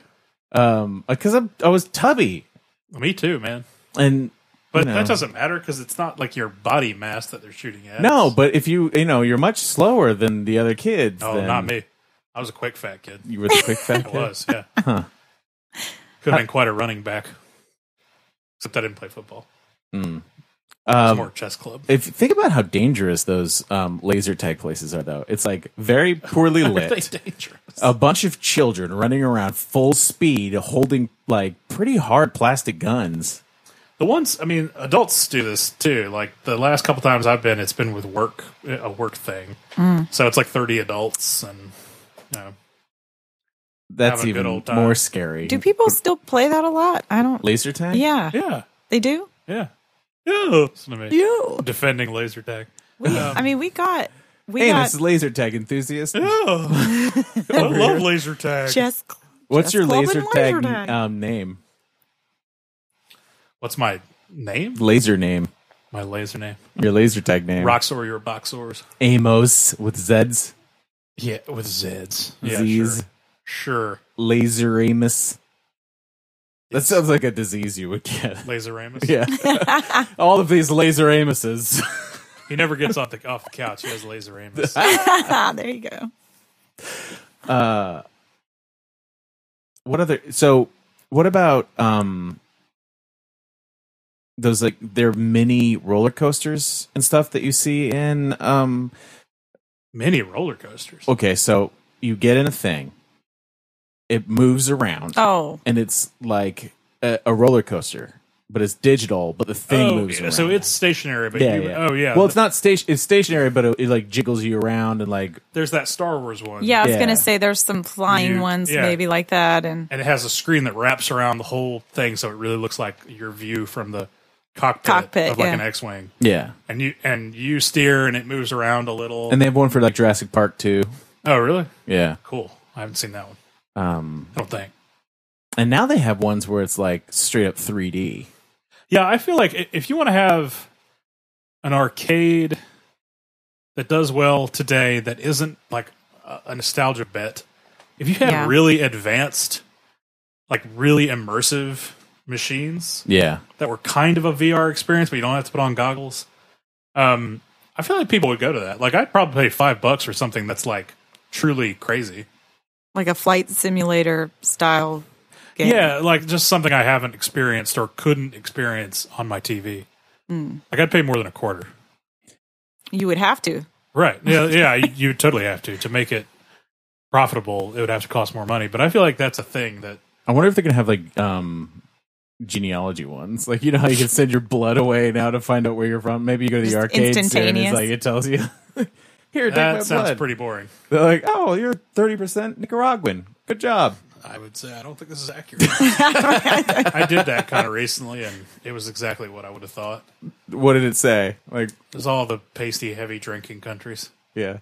Speaker 1: Um, because I, I was tubby
Speaker 2: Me too, man.
Speaker 1: and.
Speaker 2: But
Speaker 1: you know.
Speaker 2: that doesn't matter because it's not like your body mass that they're shooting at.
Speaker 1: No, but if you you know you're much slower than the other kids.
Speaker 2: no,
Speaker 1: then
Speaker 2: Oh, not me. I was a quick fat kid.
Speaker 1: You were the quick fat
Speaker 2: I
Speaker 1: kid?
Speaker 2: was, yeah. Could have been quite a running back. Except I didn't play football. It was
Speaker 1: Hmm. Um,
Speaker 2: more chess club.
Speaker 1: if think about how dangerous those um, laser tag places are though it's like very poorly
Speaker 2: Are they
Speaker 1: lit
Speaker 2: dangerous?
Speaker 1: a bunch of children running around full speed holding like pretty hard plastic guns
Speaker 2: The ones, I mean, adults do this too. Like the last couple times I've been, it's been with work, a work thing. So it's like thirty adults, and you know,
Speaker 1: that's
Speaker 2: Have a good
Speaker 1: even
Speaker 2: old time.
Speaker 1: more scary
Speaker 3: Do people still play that a lot? I don't.
Speaker 1: laser tag
Speaker 3: Yeah,
Speaker 2: yeah,
Speaker 3: they do.
Speaker 2: yeah, yeah. Listen to me
Speaker 3: You.
Speaker 2: defending laser tag.
Speaker 3: We, I mean, we got we
Speaker 1: hey
Speaker 3: got
Speaker 1: this is laser tag enthusiast
Speaker 2: Oh, I love laser tag.
Speaker 3: just
Speaker 1: what's
Speaker 3: Just
Speaker 1: your
Speaker 3: clubbing
Speaker 1: laser tag,
Speaker 3: laser tag.
Speaker 1: Um, name
Speaker 2: What's my name?
Speaker 1: laser name
Speaker 2: My laser name.
Speaker 1: Your laser tag name.
Speaker 2: Roxor, your boxors.
Speaker 7: Amos with Zeds.
Speaker 2: Yeah, with Zeds. Yeah,
Speaker 7: Zs.
Speaker 2: sure. Sure.
Speaker 7: Laser Amos. That sounds like a disease you would get.
Speaker 2: Laser Amos.
Speaker 7: Yeah. All of these laser Amoses.
Speaker 2: He never gets off the off the couch. He has Laser Amos.
Speaker 3: there you go.
Speaker 1: Uh, what other? So, what about um those like their mini roller coasters and stuff that you see in um?
Speaker 2: Many roller coasters.
Speaker 1: Okay, so you get in a thing, it moves around,
Speaker 3: Oh,
Speaker 1: and it's like a, a roller coaster, but it's digital, but the thing
Speaker 2: Oh,
Speaker 1: moves.
Speaker 2: yeah,
Speaker 1: around.
Speaker 2: so it's stationary, but
Speaker 1: yeah,
Speaker 2: you-
Speaker 1: yeah.
Speaker 2: oh yeah.
Speaker 1: Well, it's not station. It's stationary, but it, it like jiggles you around and like
Speaker 2: there's that Star Wars one.
Speaker 3: yeah. I was
Speaker 1: Yeah.
Speaker 3: gonna say there's some flying
Speaker 2: You-
Speaker 3: ones
Speaker 2: yeah.
Speaker 3: maybe like that, and
Speaker 2: and it has a screen that wraps around the whole thing, so it really looks like your view from the cockpit,
Speaker 3: Cockpit,
Speaker 2: of like
Speaker 3: yeah.
Speaker 2: an X-wing.
Speaker 1: yeah.
Speaker 2: And you and you steer, and it moves around a little.
Speaker 1: And they have one for like Jurassic Park too.
Speaker 2: oh, really?
Speaker 1: Yeah.
Speaker 2: Cool. I haven't seen that one.
Speaker 1: Um,
Speaker 2: I don't think.
Speaker 1: and now they have ones where it's like straight up 3D.
Speaker 2: Yeah, I feel like i- if you want to have an arcade that does well today, that isn't like a a nostalgia bet. If you have
Speaker 3: Yeah.
Speaker 2: really advanced, like really immersive machines,
Speaker 1: Yeah.
Speaker 2: that were kind of a VR experience, but you don't have to put on goggles. Um, I feel like people would go to that. Like, I'd probably pay five bucks for something that's like truly crazy.
Speaker 3: like a flight simulator style game.
Speaker 2: Yeah, like just something I haven't experienced or couldn't experience on my TV.
Speaker 1: Hmm.
Speaker 2: Like, I'd pay more than a quarter.
Speaker 3: you would have to.
Speaker 2: Right? Yeah, yeah. you, you would totally have to to make it profitable. It would have to cost more money. But I feel like that's a thing that
Speaker 1: I wonder if they're gonna have like um genealogy ones. Like you know how you can send your blood away now to find out where you're from. Maybe you go to the
Speaker 3: Just
Speaker 1: arcade store and it's
Speaker 3: instantaneous.
Speaker 1: like it tells you. Here, take my
Speaker 2: that sounds
Speaker 1: blood.
Speaker 2: pretty boring.
Speaker 1: They're like, oh, you're thirty percent Nicaraguan. Good job.
Speaker 2: I would say I don't think this is accurate. I did that kind of recently, and it was exactly what I would have thought.
Speaker 1: What did it say? Like,
Speaker 2: There's all the pasty, heavy drinking countries.
Speaker 1: yeah.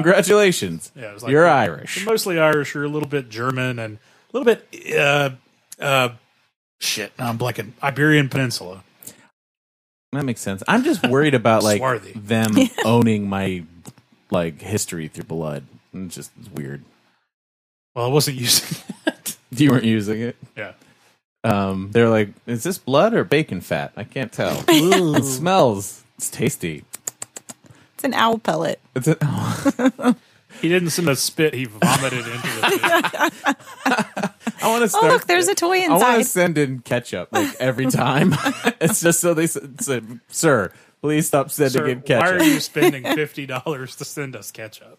Speaker 1: Congratulations.
Speaker 2: Yeah, it was like
Speaker 1: you're
Speaker 2: You're
Speaker 1: Irish.
Speaker 2: Mostly Irish, you're a little bit German and a little bit, uh, uh, shit, now I'm blanking. Iberian Peninsula.
Speaker 1: That makes sense. I'm just worried about like
Speaker 2: Swarthy.
Speaker 1: them owning my like history through blood. It's just it's weird.
Speaker 2: Well, I wasn't using it.
Speaker 1: You weren't using it.
Speaker 2: yeah.
Speaker 1: Um, they're like, is this blood or bacon fat? I can't tell. it smells. It's tasty.
Speaker 3: It's an owl pellet.
Speaker 1: It's a,
Speaker 2: He didn't send a spit, he vomited into the
Speaker 1: I want to
Speaker 3: Oh
Speaker 1: start.
Speaker 3: look, there's a toy
Speaker 1: I want to
Speaker 3: inside.
Speaker 1: send in ketchup like every time. it's just so they s- said, "Sir, please stop sending
Speaker 2: Sir,
Speaker 1: in
Speaker 2: Why are
Speaker 1: ketchup."
Speaker 2: you spending $50 to send us ketchup?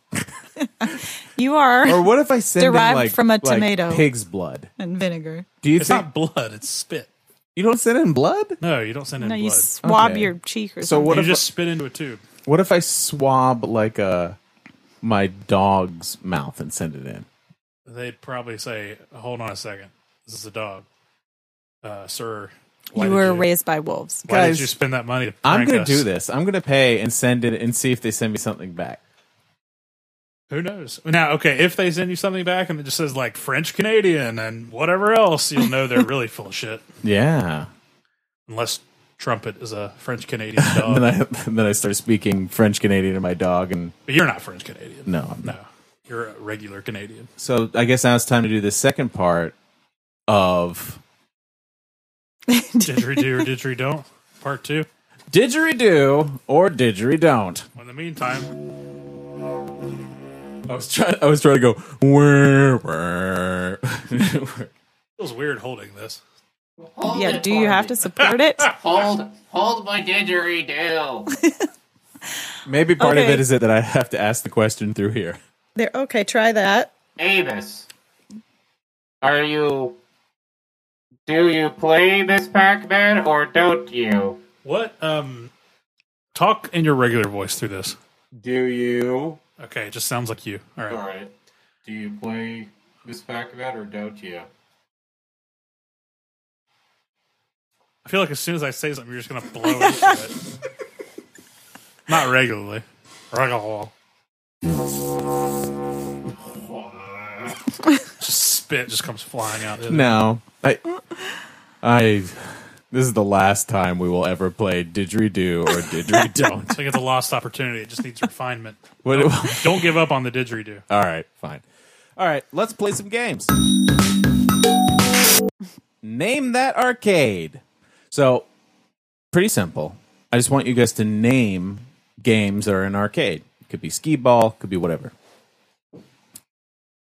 Speaker 3: You are
Speaker 1: or what if I send in,
Speaker 3: Derived
Speaker 1: like
Speaker 3: from a
Speaker 1: like,
Speaker 3: tomato.
Speaker 1: pig's blood?
Speaker 3: and vinegar.
Speaker 1: Do you
Speaker 2: It's
Speaker 1: think
Speaker 2: not blood, it's spit.
Speaker 1: you don't send in blood?
Speaker 2: No, you don't send in
Speaker 3: No,
Speaker 2: blood.
Speaker 3: you swab
Speaker 1: Okay.
Speaker 3: your cheek or
Speaker 1: So
Speaker 3: something.
Speaker 1: what
Speaker 2: you
Speaker 1: if
Speaker 2: just spit into a tube.
Speaker 1: What if I swab like a my dog's mouth and send it in?
Speaker 2: They'd probably say, hold on a second. This is a dog. Uh, sir. why
Speaker 3: you
Speaker 2: did
Speaker 3: were raised by wolves.
Speaker 2: Why
Speaker 1: Guys,
Speaker 2: did you spend that money? To
Speaker 1: I'm
Speaker 2: prank
Speaker 1: gonna
Speaker 2: us?
Speaker 1: do this. I'm gonna pay and send it and see if they send me something back.
Speaker 2: Who knows? Now, okay, if they send you something back and it just says like French Canadian and whatever else, you'll know they're really full of shit.
Speaker 1: Yeah.
Speaker 2: Unless Trumpet is a French Canadian
Speaker 1: And
Speaker 2: dog.
Speaker 1: then I and then I start speaking French Canadian to my dog and
Speaker 2: but you're not French Canadian.
Speaker 1: no, I'm not.
Speaker 2: No. You're a regular Canadian.
Speaker 1: So I guess now it's time to do the second part of
Speaker 2: Didgeridoo or didgeridoo don't. Part two.
Speaker 1: didgeridoo or didgeridoo don't.
Speaker 2: Well, in the meantime,
Speaker 1: I was trying. I was trying to go. "Wah, wah." Didn't work.
Speaker 2: it feels weird holding this.
Speaker 8: Hold
Speaker 3: yeah,
Speaker 8: it
Speaker 3: do you
Speaker 8: for
Speaker 3: have
Speaker 8: me.
Speaker 3: to support it?
Speaker 8: Hold, hold my didgeridoo.
Speaker 1: Maybe part of
Speaker 3: Okay.
Speaker 1: it is it that I have to ask the question through here.
Speaker 3: there. Okay, try that.
Speaker 8: Avis, are you? Do you play Miss Pac-Man or don't you?
Speaker 2: What? Um, talk in your regular voice through this.
Speaker 8: Do you?
Speaker 2: Okay, it just sounds like you. All right.
Speaker 8: right. Do you play Miss Pac-Man or don't you?
Speaker 2: I feel like as soon as I say something, you're just gonna blow into it. Not regularly. Regular. just spit just comes flying out.
Speaker 1: No, I, I, This is the last time we will ever play didgeridoo or didgeridoo.
Speaker 2: It's like it's a lost opportunity. It just needs refinement.
Speaker 1: what,
Speaker 2: Don't give up on the didgeridoo.
Speaker 1: all right, fine. All right, let's play some games. Name that arcade. So, pretty simple. I just want you guys to name games that are in arcade. Could be skee ball, could be whatever.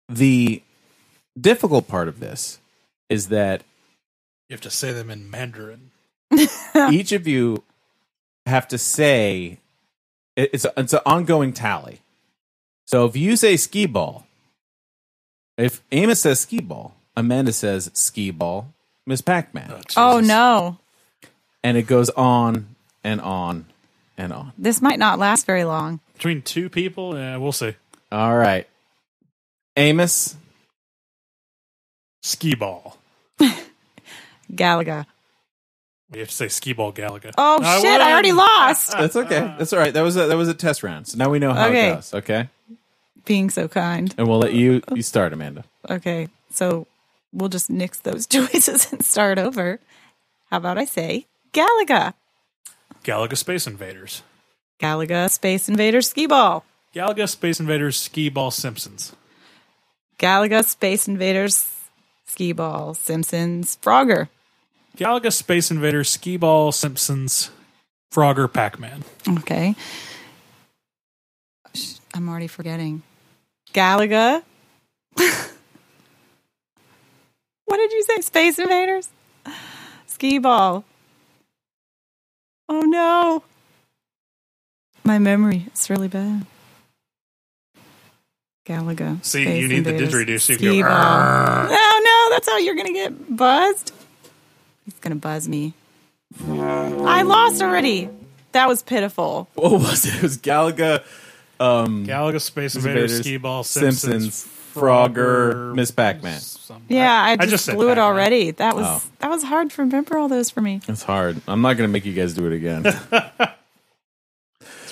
Speaker 1: The difficult part of this is that
Speaker 2: You have to say them in Mandarin.
Speaker 1: each of you have to say it- it's a, it's an ongoing tally. So if you say skee ball, if Amos says skee ball, Amanda says skee ball, Miss Pac Man,
Speaker 3: Oh no,
Speaker 1: and it goes on and on and on.
Speaker 3: this might not last very long.
Speaker 2: Between two people, yeah, we'll see.
Speaker 1: All right, Amos,
Speaker 2: Ski ball.
Speaker 3: Galaga.
Speaker 2: We have to say ski ball Galaga.
Speaker 3: Oh shit, I already
Speaker 2: won!
Speaker 3: lost.
Speaker 1: that's okay. That's all right. That was a, that was a test round. So now we know how
Speaker 3: Okay.
Speaker 1: it goes. Okay,
Speaker 3: Being so kind.
Speaker 1: and we'll let you you start, Amanda.
Speaker 3: Okay, so we'll just nix those choices and start over. How about I say Galaga?
Speaker 2: Galaga Space Invaders.
Speaker 3: Galaga Space Invaders Skee Ball.
Speaker 2: Galaga Space Invaders Ski Ball Simpsons.
Speaker 3: Galaga Space Invaders Skee Ball Simpsons Frogger.
Speaker 2: Galaga Space Invaders Ski Ball Simpsons Frogger Pac Man.
Speaker 3: Okay. Sh- I'm already forgetting. Galaga. what did you say? Space Invaders? Skee Ball. Oh no. My memory is really bad. Galaga.
Speaker 2: See,
Speaker 3: Space
Speaker 2: you need the
Speaker 3: Invaders,
Speaker 2: didgeridoo so you can
Speaker 3: Skee
Speaker 2: go,
Speaker 3: Ball. Oh no, that's how you're going to get buzzed. He's going to buzz me. I lost already. That was pitiful.
Speaker 1: What was it? It was Galaga, um,
Speaker 2: Galaga Space Invaders,
Speaker 1: Invaders,
Speaker 2: Ski Ball Simpsons,
Speaker 1: Simpsons, Frogger, Miss Pac Man.
Speaker 2: something.
Speaker 3: Yeah, I,
Speaker 2: just
Speaker 3: just,
Speaker 2: said
Speaker 3: blew it
Speaker 2: Pac-Man.
Speaker 3: already. That was
Speaker 1: Oh.
Speaker 3: that was hard to remember all those for me.
Speaker 1: It's hard. I'm not going to make you guys do it again.
Speaker 2: It's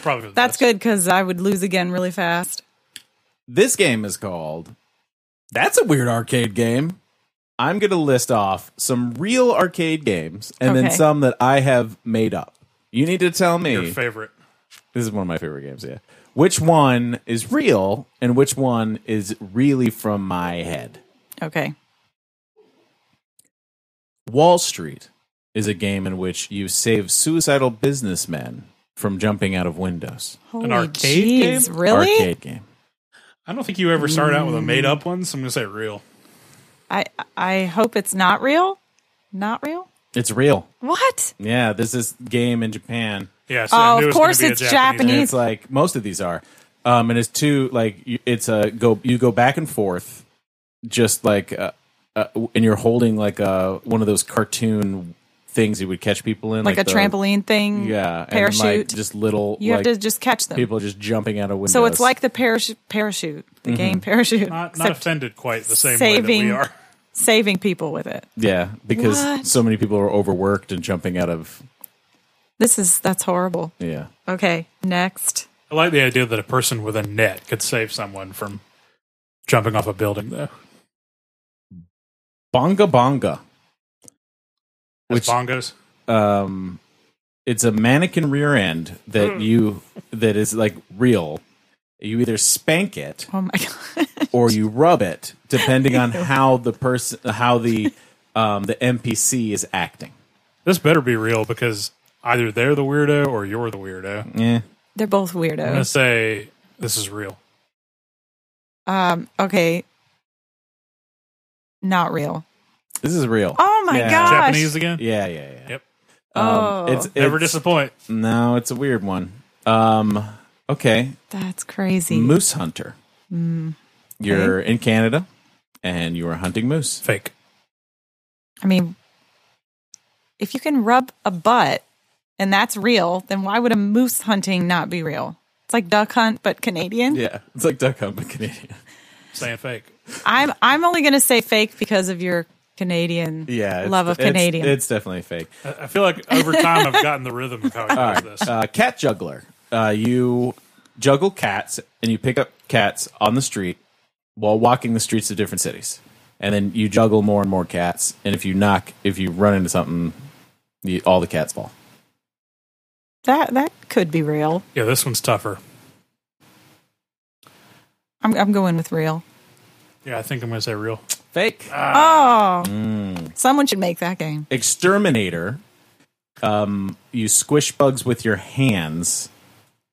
Speaker 2: probably the
Speaker 3: That's
Speaker 2: best.
Speaker 3: good because I would lose again really fast.
Speaker 1: this game is called. That's a weird arcade game. I'm going to list off some real arcade games and then
Speaker 3: Okay.
Speaker 1: some that I have made up. You need to tell me.
Speaker 2: Your favorite.
Speaker 1: this is one of my favorite games, yeah. Which one is real and which one is really from my head?
Speaker 3: Okay.
Speaker 1: Wall Street is a game in which you save suicidal businessmen from jumping out of windows.
Speaker 3: Holy
Speaker 2: arcade
Speaker 3: jeez,
Speaker 2: game?
Speaker 3: Really?
Speaker 1: Arcade game.
Speaker 2: I don't think you ever started out with a made up one, so I'm going to say real.
Speaker 3: I I hope it's not real. Not real.
Speaker 1: It's real.
Speaker 3: What?
Speaker 1: Yeah, there's this game in Japan.
Speaker 2: Yeah, so
Speaker 3: Oh,
Speaker 2: I knew
Speaker 3: of
Speaker 2: it was gonna
Speaker 3: course
Speaker 2: be a
Speaker 3: it's
Speaker 1: And
Speaker 3: Japanese.
Speaker 1: it's like most of these are. Um, and it's two like you- it's a go you go back and forth, just like uh, uh, and you're holding like uh one of those cartoon things you would catch people in,
Speaker 3: Like, a
Speaker 1: the-
Speaker 3: trampoline thing.
Speaker 1: yeah,
Speaker 3: Parachute.
Speaker 1: and like just little
Speaker 3: you
Speaker 1: like,
Speaker 3: have to just catch them.
Speaker 1: people just jumping out of windows. Mm-hmm.
Speaker 3: so it's like the parachute, parachute, the game parachute,
Speaker 2: Not, not
Speaker 3: except
Speaker 2: offended quite the same way that
Speaker 3: saving-
Speaker 2: we are.
Speaker 3: saving people with it.
Speaker 1: yeah, because
Speaker 3: What?
Speaker 1: so many people are overworked and jumping out of
Speaker 3: This is that's horrible.
Speaker 1: yeah.
Speaker 3: Okay, next.
Speaker 2: I like the idea that a person with a net could save someone from jumping off a building, though.
Speaker 1: Bonga bonga. Which-
Speaker 2: With bongos.
Speaker 1: um it's a mannequin rear end
Speaker 3: Hmm.
Speaker 1: that you that is like real you either spank it
Speaker 3: Oh my god.
Speaker 1: or you rub it depending on how the person how the um the npc is acting
Speaker 2: This better be real because either they're the weirdo or you're the weirdo. I'm
Speaker 1: yeah
Speaker 3: They're both
Speaker 2: going to
Speaker 3: weirdos.
Speaker 2: say this is real.
Speaker 3: Um, okay. Not real.
Speaker 1: this is real
Speaker 3: Oh my
Speaker 1: Yeah.
Speaker 3: gosh.
Speaker 2: Japanese again?
Speaker 1: yeah yeah yeah
Speaker 2: Yep.
Speaker 1: um,
Speaker 3: Oh.
Speaker 1: it's, it's
Speaker 2: Never disappoint.
Speaker 1: no it's a weird one um okay
Speaker 3: That's crazy.
Speaker 1: moose hunter
Speaker 3: Mm.
Speaker 1: you're in canada and you are hunting moose
Speaker 2: Fake.
Speaker 3: I mean, if you can rub a butt and that's real, then why would a moose hunting not be real? It's like duck hunt but Canadian.
Speaker 1: yeah it's like duck hunt but canadian
Speaker 2: Saying fake.
Speaker 3: I'm I'm only going to say fake because of your Canadian
Speaker 1: yeah it's-
Speaker 3: love of
Speaker 1: it's-
Speaker 3: Canadian.
Speaker 1: it's definitely fake
Speaker 2: I I feel like over time I've gotten the rhythm of how I do this.
Speaker 1: uh, cat juggler. Uh, you juggle cats and you pick up cats on the street while walking the streets of different cities, and then you juggle more and more cats. And if you knock, if you run into something, You, all the cats fall.
Speaker 3: That that could be real.
Speaker 2: Yeah, this one's tougher.
Speaker 3: I'm I'm going with real.
Speaker 2: Yeah, I think I'm gonna say real.
Speaker 1: Fake. Ah.
Speaker 3: Oh,
Speaker 1: Mm.
Speaker 3: someone should make that game.
Speaker 1: Exterminator. Um, you squish bugs with your hands,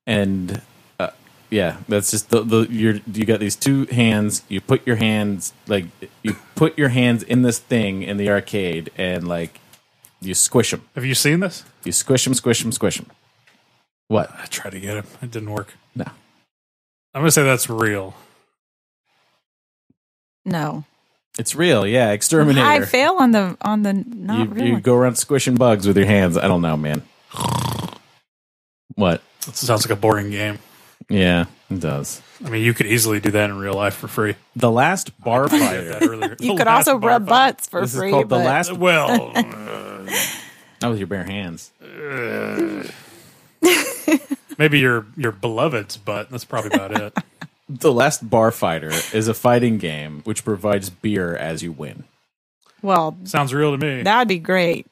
Speaker 1: and uh, yeah, that's just the the you're, you got these two hands. You put your hands like you put your hands in this thing in the arcade, and like you squish them.
Speaker 2: Have you seen this?
Speaker 1: You squish them, squish them, squish them. What?
Speaker 2: I tried to get him. It didn't work.
Speaker 1: No.
Speaker 2: I'm gonna say that's real.
Speaker 3: No,
Speaker 1: It's real, yeah. Exterminator.
Speaker 3: I fail on the on the not
Speaker 1: you,
Speaker 3: real.
Speaker 1: you go around squishing bugs with your hands. I don't know, man. What?
Speaker 2: It sounds like a boring game.
Speaker 1: Yeah, it does.
Speaker 2: I mean, you could easily do that in real life for free.
Speaker 1: The last bar
Speaker 2: I did
Speaker 1: fighter.
Speaker 2: that earlier.
Speaker 3: You
Speaker 2: The
Speaker 3: could
Speaker 2: last
Speaker 3: also
Speaker 2: bar
Speaker 3: rub
Speaker 2: fight.
Speaker 3: butts for
Speaker 1: this
Speaker 3: free.
Speaker 1: is called the
Speaker 3: but-
Speaker 1: last.
Speaker 2: Well, uh,
Speaker 1: Not with your bare hands.
Speaker 2: maybe your your beloved's butt. That's probably about it.
Speaker 1: The last bar fighter is a fighting game which provides beer as you win.
Speaker 3: Well,
Speaker 2: Sounds real to me.
Speaker 3: that'd be great.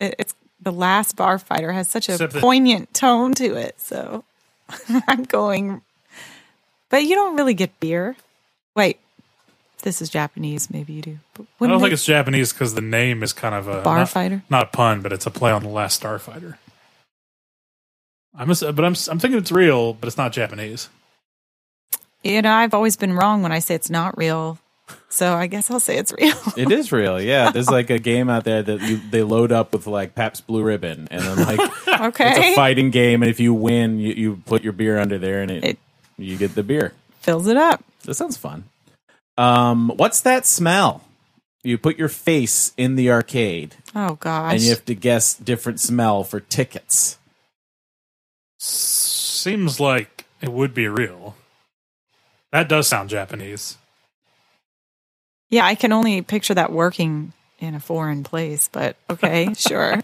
Speaker 3: It, it's the last bar fighter has such a
Speaker 2: Except that-
Speaker 3: poignant tone to it. So I'm going. But you don't really get beer. Wait, this is Japanese. Maybe you do. But
Speaker 2: I don't
Speaker 3: wouldn't
Speaker 2: think
Speaker 3: they-
Speaker 2: it's Japanese because the name is kind of a
Speaker 3: Bar
Speaker 2: not,
Speaker 3: fighter?
Speaker 2: not a pun, but it's a play on the last Starfighter. I'm ass- but I'm s- I'm thinking it's real, but it's not Japanese.
Speaker 3: you know I've always been wrong when I say it's not real. So I guess I'll say it's real.
Speaker 1: It is real, yeah. There's like a game out there that you, they load up with like Pabst Blue Ribbon, and then like it's
Speaker 3: okay,
Speaker 1: a fighting game, and if you win, you, you put your beer under there, and
Speaker 3: It-
Speaker 1: it you get the beer.
Speaker 3: fills it up.
Speaker 1: That sounds fun. Um, what's that smell? You put your face in the arcade,
Speaker 3: Oh gosh.
Speaker 1: and you have to guess different smell for tickets.
Speaker 2: Seems like it would be real. That does sound Japanese.
Speaker 3: Yeah, I can only picture that working in a foreign place, but okay, sure.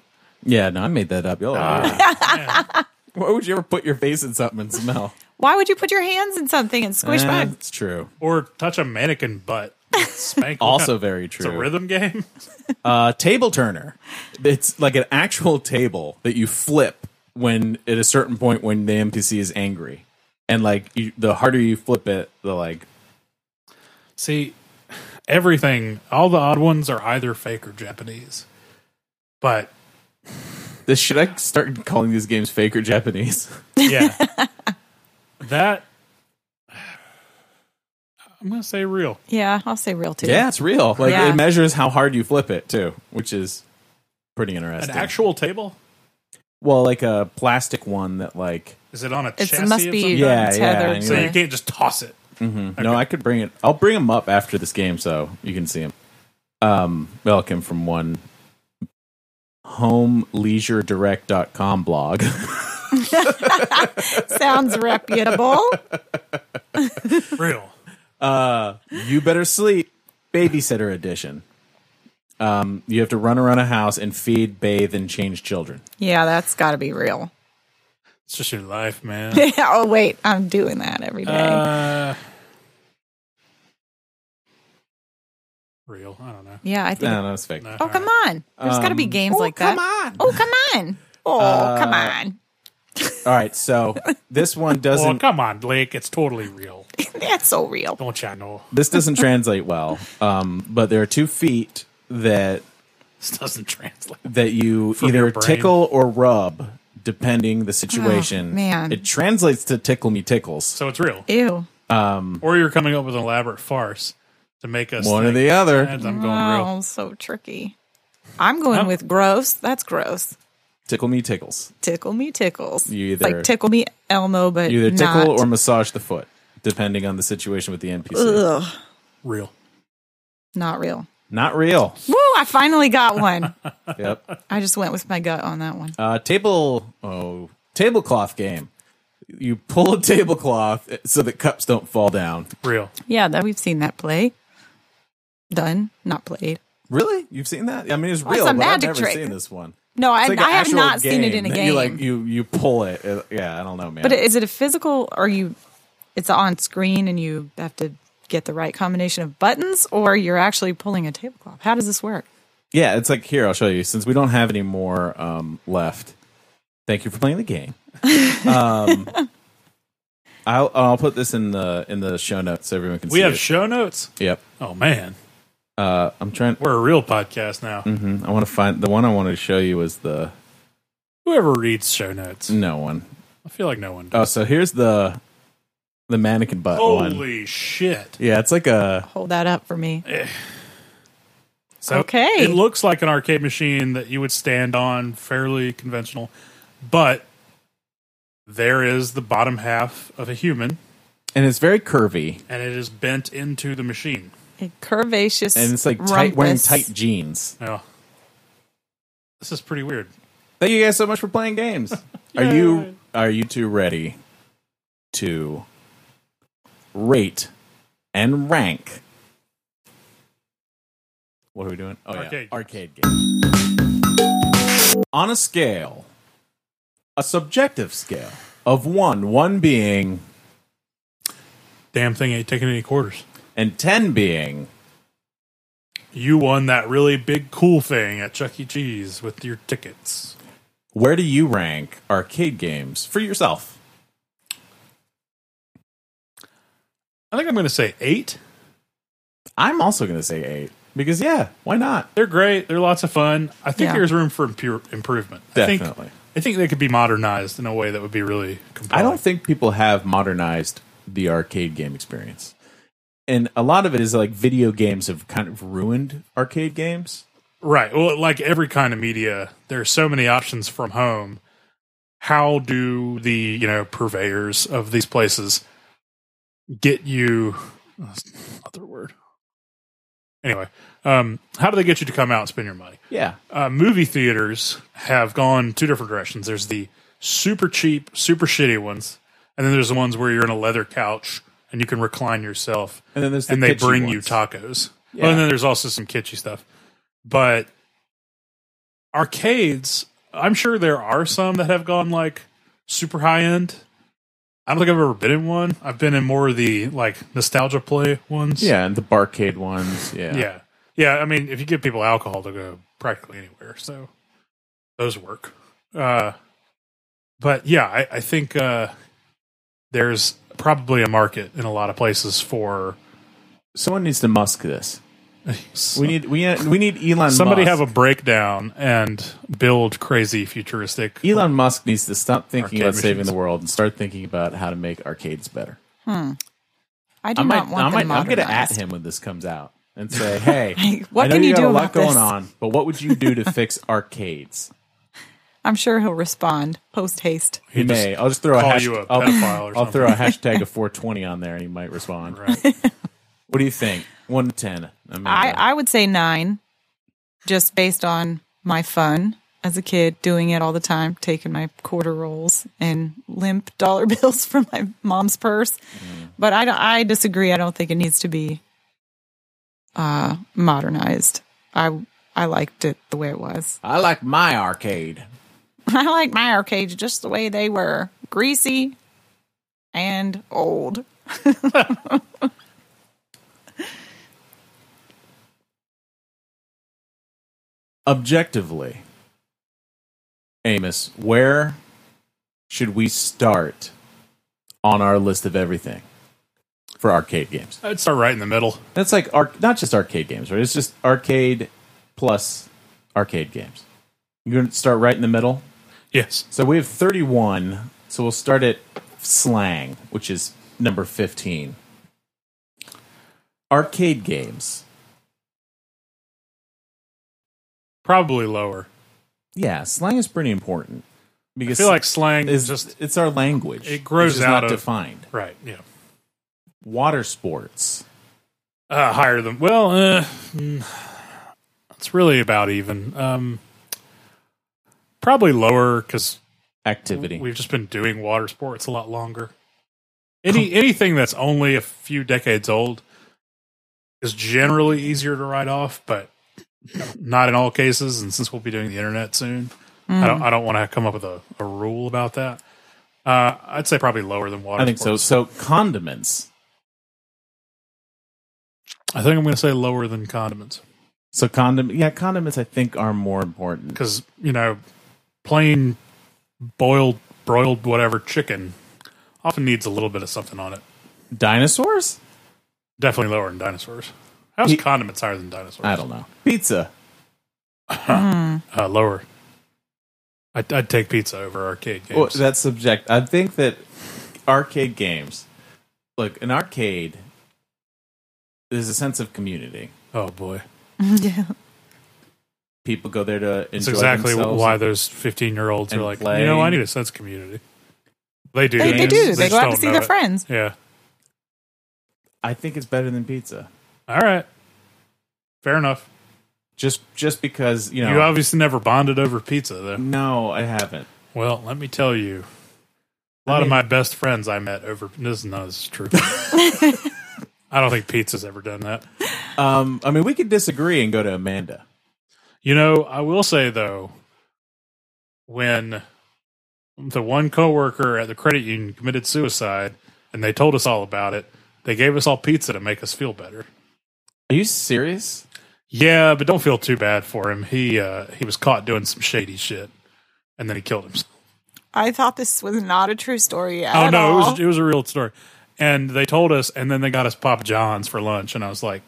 Speaker 1: Yeah, no, I made that up. Y'all are weird. Why would you ever put your face in something and smell?
Speaker 3: Why would you put your hands in something and squish
Speaker 2: Uh,
Speaker 1: Eh,
Speaker 3: bugs?
Speaker 1: It's true.
Speaker 2: Or touch a mannequin butt. Spank
Speaker 1: Also very
Speaker 2: it's a
Speaker 1: true.
Speaker 2: rhythm game.
Speaker 1: Uh, table turner. It's like an actual table that you flip when at a certain point when the NPC is angry, and like you, the harder you flip it, the like
Speaker 2: See, everything, all the odd ones are either fake or Japanese. But
Speaker 1: this. Should I start calling these games fake or Japanese?
Speaker 2: yeah, that I'm gonna say real.
Speaker 3: Yeah, I'll say real too.
Speaker 1: Yeah, it's real. Like
Speaker 3: Yeah.
Speaker 1: it measures how hard you flip it too, which is pretty
Speaker 2: An
Speaker 1: interesting.
Speaker 2: actual table?
Speaker 1: well, like a plastic one that like
Speaker 2: Is it on a
Speaker 3: It's,
Speaker 2: chassis?
Speaker 3: it must
Speaker 2: of
Speaker 3: be
Speaker 2: some-
Speaker 1: Yeah, yeah,
Speaker 3: tethered.
Speaker 1: and
Speaker 2: so you
Speaker 3: to-
Speaker 2: can't just toss it.
Speaker 1: no, I could bring it. I'll bring them up after this game so you can see them. Um, well, it came from one homeleuredirect.com blog.
Speaker 3: Sounds reputable.
Speaker 2: Real.
Speaker 1: Uh, you better sleep, babysitter edition. Um, you have to run around a house and feed, bathe, and change children.
Speaker 3: Yeah, that's got to be real.
Speaker 2: It's just your life, man.
Speaker 3: oh wait, I'm doing that every day.
Speaker 2: Uh, real. I don't know.
Speaker 3: yeah, I think.
Speaker 1: No, no, it's fake.
Speaker 2: No.
Speaker 3: oh come on, there's got to be
Speaker 1: Um, Uh,
Speaker 3: games like that.
Speaker 1: on.
Speaker 3: Oh come on. Oh come on.
Speaker 1: All right, so this one
Speaker 2: Well,
Speaker 1: doesn't
Speaker 2: come on, Blake. It's totally real.
Speaker 3: That's so real.
Speaker 2: Don't you know?
Speaker 1: this doesn't translate well. Um, but there are two feet that
Speaker 2: This doesn't translate.
Speaker 1: that you
Speaker 2: From your
Speaker 1: either
Speaker 2: brain.
Speaker 1: tickle or rub depending the situation.
Speaker 3: Oh, man.
Speaker 1: it translates to tickle me tickles.
Speaker 2: So it's real.
Speaker 3: Ew.
Speaker 2: Or you're coming up with an elaborate farce to make us
Speaker 1: One or
Speaker 2: think,
Speaker 1: the other.
Speaker 2: "Ads, I'm going real. Oh.
Speaker 3: Oh, so tricky. I'm going
Speaker 2: I'm-
Speaker 3: with gross. That's gross.
Speaker 1: Tickle me tickles.
Speaker 3: Tickle me tickles.
Speaker 1: You
Speaker 3: It's
Speaker 1: either-
Speaker 3: like tickle me Elmo, but
Speaker 1: You either tickle
Speaker 3: not.
Speaker 1: or massage the foot depending on the situation with the NPC.
Speaker 3: Ugh,
Speaker 2: Real.
Speaker 3: not real.
Speaker 1: Not real.
Speaker 3: Woo! I finally got one.
Speaker 1: yep.
Speaker 3: I just went with my gut on that one.
Speaker 1: Uh, table oh tablecloth game. You pull a tablecloth so that cups don't fall down.
Speaker 2: Real.
Speaker 3: Yeah, that we've seen that play. Done, not played.
Speaker 1: Really? You've seen that? I mean, it's
Speaker 3: it's
Speaker 1: real,
Speaker 3: a
Speaker 1: but I've
Speaker 3: magic
Speaker 1: never
Speaker 3: trick.
Speaker 1: seen this one.
Speaker 3: No, I,
Speaker 1: It's like an
Speaker 3: I have
Speaker 1: actual
Speaker 3: not seen it in a
Speaker 1: that
Speaker 3: game.
Speaker 1: You like you you pull it. Uh, Yeah, I don't know, man.
Speaker 3: but is it a physical? Are you? It's on screen, and you have to get the right combination of buttons, or you're actually pulling a tablecloth. How does this work?
Speaker 1: Yeah, it's like here. I'll show you since we don't have any more um, left. Thank you for playing the game. um, I'll I'll put this in the in the show notes so everyone can
Speaker 2: We
Speaker 1: see
Speaker 2: have
Speaker 1: it.
Speaker 2: show notes.
Speaker 1: yep.
Speaker 2: Oh man,
Speaker 1: Uh, I'm trying.
Speaker 2: we're a real podcast now.
Speaker 1: mhm, I want to find the one I wanted to show you was the
Speaker 2: Whoever reads show notes,
Speaker 1: no one.
Speaker 2: I feel like no one. Does.
Speaker 1: Oh, so here's the the mannequin butt Uh, one.
Speaker 2: Holy shit!
Speaker 1: Yeah, it's like a
Speaker 3: Hold that up for me.
Speaker 2: So
Speaker 3: Okay.
Speaker 2: it looks like an arcade machine that you would stand on, fairly conventional, but there is the bottom half of a human,
Speaker 1: and it's very curvy
Speaker 2: and it is bent into the machine.
Speaker 3: A curvaceous
Speaker 1: and it's like tight wearing
Speaker 3: rhombus.
Speaker 1: tight jeans.
Speaker 2: Yeah, this is pretty weird.
Speaker 1: Thank you guys so much for playing games. are you are you two ready to rate and rank? What are we doing? Oh
Speaker 2: Arcade games.
Speaker 1: yeah, arcade game. On a scale, a subjective scale of one, one being
Speaker 2: Damn thing ain't taking any quarters.
Speaker 1: and ten being
Speaker 2: You won that really big cool thing at Chuck E. Cheese with your tickets.
Speaker 1: Where do you rank arcade games for yourself?
Speaker 2: I think I'm going to say eight.
Speaker 1: I'm also going to say eight because yeah, why not?
Speaker 2: They're great. They're lots of fun. I think
Speaker 3: Yeah.
Speaker 2: there's room for impu- improvement. I
Speaker 1: Definitely.
Speaker 2: think, I think they could be modernized in a way that would be really
Speaker 1: I
Speaker 2: compelling.
Speaker 1: don't think people have modernized the arcade game experience, and a lot of it is like video games have kind of ruined arcade games.
Speaker 2: Right. Well, like every kind of media, there are so many options from home. How do the, you know, purveyors of these places get you oh, that's another word? Anyway, um, how do they get you to come out and spend your money?
Speaker 1: Yeah,
Speaker 2: uh, movie theaters have gone two different directions. There's the super cheap, super shitty ones, and then there's the ones where you're in a leather couch and you can recline yourself,
Speaker 1: and then there's the
Speaker 2: and they
Speaker 1: kitschy
Speaker 2: bring you
Speaker 1: ones.
Speaker 2: tacos.
Speaker 1: Yeah.
Speaker 2: Oh, and then there's also some kitschy stuff. But arcades, I'm sure there are some that have gone like super high end. I don't think I've ever been in one. I've been in more of the like nostalgia play ones.
Speaker 1: Yeah, and the barcade ones. Yeah,
Speaker 2: Yeah. Yeah. I mean, if you give people alcohol, they'll go practically anywhere. So those work. Uh, but yeah, I, I think uh, there's probably a market in a lot of places for.
Speaker 1: Someone needs to musk this. We need we uh, we need Elon.
Speaker 2: somebody
Speaker 1: Musk.
Speaker 2: have a breakdown and build crazy futuristic.
Speaker 1: Elon Musk needs to stop thinking
Speaker 2: Arcade
Speaker 1: about saving
Speaker 2: machines.
Speaker 1: the world and start thinking about how to make arcades better.
Speaker 3: I do
Speaker 1: I might,
Speaker 3: not want
Speaker 1: I
Speaker 3: them
Speaker 1: might, I'm going to at
Speaker 3: modernized.
Speaker 1: him when this comes out and say, "Hey,
Speaker 3: Like, what
Speaker 1: I know
Speaker 3: can
Speaker 1: you,
Speaker 3: you
Speaker 1: got a
Speaker 3: do
Speaker 1: lot
Speaker 3: about
Speaker 1: going
Speaker 3: this?
Speaker 1: on, but what would you do to fix arcades?"
Speaker 3: I'm sure he'll respond post haste.
Speaker 1: He may. I'll just throw a
Speaker 2: call
Speaker 1: hashtag,
Speaker 2: you a
Speaker 1: I'll,
Speaker 2: pedophile or
Speaker 1: I'll throw a hashtag of 420 on there, and he might respond.
Speaker 2: Right.
Speaker 1: What do you think? One to ten. I, mean,
Speaker 3: I,
Speaker 1: uh,
Speaker 3: I would say nine, just based on my fun as a kid, doing it all the time, taking my quarter rolls and limp dollar bills from my mom's purse. But I, don't- I disagree. I don't think it needs to be uh, modernized. I, I liked it the way it was.
Speaker 1: I like my arcade.
Speaker 3: I like my arcades just the way they were greasy and old.
Speaker 1: Objectively, Amos, where should we start on our list of everything for arcade games?
Speaker 2: I'd start right in the middle.
Speaker 1: That's like arc, not just arcade games, right? It's just arcade plus arcade games. You're going to start right in the middle.
Speaker 2: Yes.
Speaker 1: So we have 31. So we'll start at slang, which is number 15. Arcade games.
Speaker 2: Probably lower.
Speaker 1: Yeah, slang is pretty important
Speaker 2: I
Speaker 1: because
Speaker 2: feel like slang
Speaker 1: it's
Speaker 2: is just.
Speaker 1: it's our language.
Speaker 2: it grows
Speaker 1: which is
Speaker 2: out
Speaker 1: not
Speaker 2: of-
Speaker 1: defined.
Speaker 2: Right. Yeah.
Speaker 1: Water sports.
Speaker 2: uh, higher than well uh, mm, it's really about even um, probably lower because
Speaker 1: Activity.
Speaker 2: we've just been doing water sports a lot longer any anything that's only a few decades old is generally easier to write off but not in all cases and since we'll be doing the internet soon I
Speaker 1: Mm.
Speaker 2: don't I don't want to come up with a, a rule about that uh, I'd say probably lower than water
Speaker 1: I think so.
Speaker 2: sports.
Speaker 1: So condiments.
Speaker 2: I think I'm gonna say lower than condiments
Speaker 1: So condom, yeah, condiments I think are more important.
Speaker 2: because you know plain boiled broiled whatever chicken often needs a little bit of something on it
Speaker 1: Dinosaurs?
Speaker 2: definitely lower than dinosaurs how's
Speaker 1: Ye-
Speaker 2: condiments higher than dinosaurs
Speaker 1: I don't know. Pizza.
Speaker 2: uh, lower I'd, I'd take pizza over arcade games
Speaker 1: Well, that's subject. I think that arcade games. Look, an arcade. There's a sense of community.
Speaker 2: oh boy
Speaker 3: yeah.
Speaker 1: People go there to enjoy
Speaker 2: that's exactly
Speaker 1: themselves.
Speaker 2: why those 15 year olds are
Speaker 1: And
Speaker 2: like
Speaker 1: play.
Speaker 2: you know i need a sense of community they do
Speaker 3: They, they
Speaker 2: just-
Speaker 3: do. They
Speaker 2: just
Speaker 3: go out
Speaker 2: don't
Speaker 3: to see
Speaker 2: know
Speaker 3: their
Speaker 2: it.
Speaker 3: friends.
Speaker 2: yeah
Speaker 1: I think it's better than pizza.
Speaker 2: all right fair enough
Speaker 1: Just just because you know.
Speaker 2: you obviously never bonded over pizza though
Speaker 1: no, I haven't.
Speaker 2: Well, let me tell you, a lot of my best friends I met over. This is not this is true. I don't think pizza's ever done that.
Speaker 1: Um, I mean, we could disagree and go to Amanda.
Speaker 2: You know, I will say though, when the one coworker at the credit union committed suicide, and they told us all about it, they gave us all pizza to make us feel better.
Speaker 1: Are you serious?
Speaker 2: Yeah, but don't feel too bad for him. He uh, he was caught doing some shady shit, and then he killed himself.
Speaker 3: I thought this was not a true story at
Speaker 2: Oh no,
Speaker 3: all.
Speaker 2: it was it was a real story. And they told us, and then they got us Pop John's for lunch, and I was like,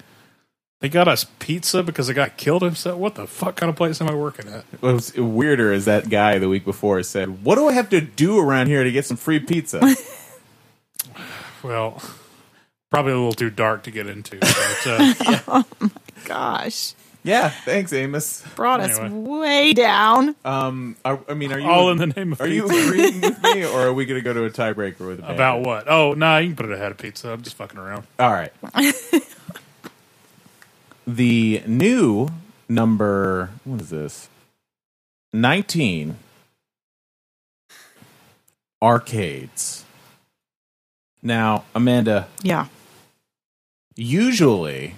Speaker 2: they got us pizza because the guy killed himself. What the fuck kind of place am I working at?
Speaker 1: What's weirder is that guy the week before said, "What do I have to do around here to get some free pizza?"
Speaker 2: Well, probably a little too dark to get into. But, uh,
Speaker 3: Gosh,
Speaker 1: yeah, thanks, Amos.
Speaker 3: brought us
Speaker 2: Anyway.
Speaker 3: way down.
Speaker 1: Um, are, I mean, are you
Speaker 2: all in the name of
Speaker 1: Are
Speaker 2: pizza.
Speaker 1: you agreeing with me, or are we going to go to a tiebreaker with Amanda?
Speaker 2: about what? Oh no, nah, you can put it ahead of pizza. I'm just fucking around.
Speaker 1: All right. the new number, what is this? 19 arcades. Now, Amanda,
Speaker 3: Yeah.
Speaker 1: usually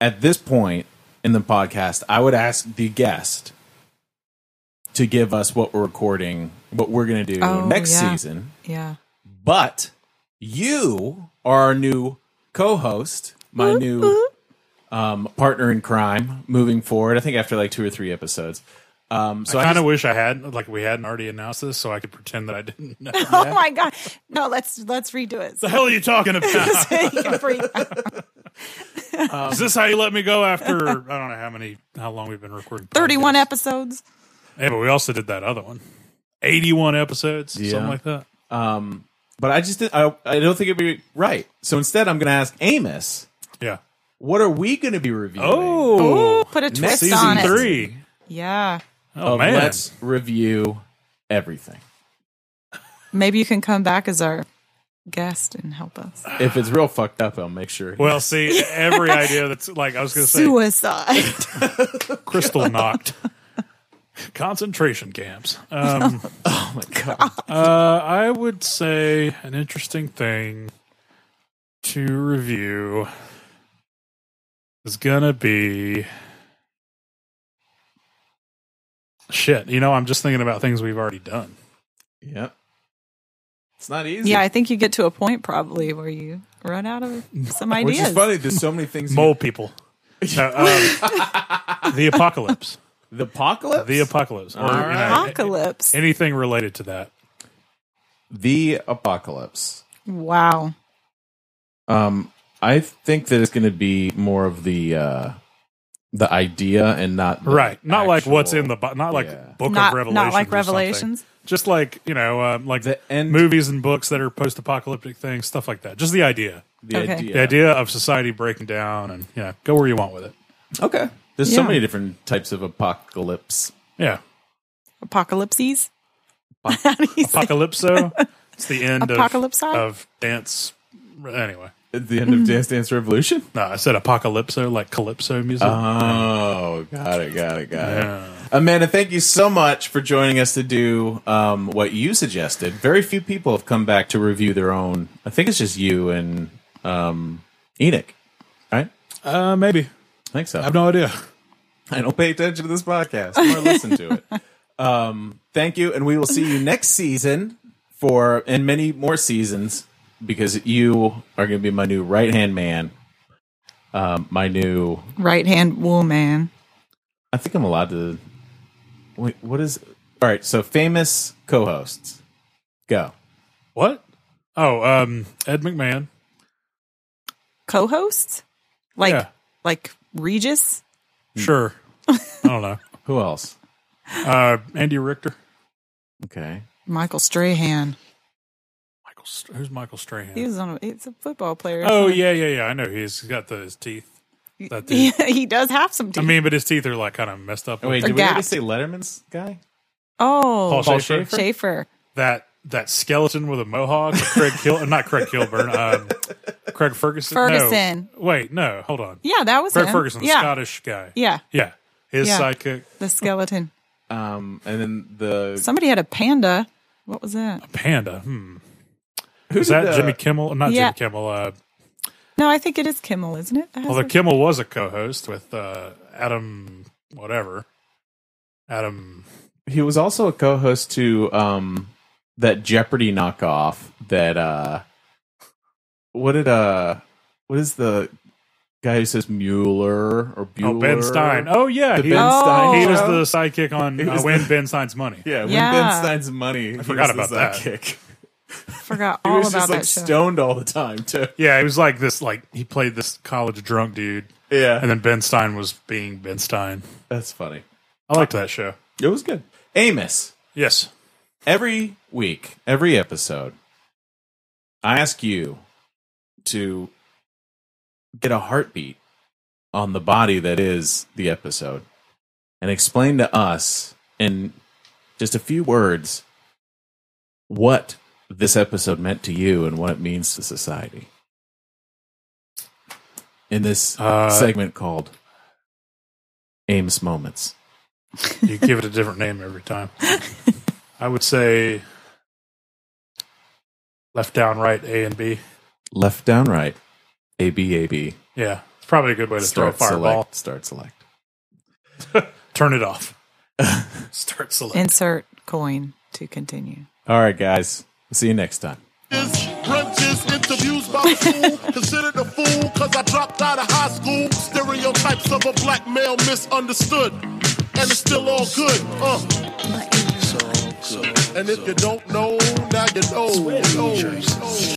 Speaker 1: at this point in the podcast, I would ask the guest to give us what we're recording, what we're going to do
Speaker 3: Oh,
Speaker 1: next
Speaker 3: yeah.
Speaker 1: season.
Speaker 3: Yeah.
Speaker 1: But you are our new co-host, my
Speaker 3: Mm-hmm.
Speaker 1: new um, partner in crime moving forward. I think after like two or three episodes. Um, so
Speaker 2: I
Speaker 1: I,
Speaker 2: kind of
Speaker 1: just-
Speaker 2: wish I had, like, we hadn't already announced this, so I could pretend that I didn't. know. What
Speaker 3: Oh my god. No, let's let's redo it.
Speaker 2: the hell are you talking about?
Speaker 3: You can freak out.
Speaker 2: Is this how you let me go after I don't know how many, how long we've been recording?
Speaker 3: Thirty-one
Speaker 2: podcasts?
Speaker 3: episodes.
Speaker 2: Yeah, but we also did that other one. 81 episodes,
Speaker 1: Yeah.
Speaker 2: something like that.
Speaker 1: um, but I just didn't, I, I don't think it'd be right. So instead, I'm going to ask Amos,
Speaker 2: Yeah.
Speaker 1: what are we going to be reviewing? Um,
Speaker 2: Oh,
Speaker 3: Put a twist
Speaker 1: season
Speaker 3: on it.
Speaker 2: three.
Speaker 3: Yeah.
Speaker 2: Oh,
Speaker 1: of
Speaker 2: man.
Speaker 1: let's review everything.
Speaker 3: Maybe you can come back as our guest and help us.
Speaker 1: If it's real fucked up, I'll make sure.
Speaker 2: Well, see, every idea that's like, I was going to say,
Speaker 3: Suicide.
Speaker 2: crystal knocked. Concentration camps. Um,
Speaker 1: oh my god!
Speaker 2: uh, I would say an interesting thing to review is going to be. Shit, you know, I'm just thinking about things we've already done.
Speaker 1: Yep, it's not easy.
Speaker 3: yeah, I think you get to a point probably where you run out of some
Speaker 1: which
Speaker 3: ideas.
Speaker 1: is funny. There's so many things. you-
Speaker 2: mole people. No, um, the apocalypse.
Speaker 1: the apocalypse.
Speaker 2: The apocalypse. Or, you know,
Speaker 3: Apocalypse.
Speaker 2: anything related to that.
Speaker 1: the apocalypse.
Speaker 3: Wow.
Speaker 1: Um, I think that it's going to be more of the uh, the idea and not the
Speaker 2: Right. Not like what's
Speaker 1: actual-
Speaker 2: in the Bi- not like
Speaker 1: yeah.
Speaker 2: book
Speaker 3: Not-
Speaker 2: of revelations.
Speaker 3: not like
Speaker 2: or something.
Speaker 3: Revelations.
Speaker 2: Just like, you know, um, like
Speaker 1: The end-
Speaker 2: movies and books that are post apocalyptic things, stuff like that. Just the idea.
Speaker 1: the
Speaker 3: Okay.
Speaker 1: idea.
Speaker 2: The idea of society breaking down and you know, go where you want with it.
Speaker 1: Okay. There's so
Speaker 3: Yeah.
Speaker 1: many different types of apocalypse.
Speaker 2: Yeah.
Speaker 3: Apocalypses. How do you say-
Speaker 2: Apocalypso. it's the end of
Speaker 3: Apocalypsi?
Speaker 2: of dance anyway.
Speaker 1: At the end
Speaker 3: Mm-hmm.
Speaker 1: of Dance Dance Revolution.
Speaker 2: No, I said apocalypso like calypso music.
Speaker 1: Uh, Oh, got it, got it, got
Speaker 2: Yeah.
Speaker 1: it. Amanda, thank you so much for joining us to do um, what you suggested. Very few people have come back to review their own. I think it's just you and um, Enoch, right?
Speaker 2: Uh maybe.
Speaker 1: I think so.
Speaker 2: I have no idea.
Speaker 1: I don't pay attention to this podcast or listen to it. Um, thank you, and we will see you next season for and many more seasons because you are going to be my new right hand man. um, my new.
Speaker 3: Right hand woman.
Speaker 1: I think I'm allowed to. Wait, what is? All right, so famous co-hosts. Go.
Speaker 2: What? Oh, um, Ed McMahon.
Speaker 3: Co hosts? Like
Speaker 2: Yeah.
Speaker 3: like Regis?
Speaker 2: Sure. I don't know.
Speaker 1: Who else?
Speaker 2: Uh, Andy Richter.
Speaker 1: Okay.
Speaker 3: Michael Strahan.
Speaker 2: Michael. St- Who's Michael Strahan?
Speaker 3: He was on a, he's a football player.
Speaker 2: oh yeah, yeah, yeah. I know he is. He's got the, his teeth. That
Speaker 3: he,
Speaker 2: dude.
Speaker 3: he does have some teeth.
Speaker 2: I mean, but his teeth are like kind of messed up.
Speaker 1: Oh, wait,
Speaker 3: The
Speaker 1: did we already
Speaker 3: gap.
Speaker 1: say Letterman's guy?
Speaker 3: oh,
Speaker 2: Paul,
Speaker 1: Paul
Speaker 2: Schaefer.
Speaker 1: Schaefer?
Speaker 3: Schaefer.
Speaker 2: That that skeleton with a mohawk. Craig Kil, not Craig Kilburn. Um, Craig Ferguson. No.
Speaker 3: Ferguson.
Speaker 2: Wait, no, hold on.
Speaker 3: Yeah, that was
Speaker 2: Craig
Speaker 3: him.
Speaker 2: Ferguson, the
Speaker 3: Yeah.
Speaker 2: Scottish guy.
Speaker 3: Yeah,
Speaker 2: Yeah. His
Speaker 3: Yeah.
Speaker 2: sidekick.
Speaker 3: the skeleton.
Speaker 1: Um, and then the
Speaker 3: Somebody had a panda. What was that?
Speaker 2: Panda. Hmm.
Speaker 1: who's
Speaker 2: Is that Jimmy Kimmel? Not
Speaker 3: Yeah.
Speaker 2: Jimmy Kimmel. Uh,
Speaker 3: No, I think it is Kimmel, isn't it? That has
Speaker 2: although
Speaker 3: a-
Speaker 2: Kimmel was a co-host with uh, Adam, whatever. Adam.
Speaker 1: He was also a co-host to um that Jeopardy knockoff that uh what did uh what is the guy who says Mueller or Bueller?
Speaker 2: Oh, Ben Stein. Oh yeah,
Speaker 1: The
Speaker 2: he,
Speaker 1: Ben
Speaker 3: Oh.
Speaker 1: Stein.
Speaker 2: he was
Speaker 1: show?
Speaker 2: the sidekick on
Speaker 1: He was
Speaker 2: uh, Win
Speaker 1: the-
Speaker 2: Ben Stein's Money.
Speaker 1: yeah, when
Speaker 3: Yeah.
Speaker 1: Ben Stein's money. I
Speaker 2: forgot about that.
Speaker 1: Kick.
Speaker 3: forgot
Speaker 1: He
Speaker 3: all
Speaker 1: was
Speaker 3: about
Speaker 1: just
Speaker 3: that
Speaker 1: like
Speaker 3: show.
Speaker 1: stoned all the time too.
Speaker 2: Yeah, he was like this. Like he played this college drunk dude,
Speaker 1: Yeah,
Speaker 2: and then Ben Stein was being Ben Stein.
Speaker 1: that's funny.
Speaker 2: I liked that show.
Speaker 1: It was good. Amos,
Speaker 2: Yes.
Speaker 1: every week, every episode, I ask you to get a heartbeat on the body that is the episode and explain to us in just a few words what this episode meant to you and what it means to society. In this
Speaker 2: Uh,
Speaker 1: segment called Ames Moments.
Speaker 2: you give it a different name every time. I would say left, down, right, A and B.
Speaker 1: Left down right. A B A B.
Speaker 2: Yeah, it's probably a good way to throw a fireball.
Speaker 1: select. Start select.
Speaker 2: Turn it off. Start select.
Speaker 3: Insert coin to continue.
Speaker 1: All right, guys. See you next time.
Speaker 9: Brunches, interviews by fool. Considered a fool because I dropped out of high school. Stereotypes of a black male misunderstood. And it's still all good. Uh. And if you don't know, now you know. know.